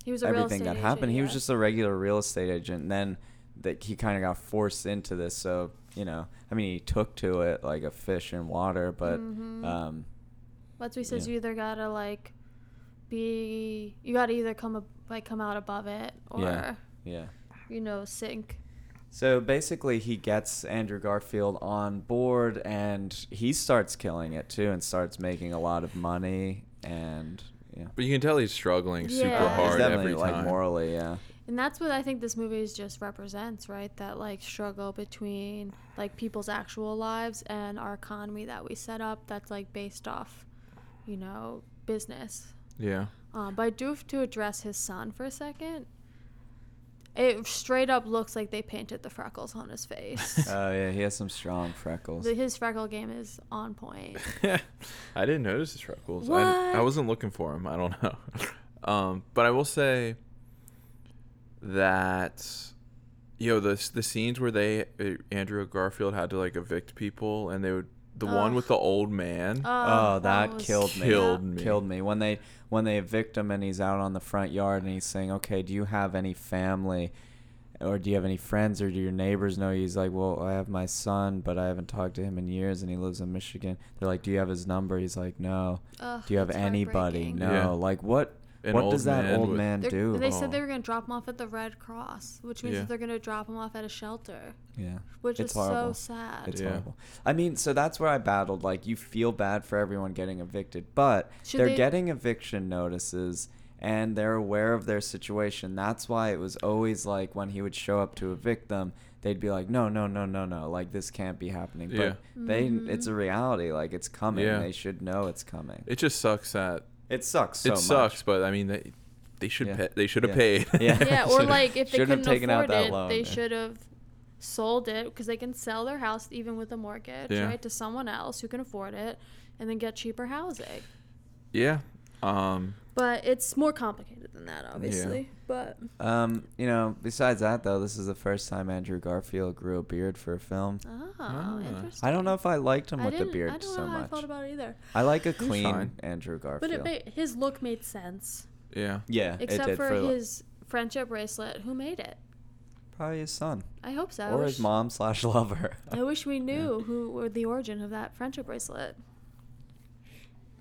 Speaker 2: He was a real
Speaker 1: everything that
Speaker 2: estate
Speaker 1: happened.
Speaker 2: agent,
Speaker 1: He was
Speaker 2: yeah.
Speaker 1: just a regular real estate agent, and then that he kind of got forced into this. So you know, I mean, he took to it like a fish in water, but
Speaker 2: Mhm.
Speaker 1: um,
Speaker 2: That's what he says.
Speaker 1: Yeah.
Speaker 2: You either gotta like be, you gotta either come ab- like come out above it, or
Speaker 1: Yeah. yeah.
Speaker 2: you know sink.
Speaker 1: So basically, he gets Andrew Garfield on board, and he starts killing it too, and starts making a lot of money. And yeah,
Speaker 3: But you can tell he's struggling super
Speaker 2: Yeah.
Speaker 1: he's
Speaker 3: hard
Speaker 1: definitely
Speaker 3: every
Speaker 1: like
Speaker 3: time.
Speaker 1: morally, yeah.
Speaker 2: And that's what I think this movie is just represents, right? That like struggle between like people's actual lives and our economy that we set up that's like based off, you know, business.
Speaker 3: yeah.
Speaker 2: Um, but I do have to address his son for a second. It straight up looks like they painted the freckles on his face.
Speaker 1: Oh yeah, he has some strong freckles.
Speaker 2: The- his freckle game is on point.
Speaker 3: I didn't notice his freckles. I, I
Speaker 2: What?
Speaker 3: wasn't looking for him. I don't know. um, but I will say that you know the s- the scenes where they uh, Andrew Garfield had to like evict people, and they would the one
Speaker 2: Ugh.
Speaker 3: with the old man.
Speaker 1: Oh, that
Speaker 2: was-
Speaker 1: killed me.
Speaker 3: Killed
Speaker 2: Yeah.
Speaker 3: me.
Speaker 1: Killed me when they when they evict him and he's out on the front yard and he's saying, "Okay, do you have any family, or do you have any friends, or do your neighbors know?" you?" He's like, "Well, I have my son, but I haven't talked to him in years, and he lives in Michigan." They're like, "Do you have his number?" He's like, "No."
Speaker 2: Ugh,
Speaker 1: Do you have
Speaker 2: that's
Speaker 1: anybody?
Speaker 2: heartbreaking.
Speaker 1: No.
Speaker 3: Yeah.
Speaker 1: Like what?
Speaker 3: An
Speaker 1: what
Speaker 3: old
Speaker 1: does that
Speaker 3: man
Speaker 1: old
Speaker 3: with-
Speaker 1: man
Speaker 2: They're-
Speaker 1: do?
Speaker 2: They said they
Speaker 3: Oh.
Speaker 2: were going to drop him off at the Red Cross, which means
Speaker 3: Yeah.
Speaker 2: that they're going to drop him off at a shelter,
Speaker 1: yeah.
Speaker 2: which
Speaker 1: It's
Speaker 2: is
Speaker 1: horrible.
Speaker 2: so sad.
Speaker 1: It's
Speaker 3: Yeah.
Speaker 1: horrible. I mean, so that's where I battled. Like, you feel bad for everyone getting evicted, but
Speaker 2: Should
Speaker 1: they're
Speaker 2: they-
Speaker 1: getting eviction notices and they're aware of their situation. That's why it was always like when he would show up to evict them, they'd be like, no, no, no, no, no. Like, this can't be happening.
Speaker 3: Yeah.
Speaker 1: But they,
Speaker 2: Mm-hmm.
Speaker 1: it's a reality. Like, it's coming.
Speaker 3: Yeah.
Speaker 1: They should know it's coming. It,
Speaker 3: It just sucks that
Speaker 1: sucks so
Speaker 3: it
Speaker 1: much.
Speaker 3: sucks, but I mean they they should
Speaker 1: Yeah.
Speaker 3: pay, they should have
Speaker 1: Yeah.
Speaker 3: paid.
Speaker 1: Yeah.
Speaker 2: yeah, or
Speaker 1: Should've-
Speaker 2: like if they
Speaker 1: shouldn't have
Speaker 2: couldn't
Speaker 1: taken out
Speaker 2: afford
Speaker 1: that
Speaker 2: it,
Speaker 1: loan,
Speaker 2: they
Speaker 1: yeah.
Speaker 2: should have sold it because they can sell their house even with a mortgage,
Speaker 3: Yeah.
Speaker 2: right, to someone else who can afford it, and then get cheaper housing.
Speaker 3: yeah. Um.
Speaker 2: But it's more complicated than that, obviously. But
Speaker 1: Um, you know, besides that, though, this is the first time Andrew Garfield grew a beard for a film.
Speaker 2: oh,
Speaker 3: Ah.
Speaker 2: interesting.
Speaker 1: I don't know if I liked him
Speaker 2: I
Speaker 1: with the
Speaker 2: didn't-
Speaker 1: beard
Speaker 2: I don't
Speaker 1: so
Speaker 2: know how I
Speaker 1: much.
Speaker 2: felt about it either.
Speaker 1: I like a
Speaker 3: He's
Speaker 1: clean
Speaker 3: fine.
Speaker 1: Andrew
Speaker 2: But
Speaker 1: Garfield.
Speaker 2: it made, his look made sense,
Speaker 3: Yeah.
Speaker 1: yeah, it
Speaker 2: except
Speaker 1: did
Speaker 2: for,
Speaker 1: for like,
Speaker 2: his friendship bracelet. Who made it?
Speaker 1: probably his son
Speaker 2: I hope so. I
Speaker 1: or his
Speaker 2: wish-
Speaker 1: mom slash lover.
Speaker 2: I wish we
Speaker 1: Yeah.
Speaker 2: knew who were the origin of that friendship bracelet.
Speaker 1: Um,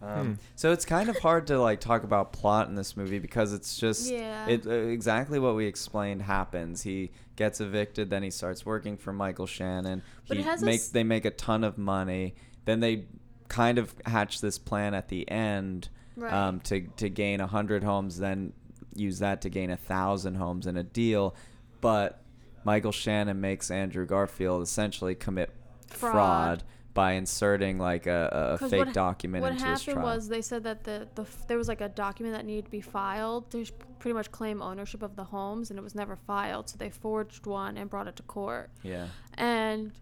Speaker 3: Hmm.
Speaker 1: So it's kind of hard to like talk about plot in this movie because it's just
Speaker 2: Yeah.
Speaker 1: it uh, exactly what we explained happens. He gets evicted, then he starts working for Michael Shannon.
Speaker 2: But
Speaker 1: he
Speaker 2: it has a
Speaker 1: makes
Speaker 2: s-
Speaker 1: they make a ton of money. Then they kind of hatch this plan at the end
Speaker 2: Right.
Speaker 1: um, to to gain a hundred homes, then use that to gain a thousand homes in a deal. But Michael Shannon makes Andrew Garfield essentially commit fraud,
Speaker 2: Fraud.
Speaker 1: by inserting like a, a
Speaker 2: 'Cause
Speaker 1: fake
Speaker 2: what-
Speaker 1: document
Speaker 2: What
Speaker 1: into his
Speaker 2: happened
Speaker 1: trial.
Speaker 2: was they said that the, the f- there was like a document that needed to be filed to sh- pretty much claim ownership of the homes, and it was never filed. So they forged one and brought it to court.
Speaker 1: yeah.
Speaker 2: And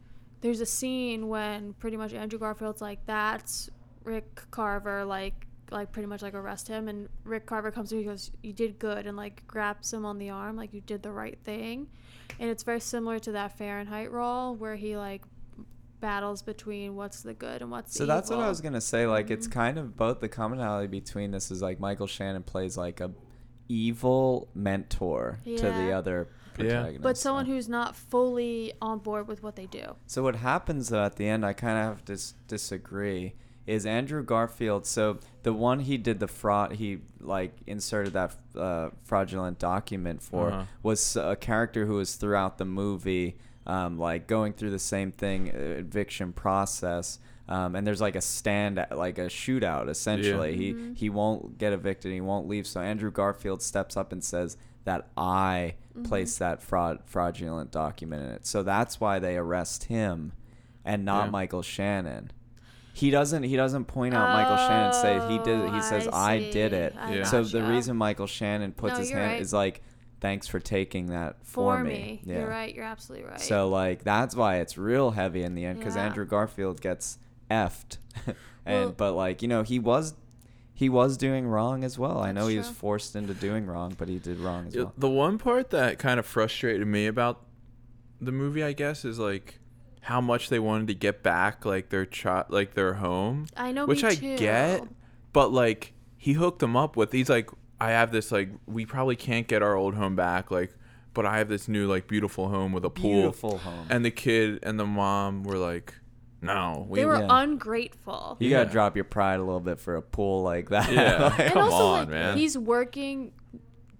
Speaker 2: there's a scene when pretty much Andrew Garfield's like, "That's Rick Carver," like like pretty much like arrest him, and Rick Carver comes through. He goes, "You did good," and like grabs him on the arm, like you did the right thing. And it's very similar to that Fahrenheit role where he like battles between what's the good and what's
Speaker 1: So
Speaker 2: the
Speaker 1: that's what I
Speaker 2: evil. Mm-hmm.
Speaker 1: was gonna say. Like, it's kind of both the commonality between this is like Michael Shannon plays like a evil mentor to the
Speaker 2: Yeah.
Speaker 1: other protagonist.
Speaker 2: but someone
Speaker 1: so.
Speaker 2: who's not fully on board with what they do.
Speaker 1: So what happens though at the end, I kind of have to dis- disagree. Is Andrew Garfield? So the one he did the fraud, he like inserted that uh, fraudulent document for
Speaker 3: Uh-huh.
Speaker 1: was a character who was throughout the movie, um, like going through the same thing, uh, eviction process. Um, and there's like a stand, like a shootout. Essentially, he he won't get evicted. He won't leave. So Andrew Garfield steps up and says that I
Speaker 2: Mm-hmm.
Speaker 1: placed that fraud fraudulent document in it. So that's why they arrest him, and not
Speaker 3: Yeah.
Speaker 1: Michael Shannon. He doesn't. He doesn't point out Michael Shannon. Say he did. it. He
Speaker 2: Oh,
Speaker 1: says I,
Speaker 2: I
Speaker 1: did
Speaker 2: see.
Speaker 1: it.
Speaker 2: I
Speaker 3: Yeah.
Speaker 1: So the
Speaker 2: gotcha.
Speaker 1: reason Michael Shannon puts
Speaker 2: No,
Speaker 1: his
Speaker 2: you're
Speaker 1: hand
Speaker 2: right.
Speaker 1: is like, thanks for taking that
Speaker 2: For,
Speaker 1: for,
Speaker 2: me,
Speaker 1: Yeah.
Speaker 2: you're right. You're absolutely right.
Speaker 1: So like that's why it's real heavy in the end because
Speaker 2: Yeah.
Speaker 1: Andrew Garfield gets effed, and
Speaker 2: Well-
Speaker 1: but like you know he was. He was doing wrong as well. I
Speaker 2: That's
Speaker 1: know he was
Speaker 2: true.
Speaker 1: forced into doing wrong, but he did wrong as
Speaker 3: Yeah,
Speaker 1: well.
Speaker 3: The one part that kind of frustrated me about the movie, I guess, is like how much they wanted to get back like their child, like their home,
Speaker 2: I know,
Speaker 3: which
Speaker 2: Oh, me
Speaker 3: I
Speaker 2: too.
Speaker 3: get, but like he hooked them up with. He's like, I have this like we probably can't get our old home back, like, but I have this new like beautiful home with a pool.
Speaker 1: Beautiful home.
Speaker 3: And the kid and the mom were like, No, we
Speaker 2: they were
Speaker 1: yeah.
Speaker 2: ungrateful.
Speaker 1: You
Speaker 3: Yeah.
Speaker 1: gotta drop your pride a little bit for a pool like that.
Speaker 3: Yeah.
Speaker 1: Like,
Speaker 2: and
Speaker 3: Come
Speaker 2: also,
Speaker 3: on,
Speaker 2: like,
Speaker 3: man.
Speaker 2: he's working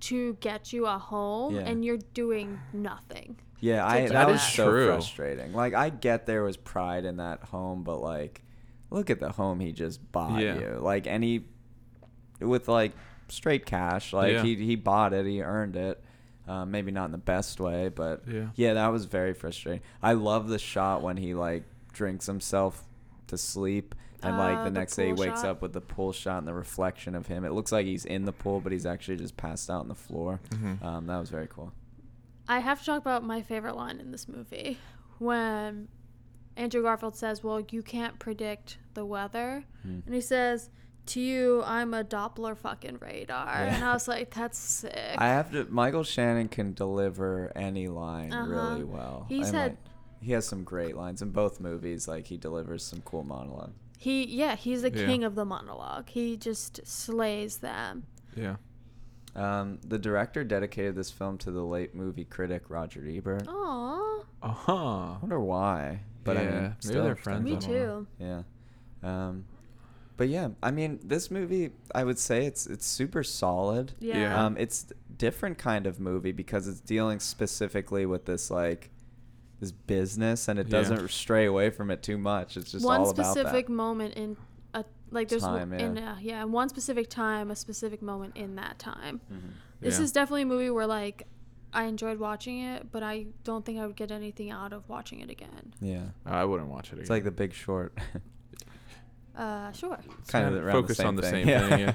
Speaker 2: to get you a home,
Speaker 1: Yeah.
Speaker 2: and you're doing nothing.
Speaker 1: Yeah, I
Speaker 2: Did
Speaker 1: that
Speaker 2: you
Speaker 1: was
Speaker 2: not?
Speaker 1: so
Speaker 3: True.
Speaker 1: frustrating. Like I get there was pride in that home, but like look at the home he just bought
Speaker 3: Yeah.
Speaker 1: you. Like any with like straight cash. Like
Speaker 3: Yeah.
Speaker 1: he he bought it, he earned it. Uh, maybe not in the best way, but
Speaker 3: Yeah.
Speaker 1: that was very frustrating. I love the shot when he like drinks himself to sleep and like
Speaker 2: Uh,
Speaker 1: the
Speaker 2: the
Speaker 1: next day he
Speaker 2: pool
Speaker 1: wakes
Speaker 2: shot.
Speaker 1: up with the pool shot and the reflection of him. It looks like he's in the pool, but he's actually just passed out on the floor.
Speaker 3: Mhm.
Speaker 1: Um, that was very cool.
Speaker 2: I have to talk about my favorite line in this movie when Andrew Garfield says, Well, you can't predict the weather.
Speaker 1: Hmm.
Speaker 2: And he says, To you, I'm a Doppler fucking radar.
Speaker 1: Yeah.
Speaker 2: And I was like, That's sick.
Speaker 1: I have to. Michael Shannon can deliver any line
Speaker 2: Uh-huh.
Speaker 1: really well.
Speaker 2: He said-
Speaker 1: like, he has some great lines in both movies. Like he delivers some cool monologue.
Speaker 2: he, yeah, he's the
Speaker 3: Yeah.
Speaker 2: king of the monologue. He just slays them.
Speaker 3: Yeah.
Speaker 1: Um, the director dedicated this film to the late movie critic Roger Ebert.
Speaker 2: Oh. Aw.
Speaker 3: Uh huh.
Speaker 1: I wonder why, but I
Speaker 3: Yeah,
Speaker 1: mean,
Speaker 3: maybe
Speaker 1: still,
Speaker 3: they're friends,
Speaker 2: Me
Speaker 3: I don't know.
Speaker 2: too.
Speaker 1: Yeah. Um, but yeah, I mean, this movie, I would say it's it's super solid.
Speaker 2: Yeah.
Speaker 3: Yeah.
Speaker 1: Um, it's different kind of movie because it's dealing specifically with this like this business, and it
Speaker 3: Yeah.
Speaker 1: doesn't stray away from it too much. It's just
Speaker 2: one
Speaker 1: all about
Speaker 2: specific
Speaker 1: that.
Speaker 2: moment in a like there's one-
Speaker 1: Time, yeah.
Speaker 2: in a, yeah one specific time a specific moment in that time
Speaker 1: Mhm.
Speaker 2: this
Speaker 3: Yeah.
Speaker 2: is definitely a movie where like i enjoyed watching it but i don't think i would get anything out of watching it again
Speaker 1: Yeah,
Speaker 3: I wouldn't watch it again.
Speaker 1: it's like The Big Short.
Speaker 2: uh sure
Speaker 3: It's
Speaker 1: kind of around
Speaker 3: kinda
Speaker 1: the
Speaker 3: focused
Speaker 1: same
Speaker 3: on the
Speaker 1: thing.
Speaker 3: same thing,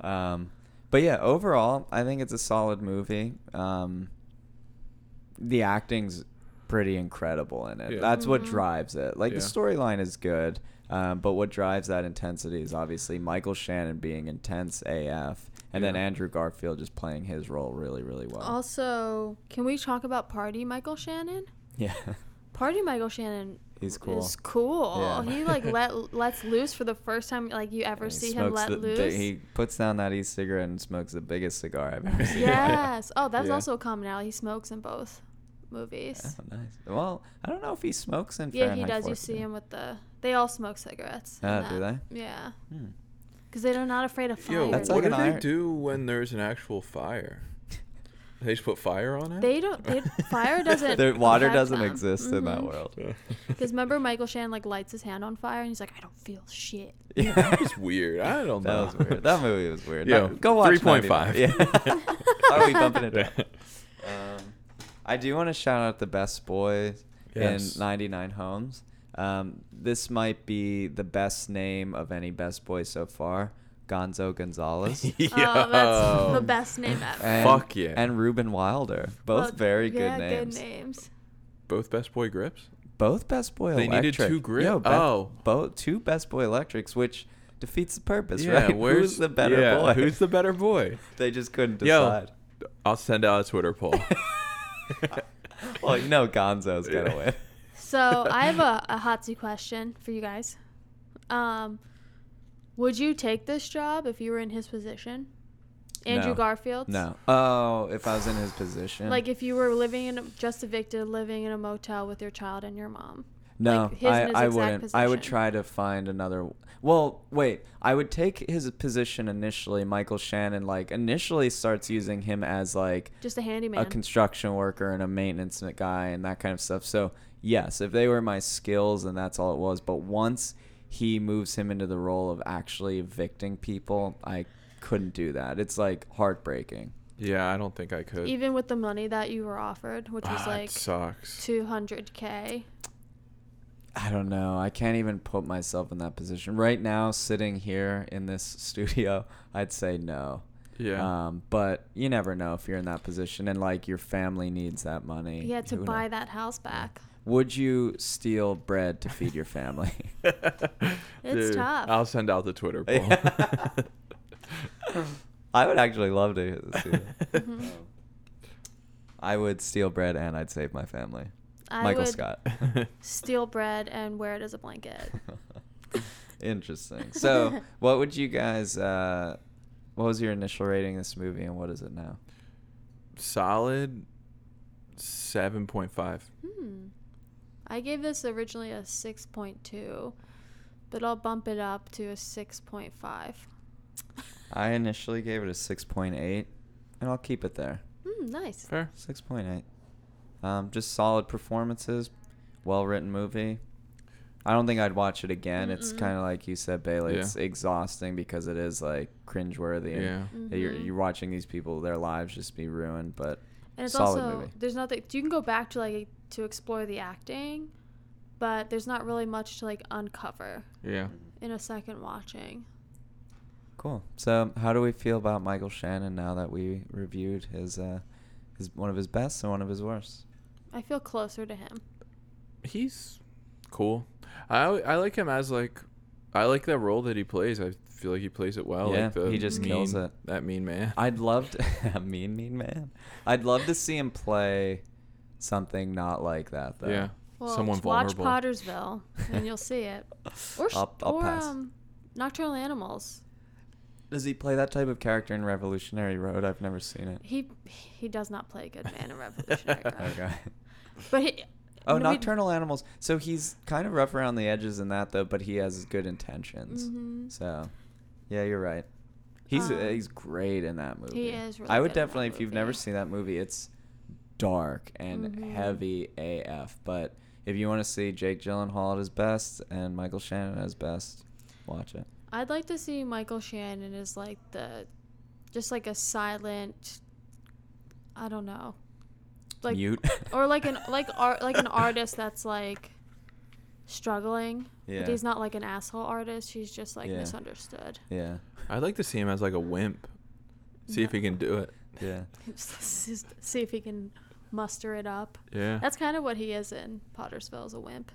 Speaker 1: yeah. um, but yeah, overall, I think it's a solid movie. Um, the acting's pretty incredible in it.
Speaker 3: Yeah.
Speaker 1: That's what
Speaker 2: Mhm.
Speaker 1: drives it. Like the
Speaker 3: Yeah.
Speaker 1: storyline is good, um, but what drives that intensity is obviously Michael Shannon being intense AF, and then
Speaker 3: Yeah.
Speaker 1: Andrew Garfield just playing his role really, really well.
Speaker 2: also can we talk about party michael shannon
Speaker 1: yeah,
Speaker 2: party michael shannon
Speaker 1: He's cool.
Speaker 2: is cool
Speaker 1: Yeah.
Speaker 2: he like let lets loose for the first time like you ever
Speaker 1: He
Speaker 2: see him
Speaker 1: smokes
Speaker 2: let
Speaker 1: the- the-
Speaker 2: loose
Speaker 1: he puts down that e-cigarette and smokes the biggest cigar I've ever seen.
Speaker 2: yes oh that's
Speaker 3: Yeah.
Speaker 2: also a commonality he smokes in both movies
Speaker 1: Oh, nice. Well, I don't know if he smokes in
Speaker 2: Yeah, he
Speaker 1: Fahrenheit
Speaker 2: does. You
Speaker 1: 450.
Speaker 2: see him with the. They all smoke cigarettes. in
Speaker 1: Ah, do
Speaker 2: that.
Speaker 1: they?
Speaker 2: Yeah,
Speaker 1: Hmm.
Speaker 2: because they're not afraid of fire.
Speaker 3: Yo,
Speaker 1: That's
Speaker 3: what
Speaker 1: like
Speaker 3: do
Speaker 1: an
Speaker 3: they
Speaker 1: iron-
Speaker 3: do when there's an actual fire? They just put fire on it.
Speaker 2: They don't- they- fire doesn't
Speaker 1: There- water
Speaker 2: affect
Speaker 1: doesn't
Speaker 2: them.
Speaker 1: exist in that
Speaker 2: Mhm.
Speaker 1: world.
Speaker 2: Because remember, Michael Shannon like lights his hand on fire, and he's like, "I don't feel shit."
Speaker 1: Yeah,
Speaker 3: that was weird. I don't
Speaker 1: That
Speaker 3: know.
Speaker 1: was weird. That movie was weird.
Speaker 3: Yo,
Speaker 1: No, go watch
Speaker 3: 3.5.
Speaker 1: 95. Yeah. Why are we bumping it down? Um, I do want to shout out the best boys
Speaker 3: Yes.
Speaker 1: in 99 Homes. Um, this might be the best name of any best boy so far. Gonzo Gonzalez. Um,
Speaker 2: Oh, that's
Speaker 3: Yo.
Speaker 2: the best name ever.
Speaker 1: And,
Speaker 3: Fuck yeah.
Speaker 1: And Ruben Wilder. Both
Speaker 2: Well,
Speaker 1: very good
Speaker 2: yeah,
Speaker 1: names.
Speaker 2: Good names.
Speaker 3: Both best boy grips.
Speaker 1: Both Best Boy
Speaker 3: They needed
Speaker 1: Electric.
Speaker 3: two gri-
Speaker 1: Yo, be-
Speaker 3: oh.
Speaker 1: both two Best Boy Electrics, which defeats the purpose,
Speaker 3: yeah,
Speaker 1: right?
Speaker 3: where's
Speaker 1: who's the better
Speaker 3: yeah,
Speaker 1: boy?
Speaker 3: Who's the better boy?
Speaker 1: They just couldn't
Speaker 3: Yo.
Speaker 1: decide.
Speaker 3: I'll send out a Twitter poll.
Speaker 1: well, you know Gonzo's gonna
Speaker 3: Yeah.
Speaker 1: win.
Speaker 2: So I have a, a hotsy question for you guys. Um, would you take this job if you were in his position, Andrew
Speaker 1: No.
Speaker 2: Garfield?
Speaker 1: No. Oh, if I was in his position,
Speaker 2: Like if you were living in a, just evicted, living in a motel with your child and your mom.
Speaker 1: no,
Speaker 2: like, his
Speaker 1: I,
Speaker 2: and his
Speaker 1: I
Speaker 2: exact
Speaker 1: wouldn't. I would
Speaker 2: position.
Speaker 1: try to find another. Well, wait. I would take his position initially. Michael Shannon like initially starts using him as like
Speaker 2: Just a handyman.
Speaker 1: a construction worker and a maintenance guy and that kind of stuff. So yes, if they were my skills and that's all it was. But once he moves him into the role of actually evicting people, I couldn't do that. It's like heartbreaking.
Speaker 3: yeah, I don't think I could.
Speaker 2: Even with the money that you were offered, which was
Speaker 3: Ah, it
Speaker 2: like
Speaker 3: sucks.
Speaker 2: 200k.
Speaker 1: I don't know. I can't even put myself in that position right now. Sitting here in this studio, I'd say no.
Speaker 3: yeah.
Speaker 1: Um, but you never know if you're in that position and like your family needs that
Speaker 3: Eh,
Speaker 1: money.
Speaker 2: You had to
Speaker 1: Who
Speaker 2: buy
Speaker 1: knows?
Speaker 2: that house back.
Speaker 1: Would you steal bread to feed your family?
Speaker 2: It's
Speaker 3: Dude,
Speaker 2: tough.
Speaker 3: I'll send out the Twitter poll.
Speaker 1: Yeah. I would actually love to. See that.
Speaker 2: Mhm.
Speaker 1: I would steal bread and I'd save my family.
Speaker 2: I
Speaker 1: Michael
Speaker 2: would
Speaker 1: Scott.
Speaker 2: Mm-hmm. Steal bread and wear it as a blanket.
Speaker 1: Interesting. So, what would you guys? Uh, what was your initial rating of this movie, and what is it now?
Speaker 3: Solid 7.5.
Speaker 2: hmm. I gave this originally a 6.2, but I'll bump it up to a 6.5.
Speaker 1: I initially gave it a six point eight, and I'll keep it there.
Speaker 2: Hmm, nice.
Speaker 3: Fair.
Speaker 1: Six point eight. Um, just solid performances, well written movie. I don't think I'd watch it again. It's
Speaker 2: Mm-mm.
Speaker 1: kind of like you said, Bailey.
Speaker 3: Yeah.
Speaker 1: It's exhausting because it is like cringeworthy. And
Speaker 3: Yeah.
Speaker 1: You're,
Speaker 2: Mhm.
Speaker 1: you're watching these people, their lives just be ruined. But
Speaker 2: And it's
Speaker 1: Solid
Speaker 2: also
Speaker 1: movie.
Speaker 2: there's nothing you can go back to like to explore the acting, but there's not really much to like uncover
Speaker 3: Yeah.
Speaker 1: Mm-hmm.
Speaker 2: in a second watching.
Speaker 1: cool. So, how do we feel about Michael Shannon now that we reviewed his, uh, his one of his best and one of his worst?
Speaker 2: I feel closer to him.
Speaker 3: He's cool. I al- I like him as like I like that role that he plays. I feel like he plays it well.
Speaker 1: Yeah,
Speaker 3: like the
Speaker 1: he just kills
Speaker 3: mean-
Speaker 1: it.
Speaker 3: That mean man.
Speaker 1: I'd love to a mean mean man. I'd love to see him play something not like that though.
Speaker 3: Yeah.
Speaker 2: Well,
Speaker 3: Someone
Speaker 2: just watch
Speaker 3: vulnerable.
Speaker 2: Pottersville and you'll see it. Or sh-
Speaker 1: I'll- I'll
Speaker 2: or
Speaker 1: pass.
Speaker 2: um, Nocturnal Animals.
Speaker 1: Does he play that type of character in Revolutionary Road? I've never seen it.
Speaker 2: He he does not play a good man in Revolutionary Road.
Speaker 1: Okay.
Speaker 2: But he,
Speaker 1: Oh,
Speaker 2: no, we-
Speaker 1: Nocturnal Animals. So he's kind of rough around the edges in that though, but he has good intentions.
Speaker 2: Mhm.
Speaker 1: So, yeah, you're right. He's
Speaker 2: Um,
Speaker 1: he's great in that movie.
Speaker 2: is really
Speaker 1: I would
Speaker 2: good in that
Speaker 1: definitely, if you've never
Speaker 2: movie.
Speaker 1: seen that movie, it's dark and
Speaker 2: Mhm.
Speaker 1: heavy AF. But if you want to see Jake Gyllenhaal at his best and Michael Shannon at his best, watch it.
Speaker 2: I'd like to see Michael Shannon as like the, just like a silent, I don't know, like
Speaker 1: Mute.
Speaker 2: or like an like art like an artist that's like struggling.
Speaker 1: Yeah.
Speaker 2: But he's not like an asshole artist. He's just like
Speaker 1: Yeah.
Speaker 2: misunderstood.
Speaker 1: Yeah.
Speaker 3: I'd like to see him as like a wimp. See if he can do it.
Speaker 1: Yeah.
Speaker 2: Just see if he can muster it up.
Speaker 3: Yeah.
Speaker 2: That's kind of what he is in Pottersville as a wimp.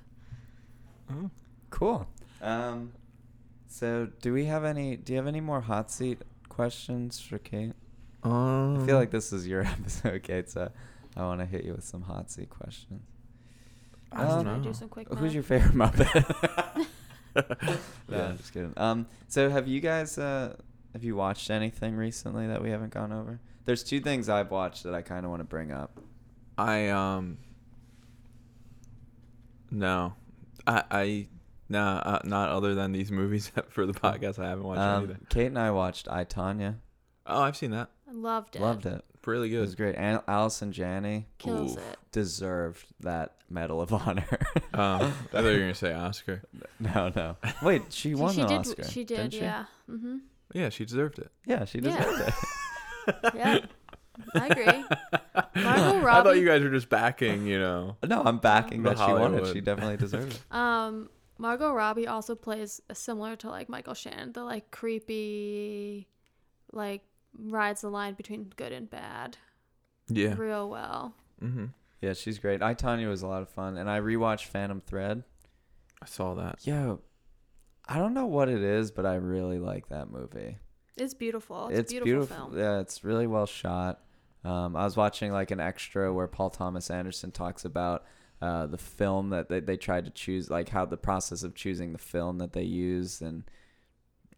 Speaker 1: Oh.
Speaker 3: Mm.
Speaker 1: Cool. Um, so do we have any? Do you have any more hot seat questions for Kate? I
Speaker 3: Mm.
Speaker 1: feel like this is your episode, Kate. So I want to hit you with some hot seat questions.
Speaker 3: I don't
Speaker 1: Um,
Speaker 3: know.
Speaker 2: do some quick
Speaker 1: Who's
Speaker 2: math.
Speaker 1: your favorite Muppet? no,
Speaker 3: Yeah.
Speaker 1: I'm just kidding. Um, so have you guys uh, have you watched anything recently that we haven't gone over? There's two things I've watched that I kind of want to bring up.
Speaker 3: I um. No, I I nah uh, not other than these movies for the podcast. I haven't watched
Speaker 1: Um,
Speaker 3: anything.
Speaker 1: Kate and I watched I Tanya.
Speaker 3: Oh, I've seen that.
Speaker 2: I loved it.
Speaker 1: Loved it.
Speaker 3: Really
Speaker 1: It
Speaker 3: good.
Speaker 1: was great. An- Allison Janney
Speaker 2: Kills
Speaker 3: Oof.
Speaker 2: it.
Speaker 1: deserved that Medal of Honor.
Speaker 3: Um, I thought you were gonna say Oscar.
Speaker 1: no, no. Wait, she won
Speaker 2: she
Speaker 1: an
Speaker 2: did.
Speaker 1: Oscar.
Speaker 2: She
Speaker 1: didn't
Speaker 2: did. Yeah. Mm-hmm.
Speaker 3: Yeah, she deserved it.
Speaker 1: Yeah, she
Speaker 2: Yeah.
Speaker 1: deserved it.
Speaker 2: Yeah. I agree. Margot Robbie.
Speaker 3: I thought you guys were just backing. You know.
Speaker 1: No, I'm backing
Speaker 3: The
Speaker 1: that she won it.
Speaker 3: Hollywood.
Speaker 1: She definitely deserved it.
Speaker 2: Um, Margot Robbie also plays a similar to like Michael Shannon, the like creepy, like rides the line between good and bad
Speaker 3: Yeah.
Speaker 2: real well.
Speaker 3: Mm-hmm.
Speaker 1: Yeah, she's great. I Tanya was a lot of fun, and I rewatched Phantom Thread.
Speaker 3: I saw that.
Speaker 1: Yo, I don't know what it is, but I really like that movie.
Speaker 2: It's beautiful. Oh, It's, a beautiful, film.
Speaker 1: Yeah, it's really well shot. Um, I was watching like an extra where Paul Thomas Anderson talks about uh, the film that they, they tried to choose, like how the process of choosing the film that they used, and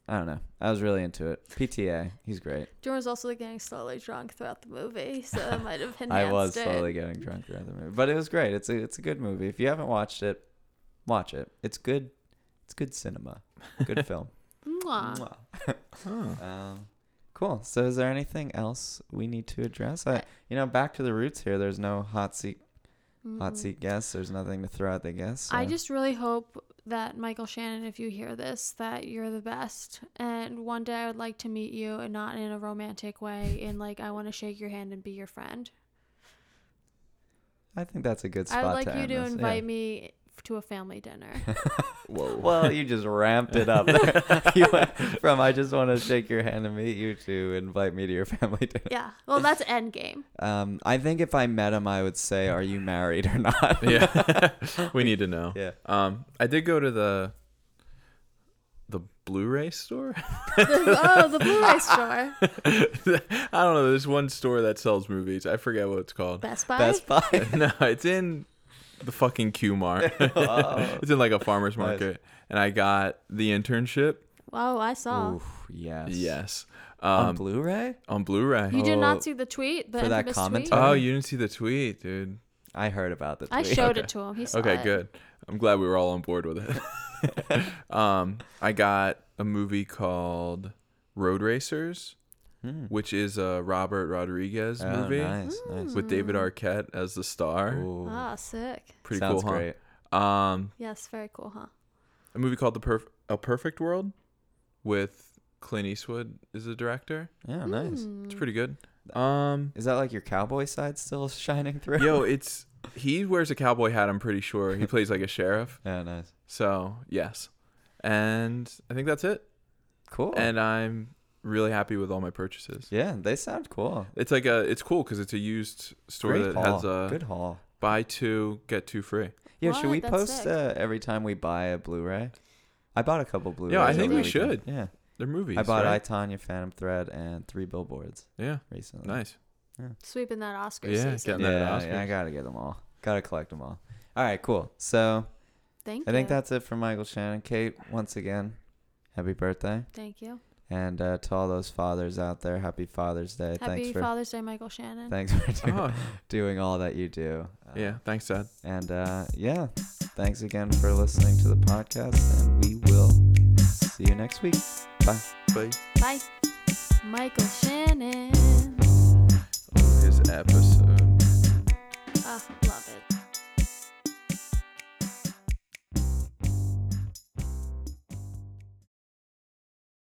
Speaker 1: I don't know. I was really into it. PTA, he's great.
Speaker 2: Jordan was also like, getting slowly drunk throughout the movie, so that might have enhanced
Speaker 1: I was
Speaker 2: it.
Speaker 1: slowly getting drunk throughout the movie, but it was great. It's a it's a good movie. If you haven't watched it, watch it. It's good. It's good cinema. Good film.
Speaker 2: Mwah.
Speaker 1: Mwah.
Speaker 3: Oh.
Speaker 1: Um, cool. So, is there anything else we need to address? I, you know, back to the roots here. There's no hot seat, hot
Speaker 2: Mm-mm.
Speaker 1: seat guests. There's nothing to throw at the guests.
Speaker 2: Mm-hmm. I
Speaker 1: so-
Speaker 2: just really hope that Michael Shannon, if you hear this, that you're the best. And one day I would like to meet you and not in a romantic way, in like I want to shake your hand and be your friend.
Speaker 1: I think that's a good
Speaker 2: I
Speaker 1: spot.
Speaker 2: would like
Speaker 1: to
Speaker 2: you
Speaker 1: end
Speaker 2: to
Speaker 1: this.
Speaker 2: invite me to a family dinner.
Speaker 1: Yeah. Well, you just ramped it up. there. you went from I just want to shake your hand and meet you to invite me to your family dinner.
Speaker 2: yeah. Well, that's Endgame.
Speaker 1: Um, I think if I met him, I would say, "Are you married or not?"
Speaker 3: yeah. we need to know.
Speaker 1: Yeah.
Speaker 3: Um, I did go to the the Blu-ray store.
Speaker 2: oh, the Blu-ray store.
Speaker 3: I don't know. There's one store that sells movies. I forget what it's called.
Speaker 2: Best Buy.
Speaker 1: Best Buy.
Speaker 3: no, it's in the fucking Q Mart.
Speaker 1: Oh.
Speaker 3: it's in like a farmer's
Speaker 1: Nice.
Speaker 3: market. And I got the internship.
Speaker 2: Wow, Oh, I saw.
Speaker 1: Ooh, yes.
Speaker 3: Yes.
Speaker 1: On
Speaker 3: Um,
Speaker 1: Blu-ray.
Speaker 3: on Blu-ray.
Speaker 2: You did
Speaker 1: Oh.
Speaker 2: not see the tweet, the
Speaker 1: For that
Speaker 2: infamous
Speaker 1: comment?
Speaker 2: tweet.
Speaker 1: Oh,
Speaker 3: Oh, you didn't see the tweet, dude.
Speaker 1: I heard about the.
Speaker 2: I
Speaker 1: tweet.
Speaker 2: showed
Speaker 3: Okay.
Speaker 2: it to him. He saw
Speaker 3: Okay,
Speaker 2: it.
Speaker 3: good. I'm glad we were all on board with it. um, I got a movie called Road Racers.
Speaker 1: Hmm.
Speaker 3: which is a Robert Rodriguez
Speaker 1: Oh,
Speaker 3: movie
Speaker 1: Nice, nice.
Speaker 3: with David
Speaker 2: Mm.
Speaker 3: Arquette as the star.
Speaker 1: Ooh.
Speaker 2: Ah, sick.
Speaker 3: Pretty
Speaker 1: Sounds
Speaker 3: cool,
Speaker 1: great.
Speaker 3: huh? Um,
Speaker 2: Yes, very cool, huh?
Speaker 3: a movie called The Perf- A Perfect World with Clint Eastwood is the director.
Speaker 2: Hmm.
Speaker 1: Yeah, Oh, nice.
Speaker 3: It's pretty good. Um,
Speaker 1: Is that like your cowboy side still shining through?
Speaker 3: yo, it's he wears a cowboy hat. I'm pretty sure he plays like a sheriff.
Speaker 1: Yeah, nice.
Speaker 3: So yes, and I think that's it.
Speaker 1: Cool.
Speaker 3: And I'm really happy with all my purchases.
Speaker 1: yeah, they sound cool.
Speaker 3: It's like a it's cool because it's a used store
Speaker 1: Great
Speaker 3: that
Speaker 1: haul.
Speaker 3: has uh, a
Speaker 1: Good haul.
Speaker 3: buy two get two free.
Speaker 1: Yeah, should
Speaker 2: What?
Speaker 1: we
Speaker 2: That's
Speaker 1: post
Speaker 2: sick.
Speaker 1: uh, every time we buy a Blu-ray? I bought a couple Blu-rays.
Speaker 3: I
Speaker 1: over
Speaker 2: think
Speaker 1: the
Speaker 2: we
Speaker 1: weekend.
Speaker 3: should.
Speaker 1: Yeah,
Speaker 3: They're movies.
Speaker 1: I bought I
Speaker 3: right?
Speaker 1: Tanya, Phantom Thread, and Three Billboards
Speaker 3: yeah,
Speaker 1: recently.
Speaker 3: nice.
Speaker 2: Sweeping that Oscar
Speaker 3: Yeah,
Speaker 2: season.
Speaker 3: getting that.
Speaker 1: Yeah,
Speaker 3: Oscars.
Speaker 1: yeah, I gotta get them all. Gotta collect them all. All right, cool. So
Speaker 2: Thank
Speaker 1: I think
Speaker 2: you.
Speaker 1: that's it for Michael Shannon. Kate, once again, happy birthday,
Speaker 2: Thank you.
Speaker 1: and uh, to all those fathers out there, happy Father's Day. thanks
Speaker 2: Happy
Speaker 1: for
Speaker 2: Father's Day, Michael Shannon.
Speaker 1: thanks for doing,
Speaker 3: Oh,
Speaker 1: doing all that you do. Uh,
Speaker 3: yeah. Thanks, Dad.
Speaker 1: And uh, yeah, thanks again for listening to the podcast, and we will see you next week. Bye.
Speaker 3: Bye.
Speaker 2: Bye. Michael Shannon.
Speaker 3: His episode.
Speaker 2: Ah, love.